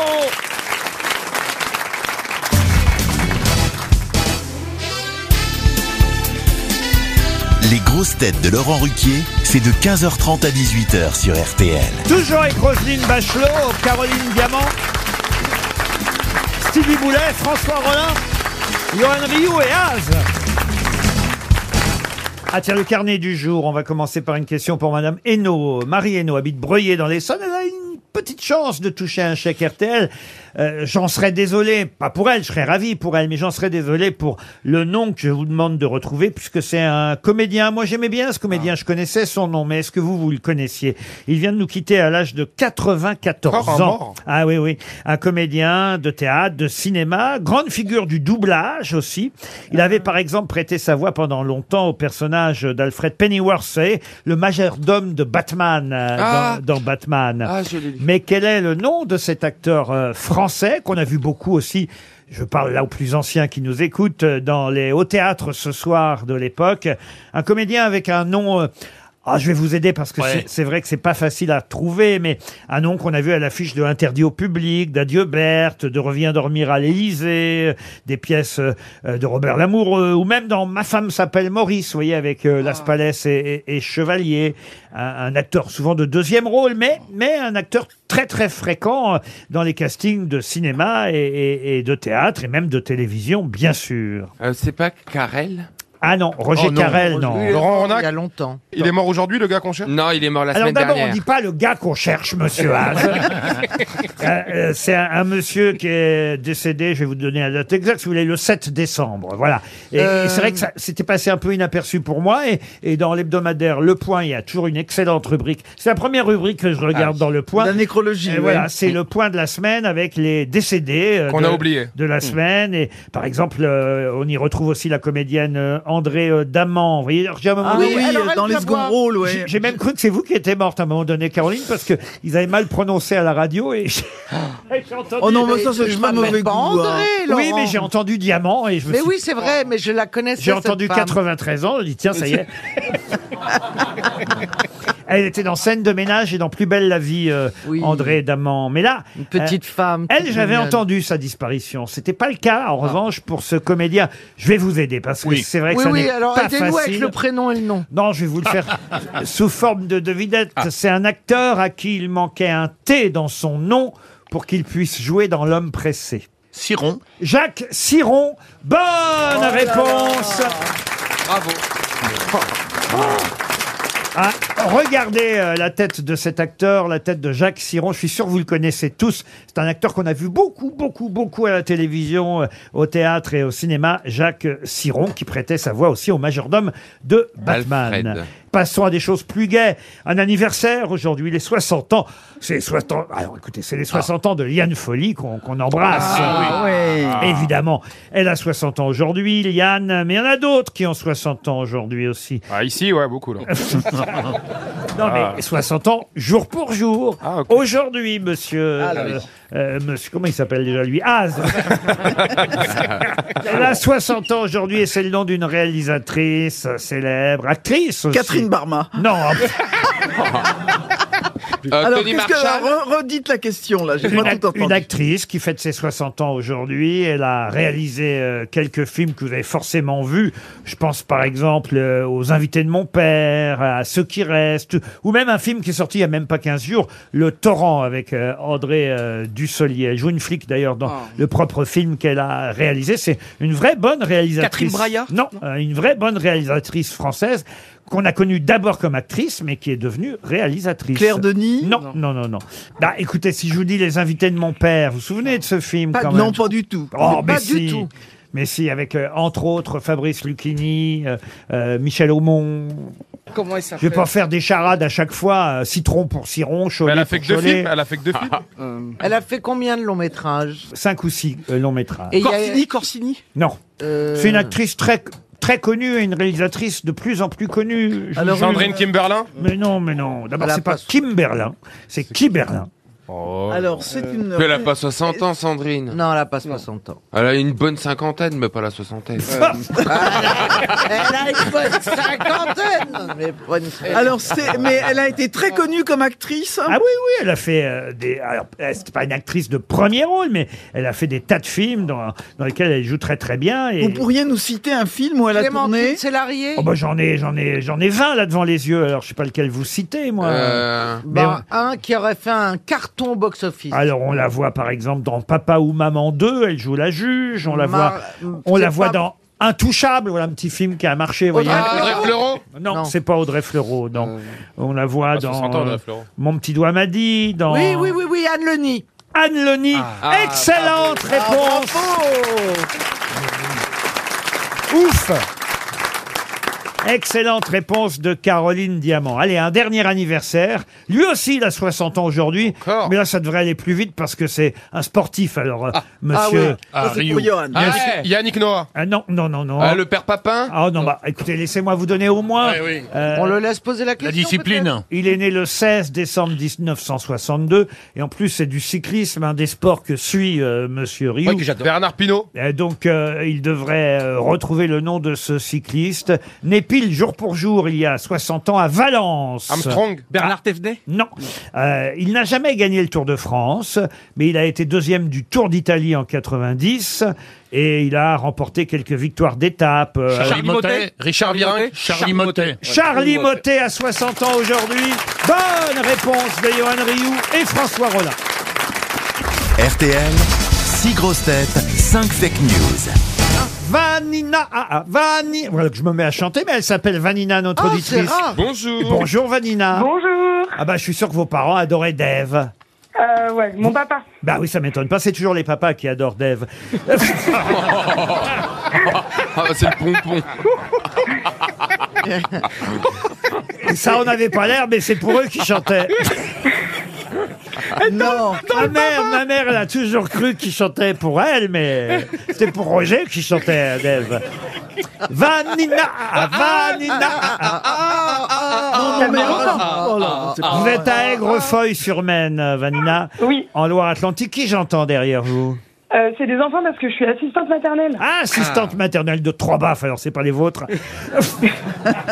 [SPEAKER 1] Les grosses têtes de Laurent Ruquier, c'est de 15h30 à 18h sur RTL.
[SPEAKER 2] Toujours avec Roselyne Bachelot, Caroline Diamant, Stevie Boulet, François Rollin, Johan Rioux et Az. Ah tiens, le carnet du jour, on va commencer par une question pour Madame Hénaud. Marie Hénaud habite Breuillé dans l'Essonne, elle a une petite chance de toucher un chèque RTL. Euh, j'en serais désolé, pas pour elle, je serais ravi pour elle, mais j'en serais désolé pour le nom que je vous demande de retrouver, puisque c'est un comédien. Moi j'aimais bien ce comédien, je connaissais son nom, mais est-ce que vous, vous le connaissiez Il vient de nous quitter à l'âge de 94
[SPEAKER 8] Encore un
[SPEAKER 2] ans.
[SPEAKER 8] mort.
[SPEAKER 2] Ah oui, oui. Un comédien de théâtre, de cinéma, grande figure du doublage aussi. Il
[SPEAKER 8] Ah.
[SPEAKER 2] avait par exemple prêté sa voix pendant longtemps au personnage d'Alfred Pennyworth, le majordome de Batman euh,
[SPEAKER 8] Ah.
[SPEAKER 2] dans, dans Batman.
[SPEAKER 8] Ah, je l'ai lu.
[SPEAKER 2] Mais quel est le nom de cet acteur euh, français qu'on a vu beaucoup aussi je parle là aux plus anciens qui nous écoutent euh, dans les hauts théâtres ce soir de l'époque. Un comédien avec un nom. euh, ah, je vais vous aider parce que c'est- c'est vrai que c'est pas facile à trouver, mais un nom qu'on a vu à l'affiche de Interdit au public, d'Adieu Berthe, de Reviens dormir à l'Élysée, euh, des pièces euh, euh, de Robert Lamoureux, ou même dans Ma femme s'appelle Maurice, vous voyez, avec euh, Las Palais et, et- et Chevalier, un, un acteur souvent de deuxième rôle, mais, mais un acteur très très fréquent euh, dans les castings de cinéma et, et- et de théâtre, et même de télévision, bien sûr.
[SPEAKER 18] Euh, c'est pas Carrel
[SPEAKER 2] Ah non, Roger
[SPEAKER 18] Oh non,
[SPEAKER 2] Carrel,
[SPEAKER 18] Roger-
[SPEAKER 2] non.
[SPEAKER 18] Oui, Laurent Ronac
[SPEAKER 7] Il y a longtemps.
[SPEAKER 8] Il est mort aujourd'hui, le gars qu'on cherche
[SPEAKER 18] Non, il est mort la
[SPEAKER 2] Alors
[SPEAKER 18] semaine
[SPEAKER 2] d'abord, on
[SPEAKER 18] dernière.
[SPEAKER 2] ne dit pas le gars qu'on cherche, monsieur Haas. Euh, euh, c'est un, un monsieur qui est décédé, je vais vous donner la date exacte, si vous voulez, le 7 décembre. Voilà. Et, et
[SPEAKER 7] Euh.
[SPEAKER 2] c'est vrai que ça c'était passé un peu inaperçu pour moi. Et, et dans l'hebdomadaire Le Point, il y a toujours une excellente rubrique. C'est la première rubrique que je regarde dans Le Point.
[SPEAKER 5] Ah, La nécrologie.
[SPEAKER 2] Et
[SPEAKER 5] ouais.
[SPEAKER 2] voilà, c'est le point de la semaine avec les décédés euh,
[SPEAKER 8] Qu'on
[SPEAKER 2] de,
[SPEAKER 8] a oublié.
[SPEAKER 2] de
[SPEAKER 18] Hmm.
[SPEAKER 2] la semaine. Et par exemple, euh, on y retrouve aussi la comédienne euh, André euh, Daman. Vous voyez, alors, j'ai un moment
[SPEAKER 5] Ah
[SPEAKER 2] donné-
[SPEAKER 5] oui,
[SPEAKER 7] alors elle
[SPEAKER 5] dans les
[SPEAKER 7] doit
[SPEAKER 5] seconds
[SPEAKER 7] boire.
[SPEAKER 5] rôles, ouais.
[SPEAKER 2] j'ai- J'ai même cru que c'est vous qui étiez morte à un moment donné, Caroline, parce que ils avaient mal prononcé à la radio et. j'ai- j'ai entendu-
[SPEAKER 5] Oh non, mais ça, c'est
[SPEAKER 7] Ah. Je
[SPEAKER 5] pas
[SPEAKER 7] m'appelle
[SPEAKER 5] mauvais goût.
[SPEAKER 7] pas André,
[SPEAKER 5] hein.
[SPEAKER 7] Laurent.
[SPEAKER 2] Oui, mais j'ai entendu diamant et je me
[SPEAKER 7] Mais
[SPEAKER 2] suis-
[SPEAKER 7] oui, c'est vrai, mais je la connaissais.
[SPEAKER 2] J'ai entendu
[SPEAKER 7] cette femme.
[SPEAKER 2] 93 ans, je dis tiens, ça y est. Elle était dans Scène de ménage et dans Plus belle la vie, euh,
[SPEAKER 7] Oui.
[SPEAKER 2] André Daman. Mais là, euh,
[SPEAKER 7] Une petite femme. toute
[SPEAKER 2] elle, j'avais
[SPEAKER 7] mignonne.
[SPEAKER 2] entendu sa disparition. C'était pas le cas, en revanche, pour ce comédien. Je vais vous aider parce que c'est vrai
[SPEAKER 7] Ah.
[SPEAKER 2] que
[SPEAKER 7] Oui,
[SPEAKER 2] ça
[SPEAKER 7] oui,
[SPEAKER 2] n'est
[SPEAKER 7] alors
[SPEAKER 2] pas
[SPEAKER 7] aidez-nous avec
[SPEAKER 2] facile.
[SPEAKER 7] le prénom et le nom. Ah.
[SPEAKER 2] Non, je vais vous le faire sous forme de devinette. C'est un acteur à qui il manquait un T dans son nom pour qu'il puisse jouer dans L'homme pressé.
[SPEAKER 6] Siron.
[SPEAKER 2] Jacques Siron, bonne réponse.
[SPEAKER 18] Bravo.
[SPEAKER 2] Ah, regardez euh, la tête de cet acteur, la tête de Jacques Siron. Je suis sûr que vous le connaissez tous. C'est un acteur qu'on a vu beaucoup, beaucoup, beaucoup à la télévision, euh, au théâtre et au cinéma. Jacques euh, Siron, qui prêtait sa voix aussi au majordome de Batman.
[SPEAKER 18] Alfred.
[SPEAKER 2] Passons à des choses plus gaies. Un anniversaire aujourd'hui, les 60 ans. C'est 60 ans. Alors écoutez, c'est les 60 ans de Liane Folly qu'on qu'on embrasse.
[SPEAKER 5] Ah ouais.
[SPEAKER 2] Évidemment, elle a 60 ans aujourd'hui, Liane, mais il y en a d'autres qui ont 60 ans aujourd'hui aussi.
[SPEAKER 8] Ah, ici, ouais, beaucoup. Là.
[SPEAKER 2] Non, mais 60 ans, jour pour jour.
[SPEAKER 8] Ah, ok.
[SPEAKER 2] Aujourd'hui, monsieur.
[SPEAKER 5] Ah, là,
[SPEAKER 2] euh,
[SPEAKER 5] oui.
[SPEAKER 2] euh, monsieur, comment il s'appelle déjà lui Az Elle a 60 ans aujourd'hui et c'est le nom d'une réalisatrice euh, célèbre, actrice aussi.
[SPEAKER 5] Catherine Barma.
[SPEAKER 2] Non, plus.
[SPEAKER 5] Alors, qu'est-ce que- re- redites la question, là, j'ai
[SPEAKER 2] Une,
[SPEAKER 5] pas
[SPEAKER 2] act-
[SPEAKER 5] tout entendu.
[SPEAKER 2] une actrice qui fête ses 60 ans aujourd'hui. Elle a réalisé euh, quelques films que vous avez forcément vus. Je pense par exemple euh, aux Invités de mon père, à Ceux qui restent, ou même un film qui est sorti il y a même pas 15 jours, Le Torrent avec euh, André euh, Dussolier. Elle joue une flic d'ailleurs dans
[SPEAKER 5] Ah.
[SPEAKER 2] le propre film qu'elle a réalisé. C'est une vraie bonne réalisatrice.
[SPEAKER 3] Catherine Braillard
[SPEAKER 2] Non, euh, une vraie bonne réalisatrice française qu'on a connue d'abord comme actrice, mais qui est devenue réalisatrice. Claire
[SPEAKER 5] Denis
[SPEAKER 2] Non, non, non, non. Bah, écoutez, si je vous dis Les Invités de mon père, vous vous souvenez de ce film
[SPEAKER 5] Pas-
[SPEAKER 2] quand même
[SPEAKER 5] non, pas du tout.
[SPEAKER 2] Oh,
[SPEAKER 5] Pas
[SPEAKER 2] mais
[SPEAKER 5] du
[SPEAKER 2] si.
[SPEAKER 5] tout.
[SPEAKER 2] Mais si, avec euh, entre autres Fabrice Lucchini, euh, euh, Michel Aumont.
[SPEAKER 3] Comment il s'appelle
[SPEAKER 2] Je vais pas faire des charades à chaque fois, euh, citron pour citron, cholet
[SPEAKER 8] elle a fait que deux
[SPEAKER 2] pour Cholet.
[SPEAKER 8] films. Elle a fait que deux films.
[SPEAKER 7] Ah.
[SPEAKER 2] Ah. Euh.
[SPEAKER 7] Elle a fait combien de longs métrages
[SPEAKER 2] Cinq ou six euh, longs métrages.
[SPEAKER 7] Et il y a-
[SPEAKER 3] Corsini, Corsini.
[SPEAKER 2] Non.
[SPEAKER 7] Euh,
[SPEAKER 2] C'est une actrice très très connue et une réalisatrice de plus en plus connue. Je vous jure.
[SPEAKER 8] Sandrine Kimberlin.
[SPEAKER 2] Mais non, mais non. D'abord,
[SPEAKER 8] Elle a
[SPEAKER 2] c'est pas Kimberlin, c'est Kiberlin.
[SPEAKER 8] Oh.
[SPEAKER 5] Alors, c'est une.
[SPEAKER 18] Elle a pas 60 ans, Sandrine.
[SPEAKER 7] Euh, Non, elle a pas 60 ans.
[SPEAKER 18] Elle a une bonne cinquantaine, mais pas la soixantaine.
[SPEAKER 7] Euh. Elle a une bonne cinquantaine mais pas une cinquantaine.
[SPEAKER 5] Alors, c'est- mais elle a été très connue comme actrice. hein.
[SPEAKER 2] Ah oui, oui, elle a fait euh, des. Alors, euh, c'est pas une actrice de premier rôle, mais elle a fait des tas de films dans, dans lesquels elle joue très très bien. Et...
[SPEAKER 5] Vous pourriez nous citer un film où elle a
[SPEAKER 7] Ah. Clémentine
[SPEAKER 5] tourné
[SPEAKER 7] Célarié
[SPEAKER 2] Oh bah j'en ai, j'en ai, j'en ai 20 là devant les yeux. Alors je sais pas lequel vous citez moi.
[SPEAKER 5] Euh,
[SPEAKER 2] Mais
[SPEAKER 5] bah,
[SPEAKER 7] Ben, Un qui aurait fait un carton box-office.
[SPEAKER 2] on- alors on la voit par exemple dans Papa ou Maman 2, elle joue la juge. On la
[SPEAKER 7] Mar-
[SPEAKER 2] voit, on la
[SPEAKER 7] mm, c'est
[SPEAKER 2] voit
[SPEAKER 7] pas-
[SPEAKER 2] dans Intouchable, voilà un petit film qui a marché. Vous voyez. Ah.
[SPEAKER 8] Audrey Fleurot.
[SPEAKER 2] Non, c'est pas Audrey Fleurot. Non, on la voit
[SPEAKER 8] Ah, 60
[SPEAKER 2] dans
[SPEAKER 8] ans, Audrey
[SPEAKER 2] euh,
[SPEAKER 8] Fleurot.
[SPEAKER 2] Mon petit doigt m'a dit. Dans
[SPEAKER 7] Oui, oui, oui, oui, Anne Leni.
[SPEAKER 2] Anne Leni.
[SPEAKER 8] Ah.
[SPEAKER 2] Excellente réponse. Ouf Excellente réponse de Caroline Diamant. Allez, un dernier anniversaire. Lui aussi, il a 60 ans aujourd'hui. Mais là, ça devrait aller plus vite parce que c'est un sportif, alors, euh, monsieur.
[SPEAKER 6] Ah,
[SPEAKER 8] c'est pour Johan.
[SPEAKER 3] hein.
[SPEAKER 2] Bien
[SPEAKER 8] Ah,
[SPEAKER 2] sûr.
[SPEAKER 8] ouais. Yannick Noah.
[SPEAKER 2] Ah, non, non, non, non.
[SPEAKER 8] Ah, le père Papin.
[SPEAKER 2] Ah non, bah écoutez, laissez-moi vous donner au moins.
[SPEAKER 8] Ouais, oui.
[SPEAKER 2] euh,
[SPEAKER 7] On le laisse poser la question. peut-être
[SPEAKER 2] Il est né le 16 décembre 1962 et en plus c'est du cyclisme, un des sports que suit euh, Monsieur Rioux.
[SPEAKER 8] Bernard Pinault.
[SPEAKER 2] Euh, donc, euh, il devrait euh, retrouver le nom de ce cycliste. Né pile jour pour jour, il y a 60 ans, à Valence.
[SPEAKER 8] Armstrong.
[SPEAKER 3] Bernard Thévenet
[SPEAKER 2] Ah. Non. Euh, il n'a jamais gagné le Tour de France, mais il a été deuxième du Tour d'Italie en 90 et il a remporté quelques victoires d'étape. euh,
[SPEAKER 6] Charlie
[SPEAKER 2] avec-
[SPEAKER 6] Motet, Richard Virenque, Charlie Motet.
[SPEAKER 2] Charlie Motet à 60 ans aujourd'hui. Bonne réponse de Johan Rioux et François Rollin.
[SPEAKER 1] RTL, 6 grosses têtes, 5 fake news.
[SPEAKER 2] Vanina, ah, ah, Vani- voilà que je me mets à chanter, mais elle s'appelle Vanina, notre
[SPEAKER 7] Ah, c'est
[SPEAKER 2] auditrice.
[SPEAKER 7] rare.
[SPEAKER 8] Bonjour.
[SPEAKER 2] Bonjour Vanina.
[SPEAKER 16] Bonjour.
[SPEAKER 2] Ah bah je suis sûr que vos parents adoraient Dave.
[SPEAKER 16] Euh, ouais, mon papa.
[SPEAKER 2] Bah oui, ça m'étonne pas, c'est toujours les papas qui adorent Dave.
[SPEAKER 18] Ah, bah, c'est le pompon.
[SPEAKER 2] ça, on n'avait pas l'air, mais c'est pour eux qui chantaient.
[SPEAKER 7] Eh, Non.
[SPEAKER 2] Ma mère, ma mère, elle a toujours cru qu'il chantait pour elle, mais c'était pour Roger qui chantait Dave. Vanina, ah, Vanina. ah, ah.
[SPEAKER 10] Ah,
[SPEAKER 5] Non, non, mais oh là, c'est pas-
[SPEAKER 2] Vous êtes à Aigrefeuille-sur-Maine, Vanina.
[SPEAKER 16] Oui.
[SPEAKER 2] En Loire-Atlantique, qui j'entends derrière vous
[SPEAKER 16] Euh, c'est des enfants parce que je suis assistante maternelle.
[SPEAKER 2] Ah, assistante maternelle de trois baffes, alors c'est pas les vôtres.
[SPEAKER 16] Ah.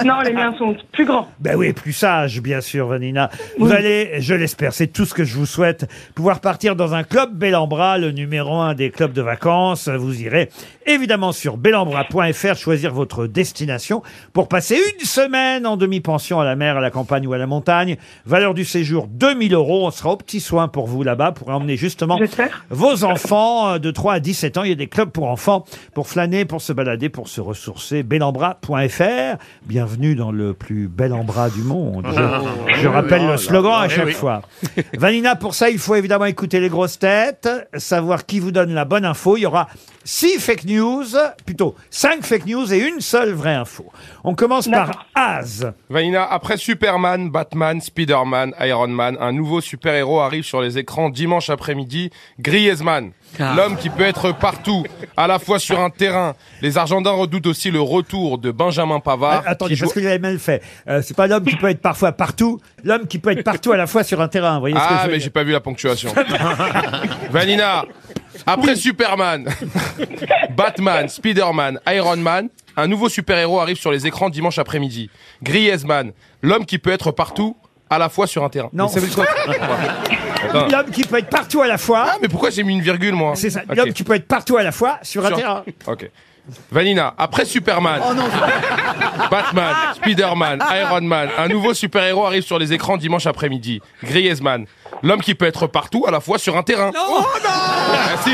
[SPEAKER 16] Non, les miens sont plus grands.
[SPEAKER 2] Ben oui, plus sage, bien sûr, Vanina. Vous allez, je l'espère, c'est tout ce que je vous souhaite, pouvoir partir dans un club Bellambra, le numéro un des clubs de vacances. Vous irez évidemment sur bellambra.fr choisir votre destination pour passer une semaine en demi-pension à la mer, à la campagne ou à la montagne. Valeur du séjour 2000 euros. On sera au petit soin pour vous là-bas pour emmener justement
[SPEAKER 16] J'espère.
[SPEAKER 2] vos enfants euh, de 3 à 17 ans. Il y a des clubs pour enfants, pour flâner, pour se balader, pour se ressourcer. Bellambra.fr. Bienvenue dans le plus bel embras du monde. Je, je rappelle le slogan à chaque fois. Vanina, pour ça, il faut évidemment écouter les grosses têtes, savoir qui vous donne la bonne info. Il y aura 6 fake news, plutôt 5 fake news et une seule vraie info. On commence par Az.
[SPEAKER 8] Vanina, après Superman, Batman, Spider-Man, Iron Man, un nouveau super-héros arrive sur les écrans dimanche après-midi, Griezmann. L'homme qui peut être partout, à la fois sur un terrain. Les Argentins redoutent aussi le retour de Benjamin Pavard.
[SPEAKER 2] Eh, Attendez,
[SPEAKER 8] qui
[SPEAKER 2] parce
[SPEAKER 8] joue-
[SPEAKER 2] que j'avais mal fait. Euh, c'est pas l'homme qui peut être parfois partout, l'homme qui peut être partout à la fois sur un terrain. Vous voyez ce que je
[SPEAKER 8] Ah,
[SPEAKER 2] veux
[SPEAKER 8] mais
[SPEAKER 2] dire
[SPEAKER 8] j'ai pas vu la ponctuation. Vanina, après Superman, Batman, Spider-Man, Iron Man, un nouveau super-héros arrive sur les écrans dimanche après-midi. Griezmann, l'homme qui peut être partout, à la fois sur un terrain.
[SPEAKER 2] Non.
[SPEAKER 8] Mais ça veut dire quoi Attends.
[SPEAKER 2] L'homme qui peut être partout à la fois.
[SPEAKER 8] Ah, mais pourquoi j'ai mis une virgule, moi
[SPEAKER 2] C'est ça.
[SPEAKER 8] Ok.
[SPEAKER 2] L'homme qui peut être partout à la fois sur, un
[SPEAKER 8] Sur-
[SPEAKER 2] terrain.
[SPEAKER 8] Ok. Vanina, après Superman,
[SPEAKER 10] Oh
[SPEAKER 3] Oh
[SPEAKER 2] non.
[SPEAKER 8] Batman, Spider-Man, Iron Man, un nouveau super-héros arrive sur les écrans dimanche après-midi. Griezmann, l'homme qui peut être partout à la fois sur un terrain.
[SPEAKER 10] Oh
[SPEAKER 8] Ah si,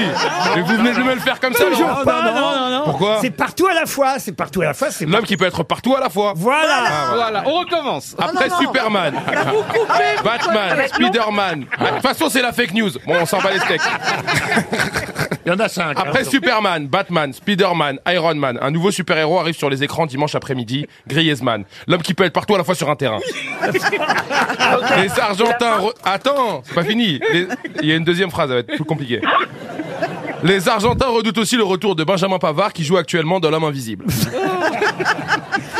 [SPEAKER 8] mais vous venez de me le faire comme ça,
[SPEAKER 2] Toujours
[SPEAKER 8] Laurent.
[SPEAKER 2] pas, non, non, non.
[SPEAKER 8] Pourquoi
[SPEAKER 2] C'est partout à la fois, c'est partout à la fois, c'est.
[SPEAKER 8] L'homme qui peut être partout à la fois.
[SPEAKER 2] Voilà.
[SPEAKER 8] Ah, voilà.
[SPEAKER 3] Voilà, on recommence.
[SPEAKER 8] Après Superman, Batman, Spider-Man. Bah, De toute façon, c'est la fake news. Bon, on s'en bat les steaks.
[SPEAKER 6] Il y en a cinq. hein,
[SPEAKER 8] Après Superman, Batman, Spider-Man, Iron Man, un nouveau super-héros arrive sur les écrans dimanche après-midi, Griezmann. L'homme qui peut être partout à la fois sur un terrain.
[SPEAKER 10] Ah,
[SPEAKER 8] Les Argentins... re- Attends, c'est pas fini. Les- Il y a une deuxième phrase, ça va être plus compliqué. Les Argentins redoutent aussi le retour de Benjamin Pavard qui joue actuellement dans L'Homme Invisible.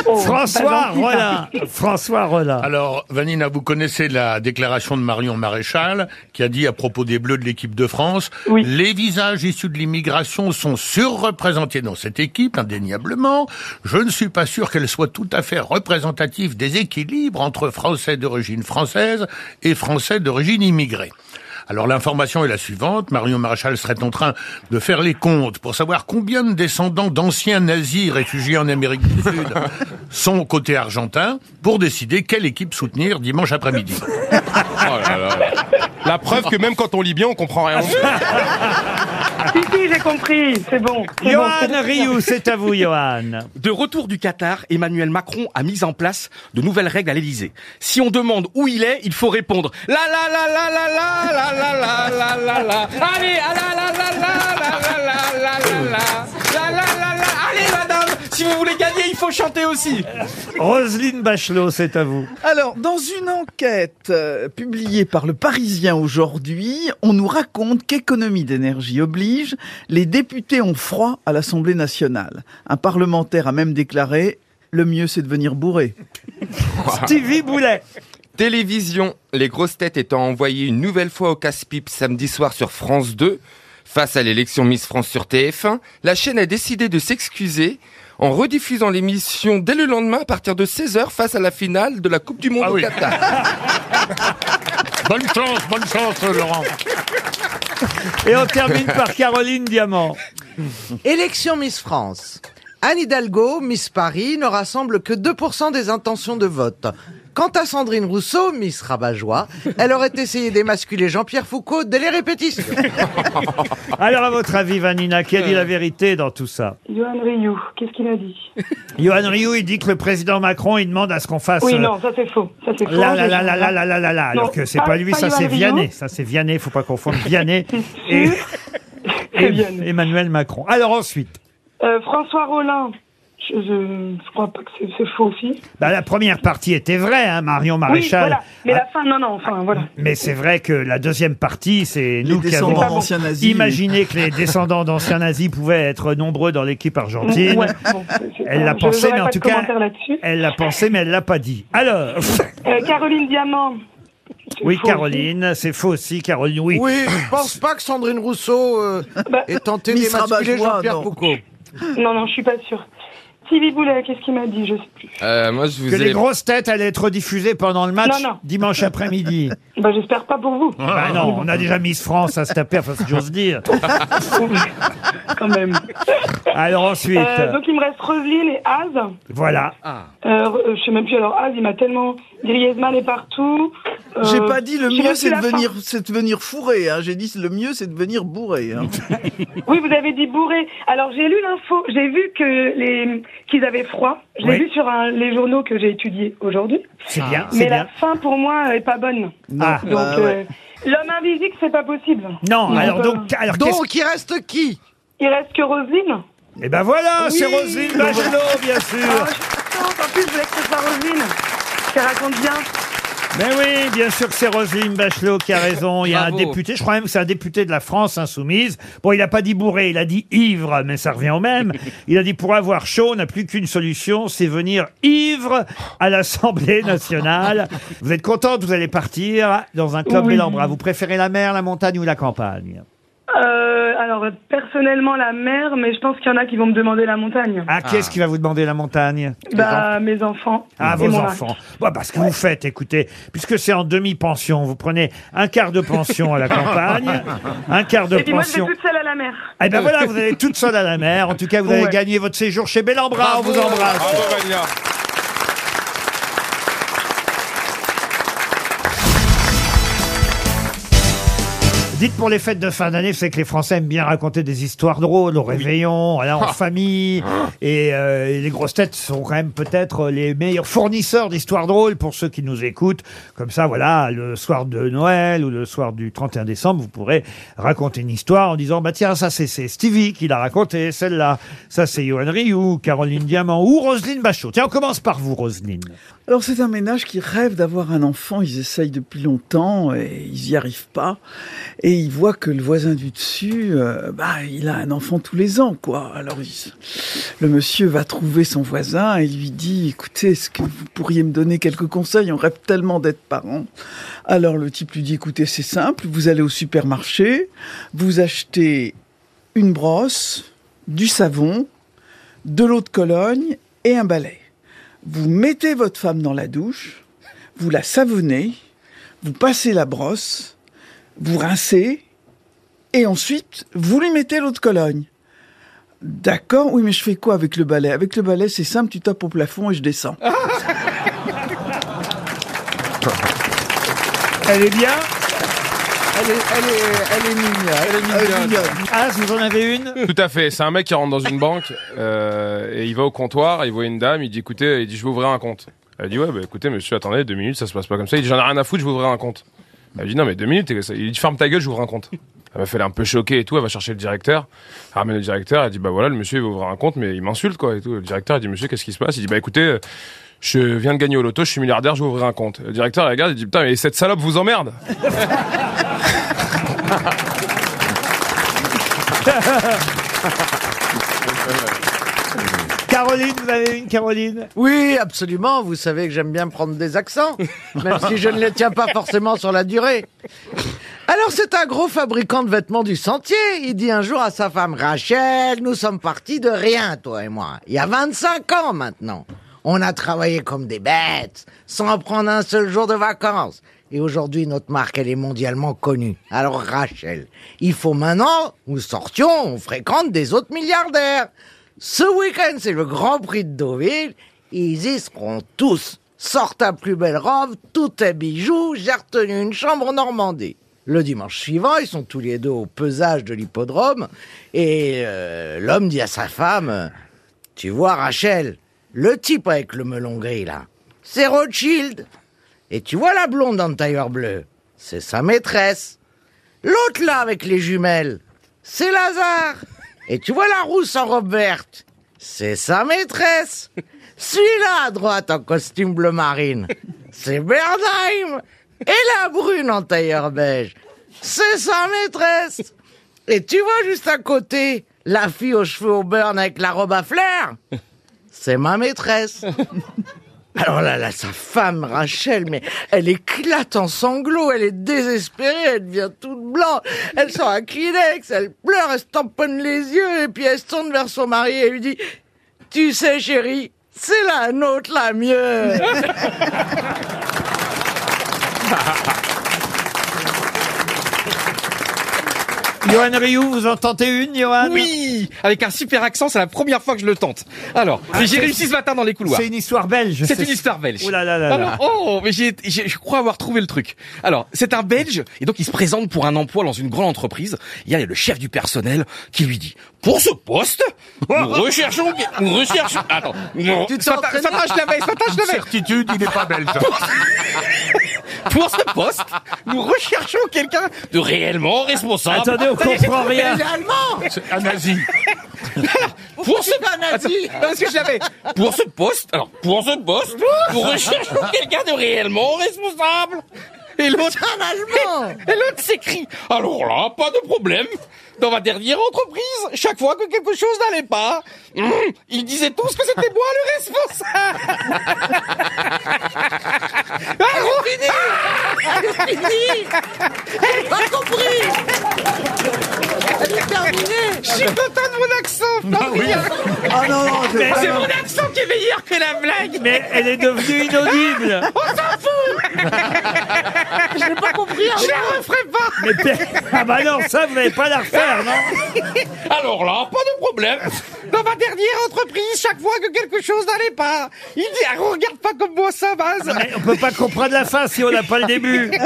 [SPEAKER 10] Oh,
[SPEAKER 2] François Rollin. François Rollin.
[SPEAKER 6] Alors, Vanina, vous connaissez la déclaration de Marion Maréchal qui a dit à propos des Bleus de l'équipe de France Les visages issus de l'immigration sont surreprésentés dans cette équipe, indéniablement. Je ne suis pas sûr qu'elle soit tout à fait représentative des équilibres entre Français d'origine française et Français d'origine immigrée. Alors l'information est la suivante, Marion Maréchal serait en train de faire les comptes pour savoir combien de descendants d'anciens nazis réfugiés en Amérique du Sud sont côté argentin pour décider quelle équipe soutenir dimanche après-midi.
[SPEAKER 8] Oh La preuve que même quand on lit bien, on comprend rien.
[SPEAKER 16] Si, si, j'ai compris, c'est bon. c'est bon, c'est bon.
[SPEAKER 2] Johan Rioux, c'est à vous, Johan.
[SPEAKER 3] De retour du Qatar, Emmanuel Macron a mis en place de nouvelles règles à l'Elysée. Si on demande où il est, il faut répondre la la la la la la la la la la la la. Allez, ah la la la la la la la la la la la la la. Allez madame, si vous voulez gagner, il faut chanter aussi.
[SPEAKER 2] Roselyne Bachelot, c'est à vous.
[SPEAKER 5] Alors, dans une enquête euh, publiée par Le Parisien aujourd'hui, on nous raconte qu'économie d'énergie oblige, les députés ont froid à l'Assemblée nationale. Un parlementaire a même déclaré le mieux c'est de venir bourré.
[SPEAKER 2] Stevie Boulet.
[SPEAKER 18] Télévision, les grosses têtes étant envoyées une nouvelle fois au casse-pipe samedi soir sur France 2, face à l'élection Miss France sur TF1, la chaîne a décidé de s'excuser en rediffusant l'émission dès le lendemain à partir de 16h face à la finale de la Coupe du Monde au Qatar.
[SPEAKER 6] Ah bonne chance, bonne chance, Laurent.
[SPEAKER 2] Et on termine par Caroline Diamant.
[SPEAKER 7] Élection Miss France. Anne Hidalgo, Miss Paris, ne rassemble que 2% des intentions de vote. Quant à Sandrine Rousseau, Miss Rabat-Joie, elle aurait essayé d'émasculer Jean-Pierre Foucault dès les répétitions.
[SPEAKER 2] Alors, à votre avis, Vanina, qui a dit la vérité dans tout ça
[SPEAKER 16] Johan Rioux, qu'est-ce qu'il a dit
[SPEAKER 2] Johan Rioux, il dit que le président Macron, il demande à ce qu'on fasse.
[SPEAKER 16] Oui,
[SPEAKER 2] euh,
[SPEAKER 16] non, ça c'est faux. Ça c'est faux. Ah,
[SPEAKER 2] Là, là, là, là, là, là, là, là, là.
[SPEAKER 16] Non,
[SPEAKER 2] Alors que c'est pas lui, ça
[SPEAKER 16] Johan
[SPEAKER 2] c'est
[SPEAKER 16] Rioux.
[SPEAKER 2] Vianney. Ça c'est Vianney, faut pas confondre Vianney et, et Emmanuel Macron. Alors ensuite,
[SPEAKER 16] Euh, François Rollin, je, Euh, je, je crois pas que c'est c'est faux aussi.
[SPEAKER 2] bah, la première partie était vraie, hein, Marion Maréchal.
[SPEAKER 16] Oui, voilà. Mais
[SPEAKER 2] Ah,
[SPEAKER 16] la fin, non, non, enfin, voilà.
[SPEAKER 2] mais c'est vrai que la deuxième partie, c'est nous qui
[SPEAKER 5] descendants
[SPEAKER 2] avons
[SPEAKER 5] d'anciens nazis.
[SPEAKER 2] imaginé que les descendants d'anciens nazis pouvaient être nombreux dans l'équipe argentine.
[SPEAKER 16] Ouais, bon, c'est- c'est
[SPEAKER 2] Elle
[SPEAKER 16] pas-
[SPEAKER 2] l'a
[SPEAKER 16] je-
[SPEAKER 2] pensé,
[SPEAKER 16] j'aurais
[SPEAKER 2] mais en
[SPEAKER 16] pas de
[SPEAKER 2] tout cas,
[SPEAKER 16] commentaire là-dessus.
[SPEAKER 2] elle l'a pensé, mais elle l'a pas dit. Alors,
[SPEAKER 16] Euh, Caroline Diamant. c'est
[SPEAKER 2] oui,
[SPEAKER 16] faux
[SPEAKER 2] Caroline, c'est faux aussi, Caroline. Oui.
[SPEAKER 7] Oui, je pense pas que Sandrine Rousseau euh, ait tenté
[SPEAKER 5] Bah, Miss
[SPEAKER 7] d'émasculer
[SPEAKER 5] Rabat-Joie,
[SPEAKER 7] Jean-Pierre
[SPEAKER 5] non.
[SPEAKER 7] Foucault.
[SPEAKER 16] aussi. Non, non, je suis pas sûre. Sylvie Boulet, qu'est-ce qu'il m'a dit Je sais plus.
[SPEAKER 18] Euh, moi, je vous
[SPEAKER 2] Que
[SPEAKER 18] ai...
[SPEAKER 2] les grosses têtes allaient être diffusées pendant le match
[SPEAKER 16] Non, non.
[SPEAKER 2] dimanche après-midi.
[SPEAKER 16] Bah, j'espère pas pour vous.
[SPEAKER 2] Bah non, on a déjà Miss France à se taper, enfin, si j'ose dire.
[SPEAKER 16] Quand même.
[SPEAKER 2] Alors ensuite,
[SPEAKER 16] Euh, donc, il me reste Roselyne et Az.
[SPEAKER 2] voilà.
[SPEAKER 16] Euh, je sais même plus, alors Az, il m'a tellement. Griezmann est partout. Euh,
[SPEAKER 5] J'ai pas dit le
[SPEAKER 16] je sais
[SPEAKER 5] mieux
[SPEAKER 16] même
[SPEAKER 5] c'est
[SPEAKER 16] plus
[SPEAKER 5] de
[SPEAKER 16] la
[SPEAKER 5] venir, c'est de venir fourré. hein. J'ai dit le mieux c'est de venir bourré. hein.
[SPEAKER 16] fin. Oui, vous avez dit bourré. Alors, j'ai lu l'info, j'ai vu que les qu'ils avaient froid. Je l'ai
[SPEAKER 2] Oui.
[SPEAKER 16] vu sur un- les journaux que j'ai étudiés aujourd'hui.
[SPEAKER 2] C'est bien, c'est
[SPEAKER 16] Ah. Mais la
[SPEAKER 2] bien.
[SPEAKER 16] fin, pour moi, est pas bonne.
[SPEAKER 2] Ah.
[SPEAKER 16] Donc,
[SPEAKER 5] Bah,
[SPEAKER 16] euh, l'homme invisible, c'est pas possible.
[SPEAKER 2] Non, alors
[SPEAKER 16] euh,
[SPEAKER 2] donc, alors qu'est-ce-
[SPEAKER 7] Donc il reste qui
[SPEAKER 16] Il reste que Roselyne.
[SPEAKER 2] Eh ben voilà, c'est Roselyne Bachelot, bien
[SPEAKER 16] Ah, je
[SPEAKER 2] sûr.
[SPEAKER 16] suis contente. En plus, je voulais que ce soit Roselyne. Ça raconte bien.
[SPEAKER 2] Mais oui, bien sûr que c'est Roselyne Bachelot qui a raison. Il y a un
[SPEAKER 14] Bravo.
[SPEAKER 2] député, je crois même que c'est un député de la France insoumise. Bon, il n'a pas dit bourré, il a dit ivre, mais ça revient au même. Il a dit pour avoir chaud, on n'a plus qu'une solution, c'est venir ivre à l'Assemblée nationale. Vous êtes contente, vous allez partir dans un club
[SPEAKER 16] Oui.
[SPEAKER 2] Bellambra. Vous préférez la mer, la montagne ou la campagne
[SPEAKER 16] Euh, alors, personnellement, la mer, mais je pense qu'il y en a qui vont me demander la montagne.
[SPEAKER 2] Ah, qu'est-ce qui va vous demander la montagne
[SPEAKER 16] Bah, mes enfants.
[SPEAKER 2] Ah,
[SPEAKER 16] Et
[SPEAKER 2] vos
[SPEAKER 16] mon mari.
[SPEAKER 2] enfants. Bah, parce que vous faites, écoutez, puisque c'est en demi-pension, vous prenez un quart de pension à la campagne, un quart de
[SPEAKER 16] Et puis moi, je
[SPEAKER 2] pension.
[SPEAKER 16] vais toute seule à la mer.
[SPEAKER 2] Eh ben voilà, vous allez toute seule à la mer. En tout cas, vous avez
[SPEAKER 16] Ouais.
[SPEAKER 2] gagné votre séjour chez Bellambra. On vous embrasse.
[SPEAKER 8] Bravo, Vania.
[SPEAKER 2] Dites pour les fêtes de fin d'année, vous savez que les Français aiment bien raconter des histoires drôles au réveillon, voilà, en famille. Et euh, les grosses têtes sont quand même peut-être euh, les meilleurs fournisseurs d'histoires drôles pour ceux qui nous écoutent. Comme ça, voilà, le soir de Noël ou le soir du 31 décembre, vous pourrez raconter une histoire en disant, bah tiens, ça c'est c'est Stevie qui l'a raconté, celle-là, ça c'est Johan Rioux, Caroline Diamant ou Roselyne Bachot. Tiens, on commence par vous, Roselyne.
[SPEAKER 5] Alors c'est un ménage qui rêve d'avoir un enfant, ils essayent depuis longtemps et ils n'y arrivent pas. Et ils voient que le voisin du dessus, euh, bah, il a un enfant tous les ans, quoi. Alors il- le monsieur va trouver son voisin et lui dit, écoutez, est-ce que vous pourriez me donner quelques conseils On rêve tellement d'être parents. Alors le type lui dit, écoutez, c'est simple, vous allez au supermarché, vous achetez une brosse, du savon, de l'eau de Cologne et un balai. Vous mettez votre femme dans la douche, vous la savonnez, vous passez la brosse, vous rincez, et ensuite vous lui mettez l'eau de Cologne. D'accord, oui, mais je fais quoi avec le balai Avec le balai, c'est simple, tu tapes au plafond et je descends.
[SPEAKER 2] Elle est bien
[SPEAKER 5] Elle est, elle est, elle est mignonne.
[SPEAKER 10] Elle est mignonne.
[SPEAKER 2] Ah, vous en avez une
[SPEAKER 8] Tout à fait. C'est un mec qui rentre dans une banque euh, et il va au comptoir, il voit une dame, il dit écoutez, il dit je vais ouvrir un compte. Elle dit ouais, bah, écoutez monsieur, attendez deux minutes, ça se passe pas comme ça. Il dit j'en ai rien à foutre, je vais ouvrir un compte. Elle dit non mais deux minutes. et ça- Il dit ferme ta gueule, j'ouvre un compte. Elle m'a fait un peu choquée et tout. Elle va chercher le directeur. Elle ramène le directeur. Elle dit bah voilà, le monsieur il va ouvrir un compte, mais il m'insulte quoi et tout. Le directeur il dit monsieur qu'est-ce qui se passe Il dit bah écoutez. euh, Je viens de gagner au loto, je suis milliardaire, je vais ouvrir un compte. Le directeur il regarde, il dit putain mais cette salope vous emmerde.
[SPEAKER 2] Caroline, vous avez une Caroline
[SPEAKER 7] Oui, absolument. Vous savez que j'aime bien prendre des accents, même si je ne les tiens pas forcément sur la durée. Alors c'est un gros fabricant de vêtements du sentier. Il dit un jour à sa femme Rachel, nous sommes partis de rien, toi et moi. Il y a 25 ans maintenant. On a travaillé comme des bêtes, sans prendre un seul jour de vacances. Et aujourd'hui, notre marque, elle est mondialement connue. Alors Rachel, il faut maintenant, nous sortions, on fréquente des autres milliardaires. Ce week-end, c'est le Grand Prix de Deauville. Ils y seront tous. Sors ta plus belle robe, tous tes bijoux, j'ai retenu une chambre en Normandie. Le dimanche suivant, ils sont tous les deux au pesage de l'hippodrome. Et euh, l'homme dit à sa femme, tu vois Rachel, le type avec le melon gris là, c'est Rothschild. Et tu vois la blonde en tailleur bleu, c'est sa maîtresse. L'autre là avec les jumelles, c'est Lazare. Et tu vois la rousse en robe verte, c'est sa maîtresse. Celui-là à droite en costume bleu marine, c'est Bernheim. Et la brune en tailleur beige, c'est sa maîtresse. Et tu vois juste à côté, la fille aux cheveux au burn avec la robe à flair, c'est ma maîtresse. Alors là, là, sa femme, Rachel, mais elle éclate en sanglots, elle est désespérée, elle devient toute blanche, elle sort un Kleenex, elle pleure, elle se tamponne les yeux, et puis elle se tourne vers son mari et lui dit « Tu sais, chérie, c'est la nôtre la mieux
[SPEAKER 2] Johan Rioux, vous en tentez une, Johan
[SPEAKER 3] Oui Avec un super accent, c'est la première fois que je le tente. Alors,
[SPEAKER 2] Ah,
[SPEAKER 3] mais j'ai
[SPEAKER 2] c'est-
[SPEAKER 3] réussi ce matin dans les couloirs.
[SPEAKER 2] C'est une histoire belge.
[SPEAKER 3] C'est une histoire belge.
[SPEAKER 2] Oh là là là là.
[SPEAKER 3] Alors, oh, mais j'ai- j'ai- je crois avoir trouvé le truc. Alors, c'est un Belge, et donc il se présente pour un emploi dans une grande entreprise. Il y a le chef du personnel qui lui dit, pour ce poste, nous recherchons, nous recherchons, attends, non,
[SPEAKER 10] Tu t'es
[SPEAKER 3] ça
[SPEAKER 10] entraîné
[SPEAKER 3] ça tâche la veille, ça tâche la veille.
[SPEAKER 6] Certitude, il n'est pas belge.
[SPEAKER 3] Pour ce poste, nous recherchons quelqu'un de réellement responsable.
[SPEAKER 10] Attendez, on
[SPEAKER 3] Ça y est,
[SPEAKER 10] comprend rien.
[SPEAKER 3] mais il est allemand.
[SPEAKER 6] C'est un
[SPEAKER 8] Ah,
[SPEAKER 6] nazi.
[SPEAKER 3] Pour ce nazi. Parce que je l'avais. Pour ce poste, alors pour ce poste, nous recherchons quelqu'un de réellement responsable. Et l'autre Et l'autre s'écrie. Alors là, pas de problème. Dans ma dernière entreprise, chaque fois que quelque chose n'allait pas, hum, ils disaient tous que c'était moi le responsable.
[SPEAKER 10] Elle est finie Elle n'a pas compris content de mon accent,
[SPEAKER 2] Ah
[SPEAKER 10] Florian
[SPEAKER 3] Mais
[SPEAKER 10] C'est
[SPEAKER 3] c'est
[SPEAKER 10] mon
[SPEAKER 3] mon
[SPEAKER 10] accent qui est meilleur que la blague
[SPEAKER 2] Mais elle est devenue inaudible.
[SPEAKER 10] On s'en fout Je n'ai pas compris hein. Je la referai pas
[SPEAKER 2] Mais pe- ah bah non, ça, vous n'allez pas la refaire, non
[SPEAKER 10] Alors là, pas de problème. Dans ma dernière entreprise, chaque fois que quelque chose n'allait pas, il dit Ah, regarde pas comme moi ça, base.
[SPEAKER 2] On peut pas comprendre la fin si on n'a pas le début.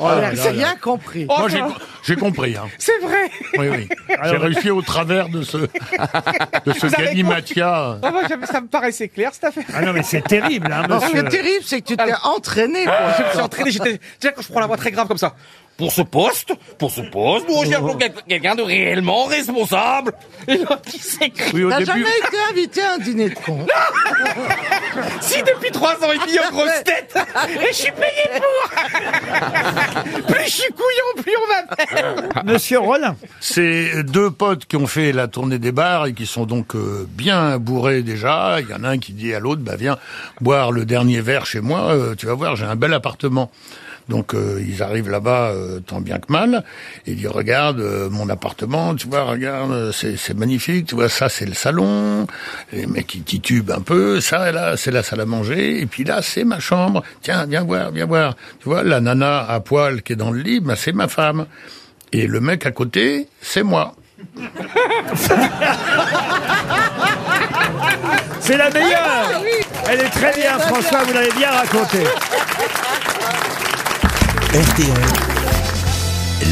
[SPEAKER 6] Oh là là
[SPEAKER 7] J'ai
[SPEAKER 6] là.
[SPEAKER 7] rien compris.
[SPEAKER 6] Moi, j'ai- j'ai compris. hein.
[SPEAKER 10] Oh, C'est vrai.
[SPEAKER 6] Oui, oui. J'ai réussi au travers de ce, de ce
[SPEAKER 10] Vous avez
[SPEAKER 6] galimatia.
[SPEAKER 10] Ah, moi, j'avais- ça me paraissait clair cette affaire.
[SPEAKER 2] Ah non, mais c'est terrible, hein,
[SPEAKER 7] Alors, Ce qui
[SPEAKER 2] monsieur.
[SPEAKER 7] est terrible, c'est que tu t'es entraîné. pour
[SPEAKER 10] Ah, je me
[SPEAKER 7] ça.
[SPEAKER 10] suis entraîné, j'étais. Tiens, quand je prends la voix très grave comme ça. Pour ce poste, pour ce poste, nous recherchons quel- quelqu'un de réellement responsable. Et l'autre qui s'écrit.
[SPEAKER 7] T'as jamais été invité à un dîner de con.
[SPEAKER 10] Si depuis trois ans et demi en grosse tête, et je suis payé pour. Plus je suis couillon, plus on m'appelle.
[SPEAKER 2] Monsieur Rollin.
[SPEAKER 6] C'est deux potes qui ont fait la tournée des bars et qui sont donc euh, bien bourrés déjà. Il y en a un qui dit à l'autre, bah viens boire le dernier verre chez moi, euh, tu vas voir, j'ai un bel appartement. Donc euh, ils arrivent là-bas euh, tant bien que mal. Et ils disent regarde euh, mon appartement, tu vois, regarde, euh, c'est c'est magnifique, tu vois, ça c'est le salon. Les mecs ils titubent un peu, ça là c'est la salle à manger, et puis là c'est ma chambre. Tiens, viens voir, viens voir. Tu vois, la nana à poil qui est dans le lit, bah, c'est ma femme. Et le mec à côté, c'est moi.
[SPEAKER 2] C'est la
[SPEAKER 10] Ah,
[SPEAKER 2] meilleure. Elle est très bien, François, vous l'avez bien raconté.
[SPEAKER 1] RTL,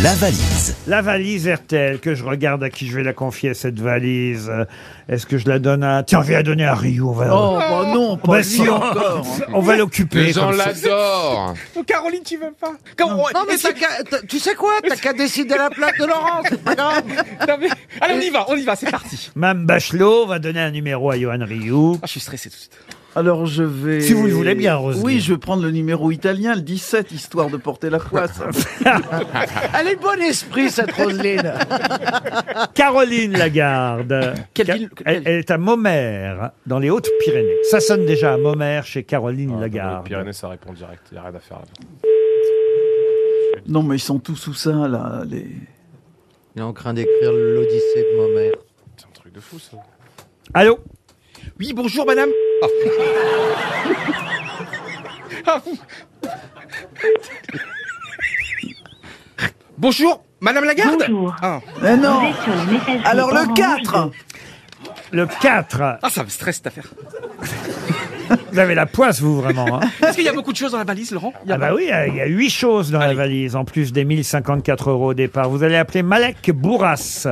[SPEAKER 1] la valise.
[SPEAKER 2] La valise RTL, que je regarde à qui je vais la confier, cette valise. Euh, Est-ce que je la donne à... Tiens, je vais la donner à Rio. On va...
[SPEAKER 5] Oh, bah non, pas
[SPEAKER 2] Bah si,
[SPEAKER 5] lui
[SPEAKER 2] on,
[SPEAKER 5] encore.
[SPEAKER 2] on va l'occuper.
[SPEAKER 18] Les gens
[SPEAKER 2] comme ça.
[SPEAKER 18] l'adorent.
[SPEAKER 10] Oh, Caroline, tu veux pas Quand on-
[SPEAKER 7] Non, mais
[SPEAKER 10] et
[SPEAKER 7] t'as
[SPEAKER 10] c'est-
[SPEAKER 7] qu'à- t'as- tu sais quoi T'as qu'à décider la place de Laurent, c'est pas grave.
[SPEAKER 10] Non, mais- Allez, on y va, on y va, c'est parti.
[SPEAKER 2] Mme Bachelot va donner un numéro à Johan Rio.
[SPEAKER 10] Ah, je suis stressé tout de suite.
[SPEAKER 5] Alors je vais.
[SPEAKER 2] Si vous le voulez bien, Roselyne.
[SPEAKER 5] Oui, je vais prendre le numéro italien, le 17, histoire de porter la poisse.
[SPEAKER 7] Elle est bon esprit, cette Roselyne.
[SPEAKER 2] Caroline Lagarde. elle, elle est à Momère, dans les Hautes-Pyrénées. Ça sonne déjà à Momère chez Caroline
[SPEAKER 10] Ah,
[SPEAKER 2] Lagarde.
[SPEAKER 8] Pyrénées, ça répond direct. Il n'y a rien à faire là-bas.
[SPEAKER 5] non, mais ils sont tous sous ça, là. Les...
[SPEAKER 7] Il est en train d'écrire l'Odyssée de ma mère.
[SPEAKER 8] C'est un truc de fou, ça.
[SPEAKER 2] Allô
[SPEAKER 10] Oui, bonjour, madame. Ah. Ah, vous- Bonjour, madame Lagarde.
[SPEAKER 17] Bonjour.
[SPEAKER 10] Ah,
[SPEAKER 5] Mais non
[SPEAKER 17] Vous êtes sur la messagerie
[SPEAKER 5] Alors le
[SPEAKER 17] Orange
[SPEAKER 5] 4
[SPEAKER 2] Le 4.
[SPEAKER 10] Ah, ça me stresse cette affaire.
[SPEAKER 2] Vous avez la poisse, vous, vraiment. hein.
[SPEAKER 10] Est-ce qu'il y a beaucoup de choses dans la valise, Laurent Il y a-
[SPEAKER 2] Ah bah oui, il y a huit choses dans la valise, en plus des 1054 euros au départ. Vous allez appeler Malek Bourras.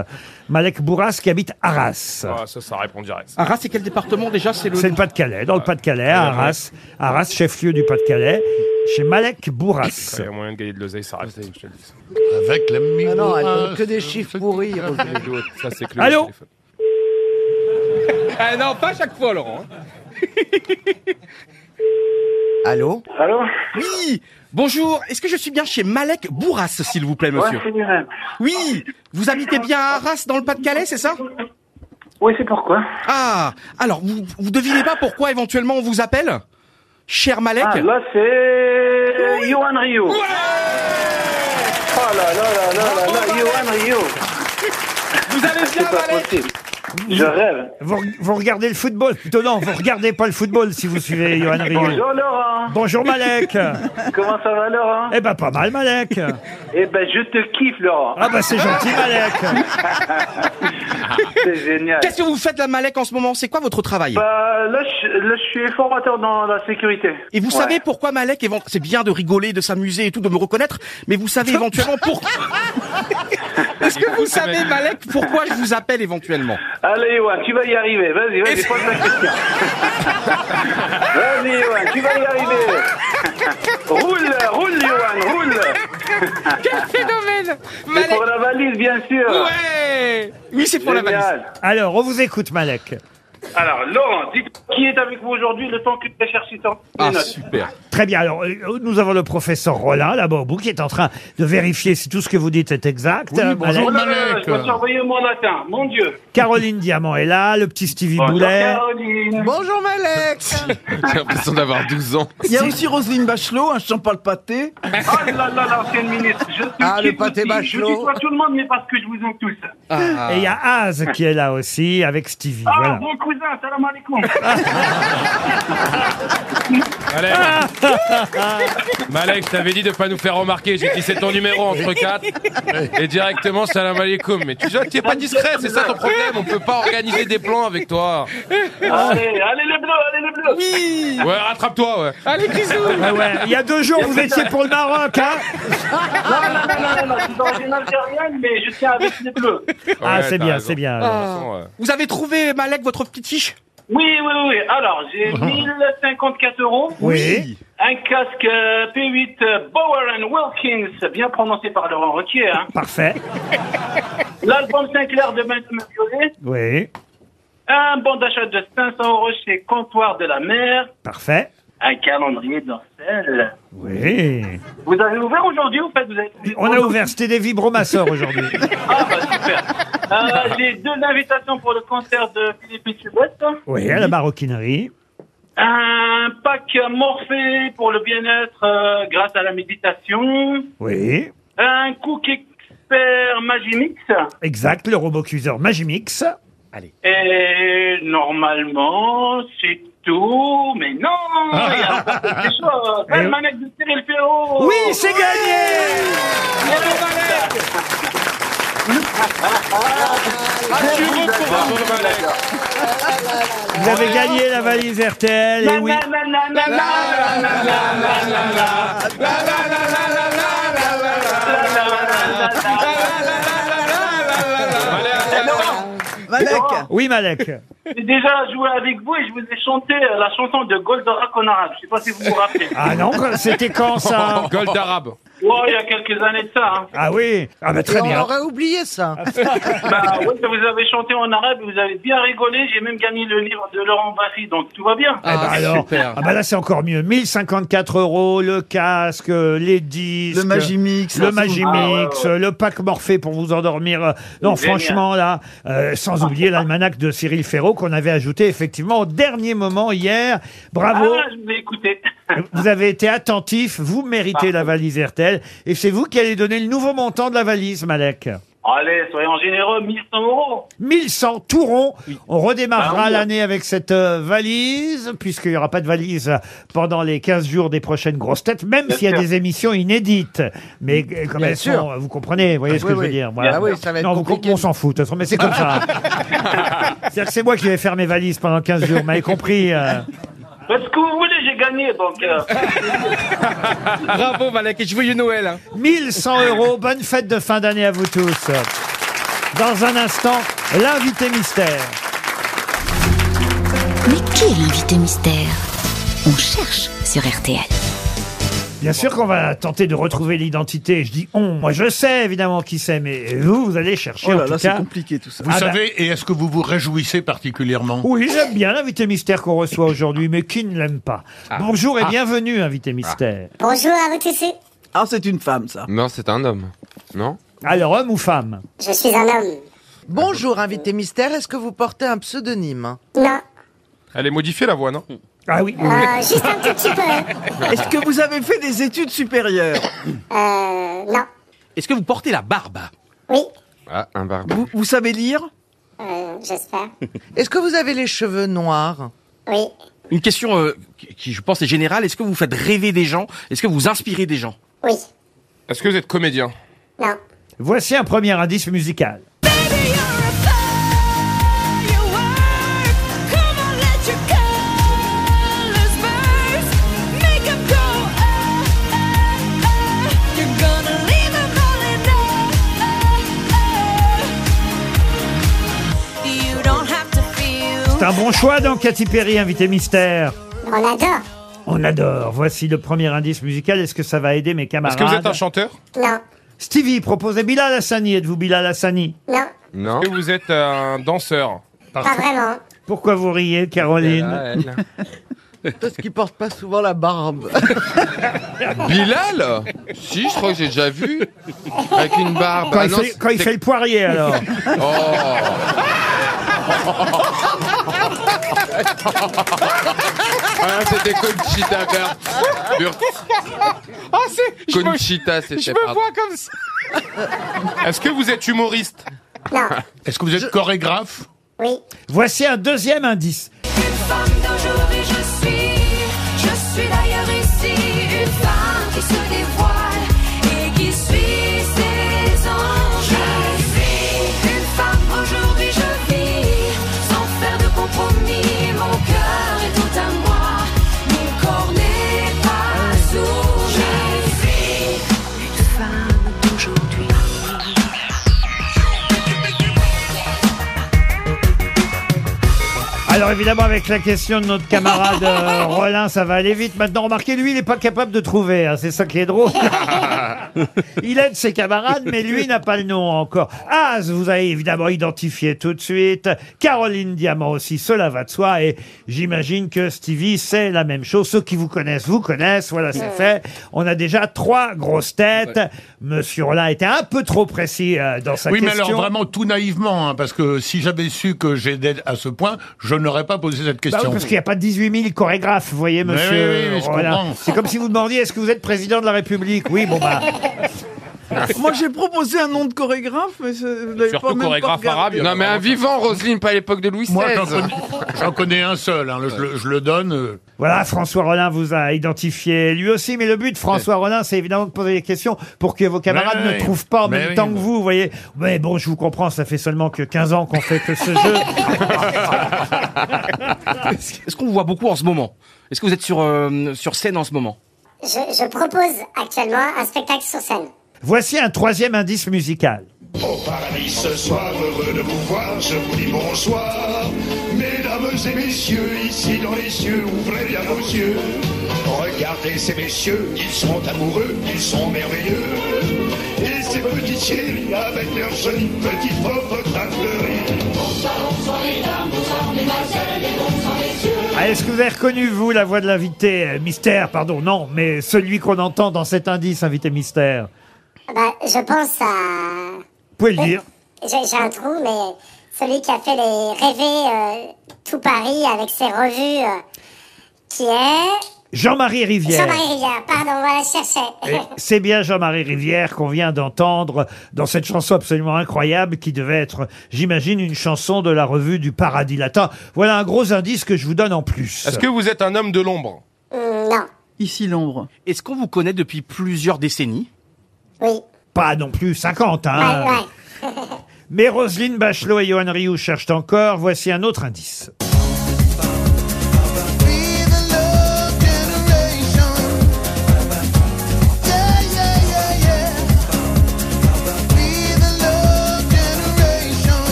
[SPEAKER 2] Malek Bourras qui habite Arras.
[SPEAKER 8] Ah, ça, ça répond direct.
[SPEAKER 10] Arras, c'est quel département déjà C'est le.
[SPEAKER 2] C'est le Pas-de-Calais, dans le Pas-de-Calais, à Arras. Arras, chef-lieu du Pas-de-Calais, chez Malek Bourras.
[SPEAKER 8] Il y a moyen de gagner de l'oseille, ça reste. Je te le dis.
[SPEAKER 6] Avec la
[SPEAKER 7] Ah non, elle
[SPEAKER 6] mimosa.
[SPEAKER 7] donne que des chiffres pourris. Roselyne.
[SPEAKER 8] Ça, c'est que
[SPEAKER 2] Allô
[SPEAKER 8] téléphone.
[SPEAKER 10] Ah non, pas à chaque fois, Laurent. hein.
[SPEAKER 7] Allô
[SPEAKER 19] Allô
[SPEAKER 10] Oui. Bonjour. Est-ce que je suis bien chez Malek Bourras, s'il vous plaît, monsieur
[SPEAKER 19] Ouais, c'est Muriel.
[SPEAKER 10] Oui. Vous habitez bien à Arras, dans le Pas-de-Calais, c'est ça
[SPEAKER 19] Oui, c'est pourquoi
[SPEAKER 10] Ah. Alors, vous, vous devinez pas pourquoi éventuellement on vous appelle, cher Malek
[SPEAKER 19] Ah, là, c'est. Johan Rio. Oh là là là là là là, Johan Rio.
[SPEAKER 10] Vous allez
[SPEAKER 19] C'est
[SPEAKER 10] bien,
[SPEAKER 19] pas
[SPEAKER 10] Malek
[SPEAKER 19] possible. Je rêve.
[SPEAKER 2] Vous, vous regardez le football Plutôt non, vous regardez pas le football si vous suivez Johan Rio.
[SPEAKER 19] Bonjour Laurent.
[SPEAKER 2] Bonjour Malek
[SPEAKER 19] Comment ça va Laurent
[SPEAKER 2] Eh ben pas mal Malek
[SPEAKER 19] Eh ben, je te kiffe Laurent.
[SPEAKER 2] Ah bah c'est gentil Malek
[SPEAKER 19] C'est génial.
[SPEAKER 10] Qu'est-ce que vous faites la Malek en ce moment C'est quoi votre travail
[SPEAKER 19] Bah, là, je, là, je suis formateur dans la sécurité.
[SPEAKER 10] Et vous
[SPEAKER 19] Ouais.
[SPEAKER 10] savez pourquoi Malek évent- C'est bien de rigoler, de s'amuser et tout, de me reconnaître, mais vous savez éventuellement pourquoi Est-ce que vous savez, Malek, pourquoi je vous appelle éventuellement
[SPEAKER 19] Allez, Johan, tu vas y arriver. Vas-y,
[SPEAKER 10] Et
[SPEAKER 19] vas-y,
[SPEAKER 10] c'est-
[SPEAKER 19] pose la question. Vas-y, Johan, tu vas y arriver. Roule, roule, Johan, roule.
[SPEAKER 10] Quel phénomène
[SPEAKER 19] C'est
[SPEAKER 10] Malek
[SPEAKER 19] pour la valise, bien sûr.
[SPEAKER 10] Ouais Oui, c'est pour la valise.
[SPEAKER 19] Génial.
[SPEAKER 2] Alors, on vous écoute Malek.
[SPEAKER 19] Alors, Laurent, dites qui est avec vous aujourd'hui le temps que les chercheurs
[SPEAKER 2] Ah,
[SPEAKER 19] super.
[SPEAKER 2] Très bien. Alors, euh, nous avons le professeur Rollin, là-bas au bout, qui est en train de vérifier si tout ce que vous dites est exact.
[SPEAKER 5] bah,
[SPEAKER 2] Euh,
[SPEAKER 19] bonjour,
[SPEAKER 2] Malek.
[SPEAKER 19] Oh Je me suis envoyé mon latin, mon Dieu.
[SPEAKER 2] Caroline Diamant est là, le petit Stevie Boulet.
[SPEAKER 7] Bonjour Malek
[SPEAKER 18] J'ai l'impression d'avoir 12 ans.
[SPEAKER 5] Il y a aussi Roselyne Bachelot, hein, un chant par le pâté.
[SPEAKER 19] Oh là là, l'ancienne ministre. Je suis
[SPEAKER 5] Ah, le
[SPEAKER 19] qui
[SPEAKER 5] pâté
[SPEAKER 19] vous dis, Je
[SPEAKER 5] bachelot. Ah.
[SPEAKER 19] dis pas tout le monde, mais parce que je vous aime tous.
[SPEAKER 2] Et il y a Az qui est là aussi, avec Stevie.
[SPEAKER 19] Ah,
[SPEAKER 2] voilà.
[SPEAKER 19] mon cousin, salam alaikum.
[SPEAKER 8] Allez. Malek, je t'avais dit de pas nous faire remarquer. J'ai dit c'est ton numéro entre 4 et directement salam alaikum. Mais tu vois, t'es pas discret, c'est ça ton problème. On peut pas organiser des plans avec toi.
[SPEAKER 19] allez, allez les bleus, allez les bleus. Oui.
[SPEAKER 8] Ouais, rattrape-toi, ouais.
[SPEAKER 19] Allez, bisous.
[SPEAKER 2] Ouais, ouais. Il y a deux jours, vous étiez pour le Maroc, hein
[SPEAKER 19] Non, non, non, non, non, je suis d'origine algérienne, mais je tiens avec les bleus.
[SPEAKER 2] Ah, c'est
[SPEAKER 8] t'as
[SPEAKER 2] bien,
[SPEAKER 8] raison.
[SPEAKER 2] c'est bien.
[SPEAKER 8] Ah.
[SPEAKER 3] Vous avez trouvé, Malek, votre petite fiche
[SPEAKER 19] Oui, oui, oui. Alors, j'ai 1054 euros.
[SPEAKER 2] Ah. Oui.
[SPEAKER 19] Un casque euh, P8 euh, Bower and Wilkins, bien prononcé par Laurent Roquier. Hein.
[SPEAKER 2] Parfait.
[SPEAKER 19] L'album Sinclair de Benjamin Violet.
[SPEAKER 2] Oui,
[SPEAKER 19] Un bon d'achat de 500 euros chez Comptoir de la Mer.
[SPEAKER 2] parfait.
[SPEAKER 19] Un calendrier d'Orsel.
[SPEAKER 2] Oui.
[SPEAKER 19] Vous avez ouvert aujourd'hui ou fait vous avez...
[SPEAKER 2] On a ouvert, c'était des vibromasseurs aujourd'hui.
[SPEAKER 19] Ah, bah, super. Euh, j'ai deux invitations pour le concert de Philippe Subette.
[SPEAKER 2] Oui, à la maroquinerie.
[SPEAKER 19] Un pack morphé pour le bien-être euh, grâce à la méditation.
[SPEAKER 2] Oui.
[SPEAKER 19] Un cook expert Magimix.
[SPEAKER 2] Exact, le robot cuiseur Magimix. Allez.
[SPEAKER 19] Et normalement, c'est tout. Mais non, il y a encore des choses.
[SPEAKER 2] Eh
[SPEAKER 19] Le
[SPEAKER 2] oui.
[SPEAKER 19] manège de Cyril Ferraud.
[SPEAKER 2] Oui, c'est gagné
[SPEAKER 19] Bravo, Malek
[SPEAKER 10] Ah, tu recours, Malek.
[SPEAKER 2] Vous avez gagné la valise RTL, et Eh oui.
[SPEAKER 5] Malek.
[SPEAKER 2] Oui, Malek.
[SPEAKER 19] J'ai déjà joué avec vous et je vous ai chanté euh, la chanson de Goldorak en arabe. Je sais pas si vous vous rappelez.
[SPEAKER 2] Ah non, c'était quand ça
[SPEAKER 8] Gold d'arabe.
[SPEAKER 19] Ouais, il y a quelques années de ça. hein.
[SPEAKER 2] Ah oui Ah bah
[SPEAKER 7] Et
[SPEAKER 2] très
[SPEAKER 7] on
[SPEAKER 2] bien.
[SPEAKER 7] aurait oublié ça.
[SPEAKER 19] Bah ouais, vous avez chanté en arabe, vous avez bien rigolé. J'ai même gagné le livre de Laurent Baffy, donc tout va bien.
[SPEAKER 2] Eh ben alors, ah bah là c'est encore mieux. 1054 euros, le casque, euh, les disques,
[SPEAKER 5] Le Magimix,
[SPEAKER 2] le
[SPEAKER 5] hein,
[SPEAKER 2] Magimix,
[SPEAKER 5] ah ouais, ouais,
[SPEAKER 2] euh, le pack Morphée pour vous endormir. euh, Non,
[SPEAKER 5] Génial.
[SPEAKER 2] franchement là, euh, sans oublier l'almanach de Cyril Ferraud qu'on avait ajouté effectivement au dernier moment hier. Bravo.
[SPEAKER 19] Ah, je vous ai écouté.
[SPEAKER 2] Vous avez été attentif, vous méritez la valise RTL et c'est vous qui allez donner le nouveau montant de la valise, Malek.
[SPEAKER 19] Allez, soyons généreux, 1100 euros.
[SPEAKER 2] 1100 tourons. On redémarrera
[SPEAKER 19] Ah oui.
[SPEAKER 2] l'année avec cette euh, valise, puisqu'il n'y aura pas de valise pendant les 15 jours des prochaines grosses têtes, même
[SPEAKER 7] Bien
[SPEAKER 2] s'il y a
[SPEAKER 7] sûr.
[SPEAKER 2] des émissions inédites. Mais euh, comme
[SPEAKER 7] Bien
[SPEAKER 2] elles
[SPEAKER 7] sûr.
[SPEAKER 2] sont, vous comprenez, vous voyez
[SPEAKER 7] Ah
[SPEAKER 2] ce
[SPEAKER 7] oui,
[SPEAKER 2] que je veux
[SPEAKER 7] oui.
[SPEAKER 2] dire.
[SPEAKER 7] Bien sûr. Ah oui, ça va être
[SPEAKER 2] non, vous
[SPEAKER 7] compliqué.
[SPEAKER 2] com- on s'en fout, de toute façon, mais c'est comme ça. C'est-à-dire que c'est moi qui vais faire mes valises pendant 15 jours, vous m'avez compris. euh.
[SPEAKER 19] Parce que vous voulez, j'ai gagné, donc... euh,
[SPEAKER 3] Bravo, Malek, et joyeux Noël. hein.
[SPEAKER 2] 1100 euros, bonne fête de fin d'année à vous tous. Dans un instant, l'invité mystère.
[SPEAKER 12] Mais qui est l'invité mystère On cherche sur RTL.
[SPEAKER 2] Bien sûr qu'on va tenter de retrouver l'identité. Je dis on. Moi, je sais évidemment qui c'est, mais vous, vous allez chercher.
[SPEAKER 5] Oh là
[SPEAKER 2] en tout
[SPEAKER 5] là, c'est
[SPEAKER 2] cas.
[SPEAKER 5] compliqué tout ça.
[SPEAKER 6] Vous
[SPEAKER 2] Ah bah-
[SPEAKER 6] savez, et est-ce que vous vous réjouissez particulièrement
[SPEAKER 2] Oui, j'aime bien l'invité mystère qu'on reçoit aujourd'hui, mais qui ne l'aime pas
[SPEAKER 6] Ah.
[SPEAKER 2] Bonjour et bienvenue, invité mystère.
[SPEAKER 20] Bonjour à vous tous.
[SPEAKER 5] Ah, c'est une femme, ça.
[SPEAKER 18] Non, c'est un homme. Non
[SPEAKER 2] Alors, homme ou femme
[SPEAKER 20] Je suis un homme.
[SPEAKER 7] Bonjour, invité mystère. Est-ce que vous portez un pseudonyme
[SPEAKER 20] Non.
[SPEAKER 8] Elle est modifiée la voix, non
[SPEAKER 2] Ah oui.
[SPEAKER 20] Euh, juste un tout petit
[SPEAKER 19] hein.
[SPEAKER 20] peu.
[SPEAKER 5] Est-ce que vous avez fait des études supérieures
[SPEAKER 3] hein.
[SPEAKER 20] Euh, non.
[SPEAKER 3] Est-ce que vous portez la barbe
[SPEAKER 20] Oui.
[SPEAKER 18] Ah, un barbe.
[SPEAKER 5] vous, vous savez lire
[SPEAKER 20] Euh, j'espère.
[SPEAKER 7] Est-ce que vous avez les cheveux noirs
[SPEAKER 20] Oui.
[SPEAKER 3] Une question euh, qui, qui, je pense, est générale. Est-ce que vous faites rêver des gens Est-ce que vous inspirez des gens
[SPEAKER 20] Oui.
[SPEAKER 8] Est-ce que vous êtes comédien
[SPEAKER 20] Non.
[SPEAKER 2] Voici un premier indice musical. C'est un bon choix dans Katy Perry, invité mystère.
[SPEAKER 20] On adore.
[SPEAKER 2] On adore. Voici le premier indice musical. Est-ce que ça va aider mes camarades
[SPEAKER 8] Est-ce que vous êtes un chanteur
[SPEAKER 20] Non.
[SPEAKER 2] Stevie proposait Bilal Hassani. Êtes-vous Bilal Hassani
[SPEAKER 20] Non.
[SPEAKER 8] Non. Est-ce que vous êtes un danseur Ah,
[SPEAKER 20] Pas vraiment.
[SPEAKER 2] Pourquoi vous riez, Caroline
[SPEAKER 7] Parce qu'il porte pas souvent la barbe.
[SPEAKER 18] Bilal Si, je crois que j'ai déjà vu. Avec une barbe.
[SPEAKER 2] Quand
[SPEAKER 18] Ah
[SPEAKER 2] il
[SPEAKER 18] non,
[SPEAKER 2] fait- quand il
[SPEAKER 18] c'est- Oh.
[SPEAKER 2] fait le poirier, alors.
[SPEAKER 8] Oh.
[SPEAKER 18] Ah, c'était Conchita Wurst. Wurst.
[SPEAKER 10] Ah, c'est. je me-
[SPEAKER 18] Conchita,
[SPEAKER 10] Je
[SPEAKER 18] c'était
[SPEAKER 10] me
[SPEAKER 18] pardon.
[SPEAKER 10] vois comme ça.
[SPEAKER 8] Est-ce que vous êtes humoriste
[SPEAKER 6] Est-ce que vous êtes chorégraphe
[SPEAKER 20] Oui.
[SPEAKER 2] Voici un deuxième indice.
[SPEAKER 11] femme d'aujourd'hui, je suis. Je suis d'ailleurs ici une femme qui se dévoile et qui suit ses anges. Je suis une femme aujourd'hui, je vis sans faire de compromis. Mon cœur est tout à moi, mon corps n'est pas sourd. Je suis une femme d'aujourd'hui.
[SPEAKER 2] Alors évidemment, avec la question de notre camarade euh, Rollin, ça va aller vite. Maintenant, remarquez, lui, il n'est pas capable de trouver. hein, C'est ça qui est drôle. il aide ses camarades, mais lui n'a pas le nom encore. Az, vous avez évidemment identifié tout de suite. Caroline Diamant aussi, cela va de soi. Et j'imagine que Stevie, c'est la même chose. Ceux qui vous connaissent, vous connaissent. Voilà, c'est
[SPEAKER 9] Ouais.
[SPEAKER 2] fait. On a déjà trois grosses têtes. Monsieur Rollin était un peu trop précis euh, dans sa
[SPEAKER 6] Oui, mais
[SPEAKER 2] question.
[SPEAKER 6] alors vraiment tout naïvement, hein, parce que si j'avais su que j'aidais à ce point, je n'aurais pas posé cette
[SPEAKER 2] Bah oui,
[SPEAKER 6] question.
[SPEAKER 2] parce qu'il n'y a pas 18 000 chorégraphes, vous voyez,
[SPEAKER 6] Mais
[SPEAKER 2] monsieur.
[SPEAKER 6] oui, oui, oui, je
[SPEAKER 2] Rollin.
[SPEAKER 6] comprends.
[SPEAKER 2] C'est comme si vous demandiez est-ce que vous êtes président de la République Oui, bon bah.
[SPEAKER 5] Moi, j'ai proposé un nom de chorégraphe, mais c'est- vous n'avez pas même pas regardé.
[SPEAKER 18] Non, mais un vivant, Roselyne, pas à l'époque de Louis XVI.
[SPEAKER 6] Moi, j'en connais, j'en connais un seul, hein, je, le, je le donne. euh,
[SPEAKER 2] Voilà, François Rollin vous a identifié lui aussi, mais le but de François Rollin, c'est évidemment de poser des questions pour que vos camarades
[SPEAKER 6] Mais
[SPEAKER 2] ne
[SPEAKER 6] oui.
[SPEAKER 2] trouvent pas en
[SPEAKER 6] Mais
[SPEAKER 2] même
[SPEAKER 6] oui.
[SPEAKER 2] temps que vous, vous voyez. Mais bon, je vous comprends, ça fait seulement que 15 ans qu'on fait que ce jeu.
[SPEAKER 3] Est-ce qu'on vous voit beaucoup en ce moment Est-ce que vous êtes sur, euh, sur scène en ce moment
[SPEAKER 20] Je, je propose actuellement un spectacle sur scène.
[SPEAKER 2] Voici un troisième indice musical.
[SPEAKER 21] Au paradis ce soir, heureux de vous voir, je vous dis bonsoir. Mesdames et messieurs, ici dans les cieux, ouvrez bien vos yeux. Regardez ces messieurs, ils sont amoureux, ils sont merveilleux. Et ces petites chéries, avec leurs jolies petites pauvres fleuries. Bonsoir, bonsoir mesdames, bonsoir mesdemoiselles et bonsoir messieurs.
[SPEAKER 2] Ah, Est-ce que vous avez reconnu, vous, la voix de l'invité euh, mystère Pardon, non, mais celui qu'on entend dans cet indice, invité mystère.
[SPEAKER 20] Bah, je pense à...
[SPEAKER 2] Vous pouvez le dire.
[SPEAKER 20] J'ai j'ai un trou, mais celui qui a fait les rêver euh, tout Paris avec ses revues, euh, qui est...
[SPEAKER 2] Jean-Marie Rivière.
[SPEAKER 20] Jean-Marie Rivière, pardon, voilà, je cherchais.
[SPEAKER 2] Et c'est bien Jean-Marie Rivière qu'on vient d'entendre dans cette chanson absolument incroyable qui devait être, j'imagine, une chanson de la revue du Paradis Latin. Voilà un gros indice que je vous donne en plus.
[SPEAKER 8] Est-ce que vous êtes un homme de l'ombre
[SPEAKER 20] Mm, Non. Ah
[SPEAKER 5] Ici, l'ombre.
[SPEAKER 3] Est-ce qu'on vous connaît depuis plusieurs décennies
[SPEAKER 20] Oui.
[SPEAKER 2] Pas non plus 50, hein. Mais Roselyne Bachelot et Johan Rioux cherchent encore. Voici un autre indice.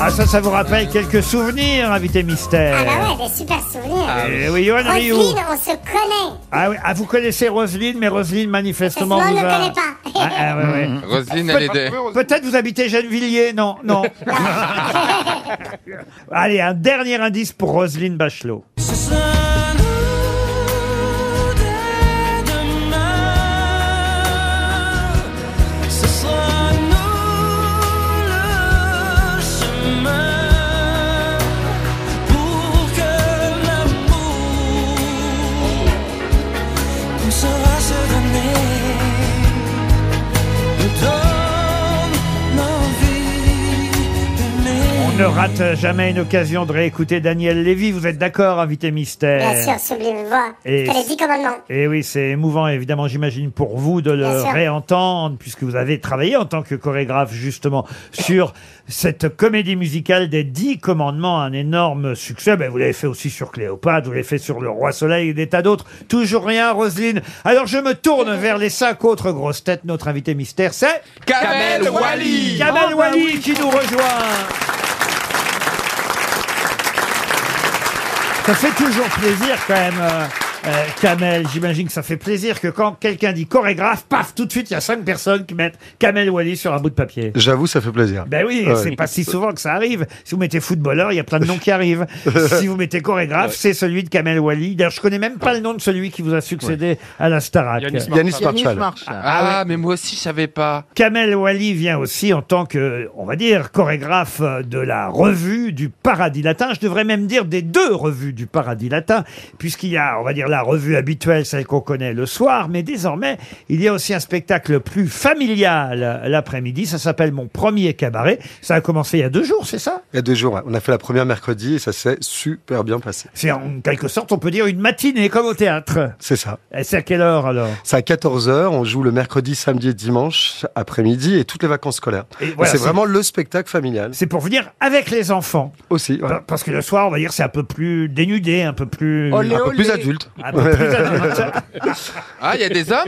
[SPEAKER 2] Ah, ça, ça vous rappelle quelques souvenirs, invité mystère.
[SPEAKER 20] Ah bah ouais, des super souvenirs.
[SPEAKER 2] Ah oui. oui, Johan
[SPEAKER 20] Roselyne,
[SPEAKER 2] Rioux.
[SPEAKER 20] on se connaît.
[SPEAKER 2] Ah oui, ah, vous connaissez Roselyne, mais Roselyne manifestement
[SPEAKER 20] Parce que
[SPEAKER 2] vous
[SPEAKER 20] moi, on ne
[SPEAKER 2] a-
[SPEAKER 20] connaît pas.
[SPEAKER 2] Ah, ah, ouais, ouais.
[SPEAKER 18] Hmm. Roselyne, elle est des-
[SPEAKER 2] Peut-être vous habitez Gennevilliers, non, non. Allez, un dernier indice pour Roselyne Bachelot.
[SPEAKER 11] Ce sera nous le chemin pour que l'amour nous sera se donner, nous donne l'envie
[SPEAKER 2] On
[SPEAKER 11] d'aimer.
[SPEAKER 2] ne rate jamais une occasion de réécouter Daniel Lévy. Vous êtes d'accord, invité mystère
[SPEAKER 20] Bien sûr, sublime voix.
[SPEAKER 2] Et-
[SPEAKER 20] T'as les dix commandements.
[SPEAKER 2] Et Eh oui, c'est émouvant, évidemment, j'imagine, pour vous de
[SPEAKER 20] Bien
[SPEAKER 2] le
[SPEAKER 20] sûr.
[SPEAKER 2] réentendre, puisque vous avez travaillé en tant que chorégraphe, justement, sur cette comédie musicale des Dix Commandements, un énorme succès. Ben, vous l'avez fait aussi sur Cléopâtre, vous l'avez fait sur Le Roi Soleil et des tas d'autres. Toujours rien, Roselyne. Alors, je me tourne vers les cinq autres grosses têtes. Notre invité mystère, c'est...
[SPEAKER 18] Kamel Wally.
[SPEAKER 2] Kamel
[SPEAKER 18] Oh, bah
[SPEAKER 2] Wally
[SPEAKER 18] oui.
[SPEAKER 2] qui nous rejoint Ça fait toujours plaisir, quand même... euh, Euh, Kamel, j'imagine que ça fait plaisir que quand quelqu'un dit chorégraphe, paf, tout de suite, il y a cinq personnes qui mettent Kamel Wally sur un bout de papier.
[SPEAKER 9] J'avoue, ça fait plaisir.
[SPEAKER 2] Ben oui,
[SPEAKER 9] Ouais.
[SPEAKER 2] c'est pas si souvent que ça arrive. Si vous mettez footballeur, il y a plein de noms qui arrivent. si vous mettez chorégraphe, c'est celui de Kamel Wally. D'ailleurs, je connais même pas le nom de celui qui vous a succédé à la Starac.
[SPEAKER 18] Ah, mais moi aussi, je savais pas.
[SPEAKER 2] Kamel Wally vient aussi en tant que, on va dire, chorégraphe de la revue du Paradis Latin. Je devrais même dire des deux revues du Paradis Latin, puisqu'il y a, on va dire, la revue habituelle, celle qu'on connaît le soir, mais désormais, il y a aussi un spectacle plus familial l'après-midi. Ça s'appelle Mon premier cabaret. Ça a commencé il y a deux jours, c'est ça
[SPEAKER 9] Il y a deux jours, ouais. on a fait la première mercredi et ça s'est super bien passé.
[SPEAKER 2] C'est en quelque sorte, on peut dire, une matinée comme au théâtre.
[SPEAKER 9] C'est ça.
[SPEAKER 2] Et c'est à quelle heure alors
[SPEAKER 9] C'est à 14h, on joue le mercredi, samedi et dimanche après-midi et toutes les vacances scolaires.
[SPEAKER 2] Et
[SPEAKER 9] Et
[SPEAKER 2] voilà,
[SPEAKER 9] c'est
[SPEAKER 2] c'est-
[SPEAKER 9] vraiment le spectacle familial.
[SPEAKER 2] C'est pour venir avec les enfants.
[SPEAKER 9] Aussi, ouais.
[SPEAKER 2] Pa- Parce que le soir, on va dire, c'est un peu plus dénudé, un peu plus...
[SPEAKER 9] Olé, Un peu olé. plus adulte.
[SPEAKER 2] Un peu plus adulte.
[SPEAKER 18] Ah, il y a des hommes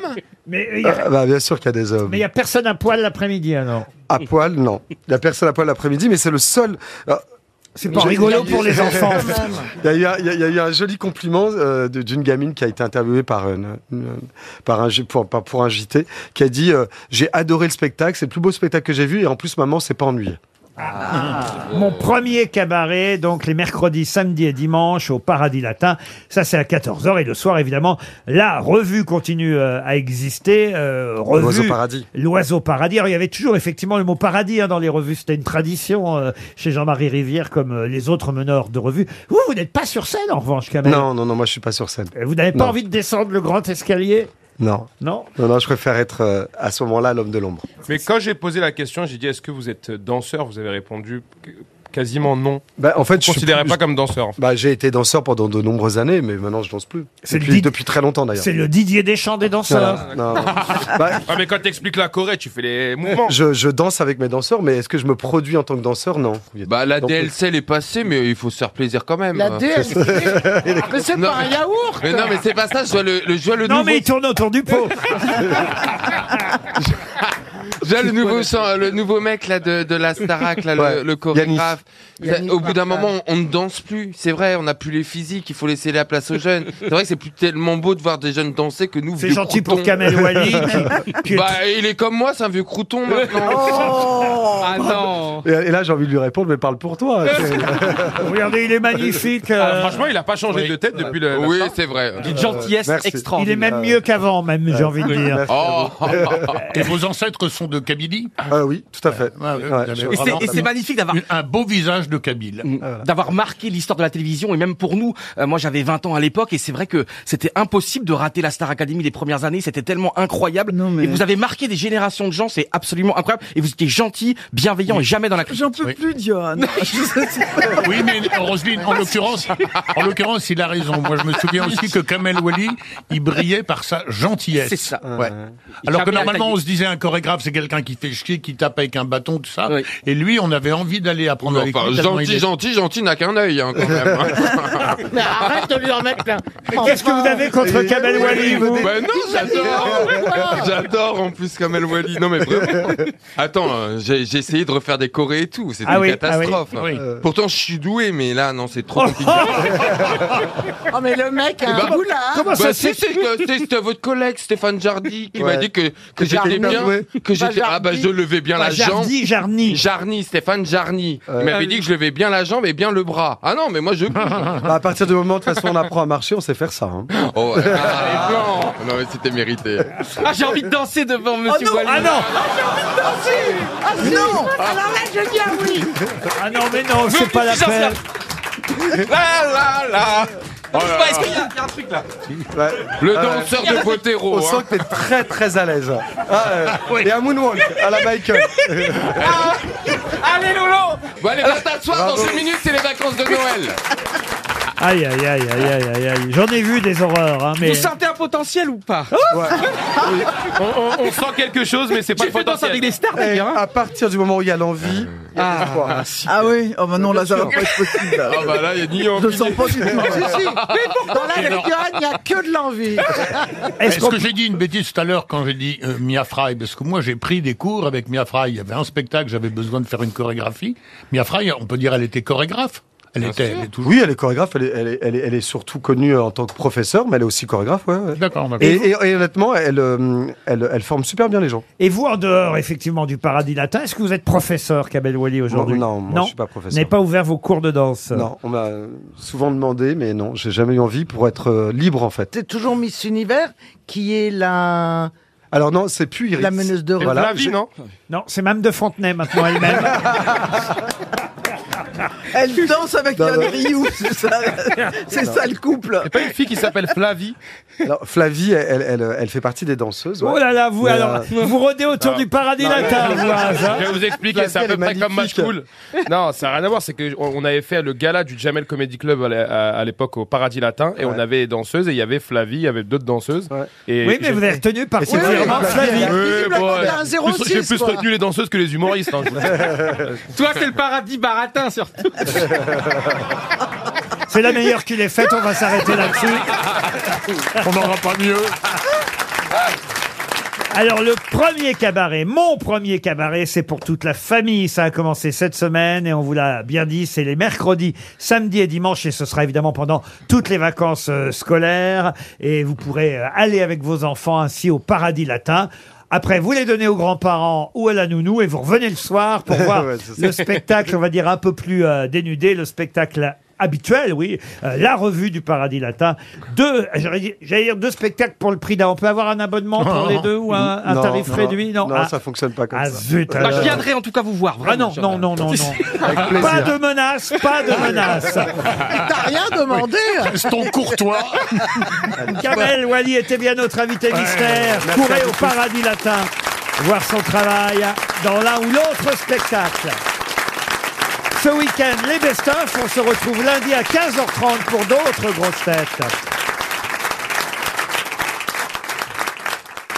[SPEAKER 2] Mais il y a-
[SPEAKER 9] Ah, bah, bien sûr qu'il y a des hommes.
[SPEAKER 2] mais il n'y a personne à poil l'après-midi, hein. alors.
[SPEAKER 9] À poil, non. Il n'y a personne à poil l'après-midi, mais c'est le seul. euh,
[SPEAKER 2] C'est pas rigolo pour les enfants.
[SPEAKER 9] Il y, a eu un- il y a- il y a eu un joli compliment euh, de- d'une gamine qui a été interviewée par, une- une- par un, J- pour, par- pour un JT qui a dit euh, J'ai adoré le spectacle, c'est le plus beau spectacle que j'ai vu et en plus, maman, c'est pas ennuyé. Ah.
[SPEAKER 2] Mon premier cabaret, donc les mercredis, samedis et dimanches au Paradis Latin. Ça, c'est à 14h. Et le soir, évidemment, la revue continue euh, à exister. euh, revue-
[SPEAKER 9] L'Oiseau Paradis.
[SPEAKER 2] L'Oiseau Paradis. Alors, il y avait toujours effectivement le mot paradis hein, dans les revues. C'était une tradition euh, chez Jean-Marie Rivière, comme euh, les autres meneurs de revues. Vous, vous n'êtes pas sur scène, en revanche, quand même.
[SPEAKER 9] Non, non, non, moi, je suis pas sur scène.
[SPEAKER 2] Euh, Vous n'avez pas
[SPEAKER 9] Non.
[SPEAKER 2] envie de descendre le grand escalier
[SPEAKER 9] Non.
[SPEAKER 2] Non
[SPEAKER 9] Non, non, je préfère être euh, à ce moment-là l'homme de l'ombre.
[SPEAKER 8] Mais quand j'ai posé la question, j'ai dit est-ce que vous êtes danseur Vous avez répondu qu- quasiment non.
[SPEAKER 9] Bah, en
[SPEAKER 8] je
[SPEAKER 9] fait, je
[SPEAKER 8] ne
[SPEAKER 9] suis
[SPEAKER 8] considérais
[SPEAKER 9] plus-
[SPEAKER 8] pas comme danseur. en fait.
[SPEAKER 9] Bah, j'ai été danseur pendant de nombreuses années, mais maintenant, je danse plus.
[SPEAKER 2] C'est le
[SPEAKER 9] depuis,
[SPEAKER 2] Did-
[SPEAKER 9] depuis très longtemps, d'ailleurs.
[SPEAKER 2] C'est le Didier Deschamps des danseurs.
[SPEAKER 9] Voilà. Non, non. Bah,
[SPEAKER 8] Ah, mais quand t'expliques la Corée, tu fais les mouvements.
[SPEAKER 9] je, je danse avec mes danseurs, mais est-ce que je me produis en tant que danseur Non.
[SPEAKER 18] Bah, la
[SPEAKER 9] Donc,
[SPEAKER 18] DLC, elle est passée, mais il faut se faire plaisir quand même.
[SPEAKER 9] La DLC?
[SPEAKER 7] Mais c'est
[SPEAKER 18] Non,
[SPEAKER 7] pas un
[SPEAKER 18] mais-
[SPEAKER 7] yaourt
[SPEAKER 18] Mais non, mais c'est pas ça, je vois le, le, je vois le
[SPEAKER 2] Non,
[SPEAKER 18] nouveau.
[SPEAKER 2] mais il tourne autour du pot.
[SPEAKER 18] Je vois le nouveau, chan- le nouveau mec là de, de la Starac, là, le- le,
[SPEAKER 9] Ouais.
[SPEAKER 18] chorégraphe.
[SPEAKER 9] Yanis.
[SPEAKER 18] Ça, Au bout d'un moment, on ne danse plus. C'est vrai, on n'a plus les physiques, il faut laisser la place aux jeunes. C'est vrai que c'est plus tellement beau de voir des jeunes danser que nous.
[SPEAKER 2] C'est
[SPEAKER 18] vieux
[SPEAKER 2] gentil pour
[SPEAKER 18] croutons.
[SPEAKER 2] Kamel Wally, qui- qui est-
[SPEAKER 18] Bah, il est comme moi, c'est un vieux crouton maintenant.
[SPEAKER 2] Oh.
[SPEAKER 18] ah non.
[SPEAKER 9] Et, et là, j'ai envie de lui répondre, mais parle pour toi.
[SPEAKER 2] Regardez, il est magnifique.
[SPEAKER 8] Ah,
[SPEAKER 2] euh.
[SPEAKER 8] franchement, il n'a pas changé de tête depuis le.
[SPEAKER 18] Oui, c'est vrai.
[SPEAKER 8] Une
[SPEAKER 6] gentillesse
[SPEAKER 9] Euh,
[SPEAKER 6] Merci.
[SPEAKER 2] Il est
[SPEAKER 6] extraordinaire.
[SPEAKER 2] même mieux qu'avant, même, j'ai envie de dire.
[SPEAKER 18] Oh.
[SPEAKER 2] Oh.
[SPEAKER 6] Et vos ancêtres sont de Kabylie
[SPEAKER 9] Ah oui, tout à fait.
[SPEAKER 6] Ouais, vous avez
[SPEAKER 3] Et
[SPEAKER 6] vraiment
[SPEAKER 3] c'est- et c'est magnifique d'avoir Mm.
[SPEAKER 6] une- un beau visage de Kabyle.
[SPEAKER 2] Ah,
[SPEAKER 3] d'avoir marqué l'histoire de la télévision et même pour nous euh, moi j'avais 20 ans à l'époque et c'est vrai que c'était impossible de rater la Star Academy les premières années c'était tellement incroyable et vous avez marqué des générations de gens c'est absolument incroyable et vous étiez gentil bienveillant et jamais dans la critique
[SPEAKER 5] J'en peux plus, Dion.
[SPEAKER 6] Oui, mais Roselyne, en l'occurrence, en l'occurrence, il a raison. Moi, je me souviens aussi que Kamel Wally, il brillait par sa gentillesse.
[SPEAKER 3] C'est ça.
[SPEAKER 6] Ouais. Alors que
[SPEAKER 3] Jamais
[SPEAKER 6] normalement,
[SPEAKER 3] attaqué.
[SPEAKER 6] on se disait un chorégraphe, c'est quelqu'un qui fait chier, qui tape avec un bâton, tout ça. Et lui, on avait envie d'aller apprendre avec
[SPEAKER 18] Enfin,
[SPEAKER 6] lui. tellement il
[SPEAKER 18] gentil,
[SPEAKER 6] est-
[SPEAKER 18] gentil, gentil n'a qu'un œil, hein, quand même.
[SPEAKER 10] Mais arrête de lui en mettre plein.
[SPEAKER 2] Qu'est-ce que vous avez
[SPEAKER 18] Eh
[SPEAKER 2] contre Kamel Wally, vous
[SPEAKER 18] Bah non, j'adore J'adore en plus Kamel Wally. Non mais vraiment. Attends, euh, j'ai j'ai essayé de refaire des chorés et tout. C'est
[SPEAKER 2] Ah
[SPEAKER 18] une
[SPEAKER 2] oui,
[SPEAKER 18] catastrophe.
[SPEAKER 2] ah oui.
[SPEAKER 18] Euh, Pourtant, je suis doué, mais là, non, c'est trop compliqué.
[SPEAKER 7] Oh, mais le mec a
[SPEAKER 18] Eh
[SPEAKER 7] un
[SPEAKER 18] ben,
[SPEAKER 3] Ah,
[SPEAKER 7] boulard
[SPEAKER 18] Bah, si, c'est que- c'est- C'était votre collègue Stéphane Jardy qui
[SPEAKER 9] Ouais.
[SPEAKER 18] m'a dit que, que j'étais
[SPEAKER 9] Jardy.
[SPEAKER 18] bien,
[SPEAKER 9] Ouais.
[SPEAKER 18] que j'étais ah bah je levais bien
[SPEAKER 2] Pas
[SPEAKER 18] la jambe.
[SPEAKER 2] Jardy, Jarny.
[SPEAKER 18] Jarny, Stéphane Jarny. Il m'avait dit que je levais bien la jambe et bien le bras. Ah non, mais moi je.
[SPEAKER 9] Bah, à partir du moment de toute façon on apprend à marcher, on sait faire ça. hein.
[SPEAKER 18] Oh, ouais. Ah, non mais c'était mérité. Oh
[SPEAKER 3] ah j'ai envie de danser devant Monsieur Wally
[SPEAKER 2] Ah non
[SPEAKER 7] Ah, si.
[SPEAKER 10] Non.
[SPEAKER 7] Alors là, je viens, oui
[SPEAKER 2] Ah non, mais non, c'est pas la
[SPEAKER 10] puissance,
[SPEAKER 2] peine.
[SPEAKER 10] La la la.
[SPEAKER 18] Oh là là.
[SPEAKER 10] Est-ce qu'il y a il y a un truc là
[SPEAKER 9] Ouais.
[SPEAKER 18] Le
[SPEAKER 7] Euh,
[SPEAKER 9] Ah ouais.
[SPEAKER 18] danseur de hein. Potero.
[SPEAKER 9] On sent que t'es très très à l'aise. Ah, ouais. Et un moonwalk à la Michael.
[SPEAKER 10] Allez Lolo
[SPEAKER 18] Bon allez, va t'asseoir, dans 5 minutes, c'est les vacances
[SPEAKER 10] Ah,
[SPEAKER 18] de Noël.
[SPEAKER 2] Aïe, aïe, aïe, aïe, aïe, aïe, aïe. J'en ai vu des horreurs, hein, mais...
[SPEAKER 3] vous sentez un potentiel ou pas
[SPEAKER 2] Oh
[SPEAKER 8] On, on- on sent quelque chose, mais c'est pas
[SPEAKER 3] j'ai
[SPEAKER 8] le
[SPEAKER 3] fait danser
[SPEAKER 8] potentiel.
[SPEAKER 3] avec des stars
[SPEAKER 9] Et
[SPEAKER 3] d'ailleurs hein.
[SPEAKER 9] à partir du moment où il y a l'envie,
[SPEAKER 8] Euh,
[SPEAKER 9] il y a l'espoir.
[SPEAKER 5] Ah oui, oh bah non, là, ça va pas être possible. là.
[SPEAKER 18] Ah bah là, il y a ni envie.
[SPEAKER 5] Je sens pas du tout.
[SPEAKER 7] Si, si.
[SPEAKER 18] Ah,
[SPEAKER 7] Dans la rigueur, il n'y a que de l'envie
[SPEAKER 2] Est-ce
[SPEAKER 6] Est-ce
[SPEAKER 2] qu'on-
[SPEAKER 6] que j'ai dit une bêtise tout à l'heure quand j'ai dit euh, Mia Fry Parce que moi, j'ai pris des cours avec Mia Fry. Il y avait un spectacle, j'avais besoin de faire une chorégraphie. Mia Fry, on peut dire, elle était chorégraphe. Elle
[SPEAKER 9] Bien
[SPEAKER 6] était,
[SPEAKER 9] sûr.
[SPEAKER 6] elle est toujours.
[SPEAKER 9] Oui, elle est chorégraphe, elle est, elle, est, elle, est, elle est surtout connue euh, en tant que professeure, mais elle est aussi chorégraphe, ouais. ouais.
[SPEAKER 6] D'accord, d'accord.
[SPEAKER 9] Et, et- et honnêtement, elle, euh, elle, elle forme super bien les gens.
[SPEAKER 2] Et vous, en dehors, effectivement, du paradis latin, est-ce que vous êtes professeur, Kabel Wally, aujourd'hui
[SPEAKER 9] Moi, non, moi, je suis pas professeur.
[SPEAKER 2] Vous n'avez pas ouvert vos cours de danse
[SPEAKER 9] Non, on m'a euh, souvent demandé, mais non, j'ai jamais eu envie pour être euh, libre en fait.
[SPEAKER 7] C'est toujours Miss Univers qui est la.
[SPEAKER 9] Alors non, Oh, c'est plus Iris.
[SPEAKER 7] La meneuse de
[SPEAKER 9] Voilà. J'ai-
[SPEAKER 2] Non, c'est Mme de Fontenay maintenant elle-même.
[SPEAKER 5] Elle danse avec
[SPEAKER 9] Non,
[SPEAKER 5] Yann
[SPEAKER 9] non.
[SPEAKER 5] Rioux, c'est ça, c'est
[SPEAKER 9] Non.
[SPEAKER 5] ça le couple.
[SPEAKER 9] pas une fille qui s'appelle Flavie Alors, Flavie, elle, elle, euh, elle, elle fait partie des danseuses. ouais.
[SPEAKER 2] Oh là là, vous,
[SPEAKER 9] Mais,
[SPEAKER 2] alors,
[SPEAKER 9] euh,
[SPEAKER 2] vous rodez autour
[SPEAKER 9] Ah.
[SPEAKER 2] du paradis
[SPEAKER 8] Non, mais-
[SPEAKER 2] latin, vous, hein, ça
[SPEAKER 8] Je vais vous expliquer, c'est à peu près comme Match Cool. Non, ça n'a rien à voir, c'est qu'on avait fait le gala du Jamel Comedy Club à l'é- à à l'époque au Paradis Latin, et on avait des danseuses, et il y avait Flavie, il y avait d'autres danseuses. Et
[SPEAKER 2] Oui, mais
[SPEAKER 8] j'ai-
[SPEAKER 2] vous avez retenu particulièrement
[SPEAKER 8] Oui,
[SPEAKER 2] Flavie.
[SPEAKER 8] oui, bon,
[SPEAKER 2] Visiblement, il y a un
[SPEAKER 8] J'ai plus-
[SPEAKER 2] 06,
[SPEAKER 8] j'ai plus
[SPEAKER 2] quoi.
[SPEAKER 8] retenu les danseuses que les humoristes. hein, je vous le dis.
[SPEAKER 3] Toi, c'est le paradis baratin, surtout.
[SPEAKER 2] C'est la meilleure qu'il ait faite, on va s'arrêter là-dessus.
[SPEAKER 6] On n'aura pas mieux.
[SPEAKER 2] Alors le premier cabaret, mon premier cabaret, c'est pour toute la famille. Ça a commencé cette semaine et on vous l'a bien dit, c'est les mercredis, samedis et dimanches et ce sera évidemment pendant toutes les vacances euh, scolaires et vous pourrez euh, aller avec vos enfants ainsi au paradis latin. Après, vous les donnez aux grands-parents ou à la nounou et vous revenez le soir pour voir
[SPEAKER 9] Ouais, c'est ça.
[SPEAKER 2] le spectacle, on va dire, un peu plus euh, dénudé, le spectacle habituel, oui, euh, la revue du Paradis Latin. Deux, j'aurais dit- j'allais dire deux spectacles pour le prix d'un. On peut avoir un abonnement pour les deux ou un, un
[SPEAKER 9] Non,
[SPEAKER 2] tarif
[SPEAKER 9] non,
[SPEAKER 2] réduit Non,
[SPEAKER 9] Non,
[SPEAKER 2] ah,
[SPEAKER 9] ça fonctionne pas comme
[SPEAKER 2] ah,
[SPEAKER 9] ça.
[SPEAKER 2] zut,
[SPEAKER 3] Bah, je
[SPEAKER 2] alors.
[SPEAKER 3] viendrai en tout cas vous voir.
[SPEAKER 2] Ah
[SPEAKER 3] vraiment,
[SPEAKER 2] non, non, non, non, non. Ah, Pas de menace, pas de menace.
[SPEAKER 7] T'as rien demandé
[SPEAKER 6] Ton courtois.
[SPEAKER 2] Kamel Wally était bien notre invité mystère.
[SPEAKER 6] merci
[SPEAKER 2] Courez
[SPEAKER 6] à vous
[SPEAKER 2] au
[SPEAKER 6] tous.
[SPEAKER 2] Paradis Latin voir son travail dans l'un ou l'autre spectacle. Ce week-end, les best-of, on se retrouve lundi à 15h30 pour d'autres grosses têtes.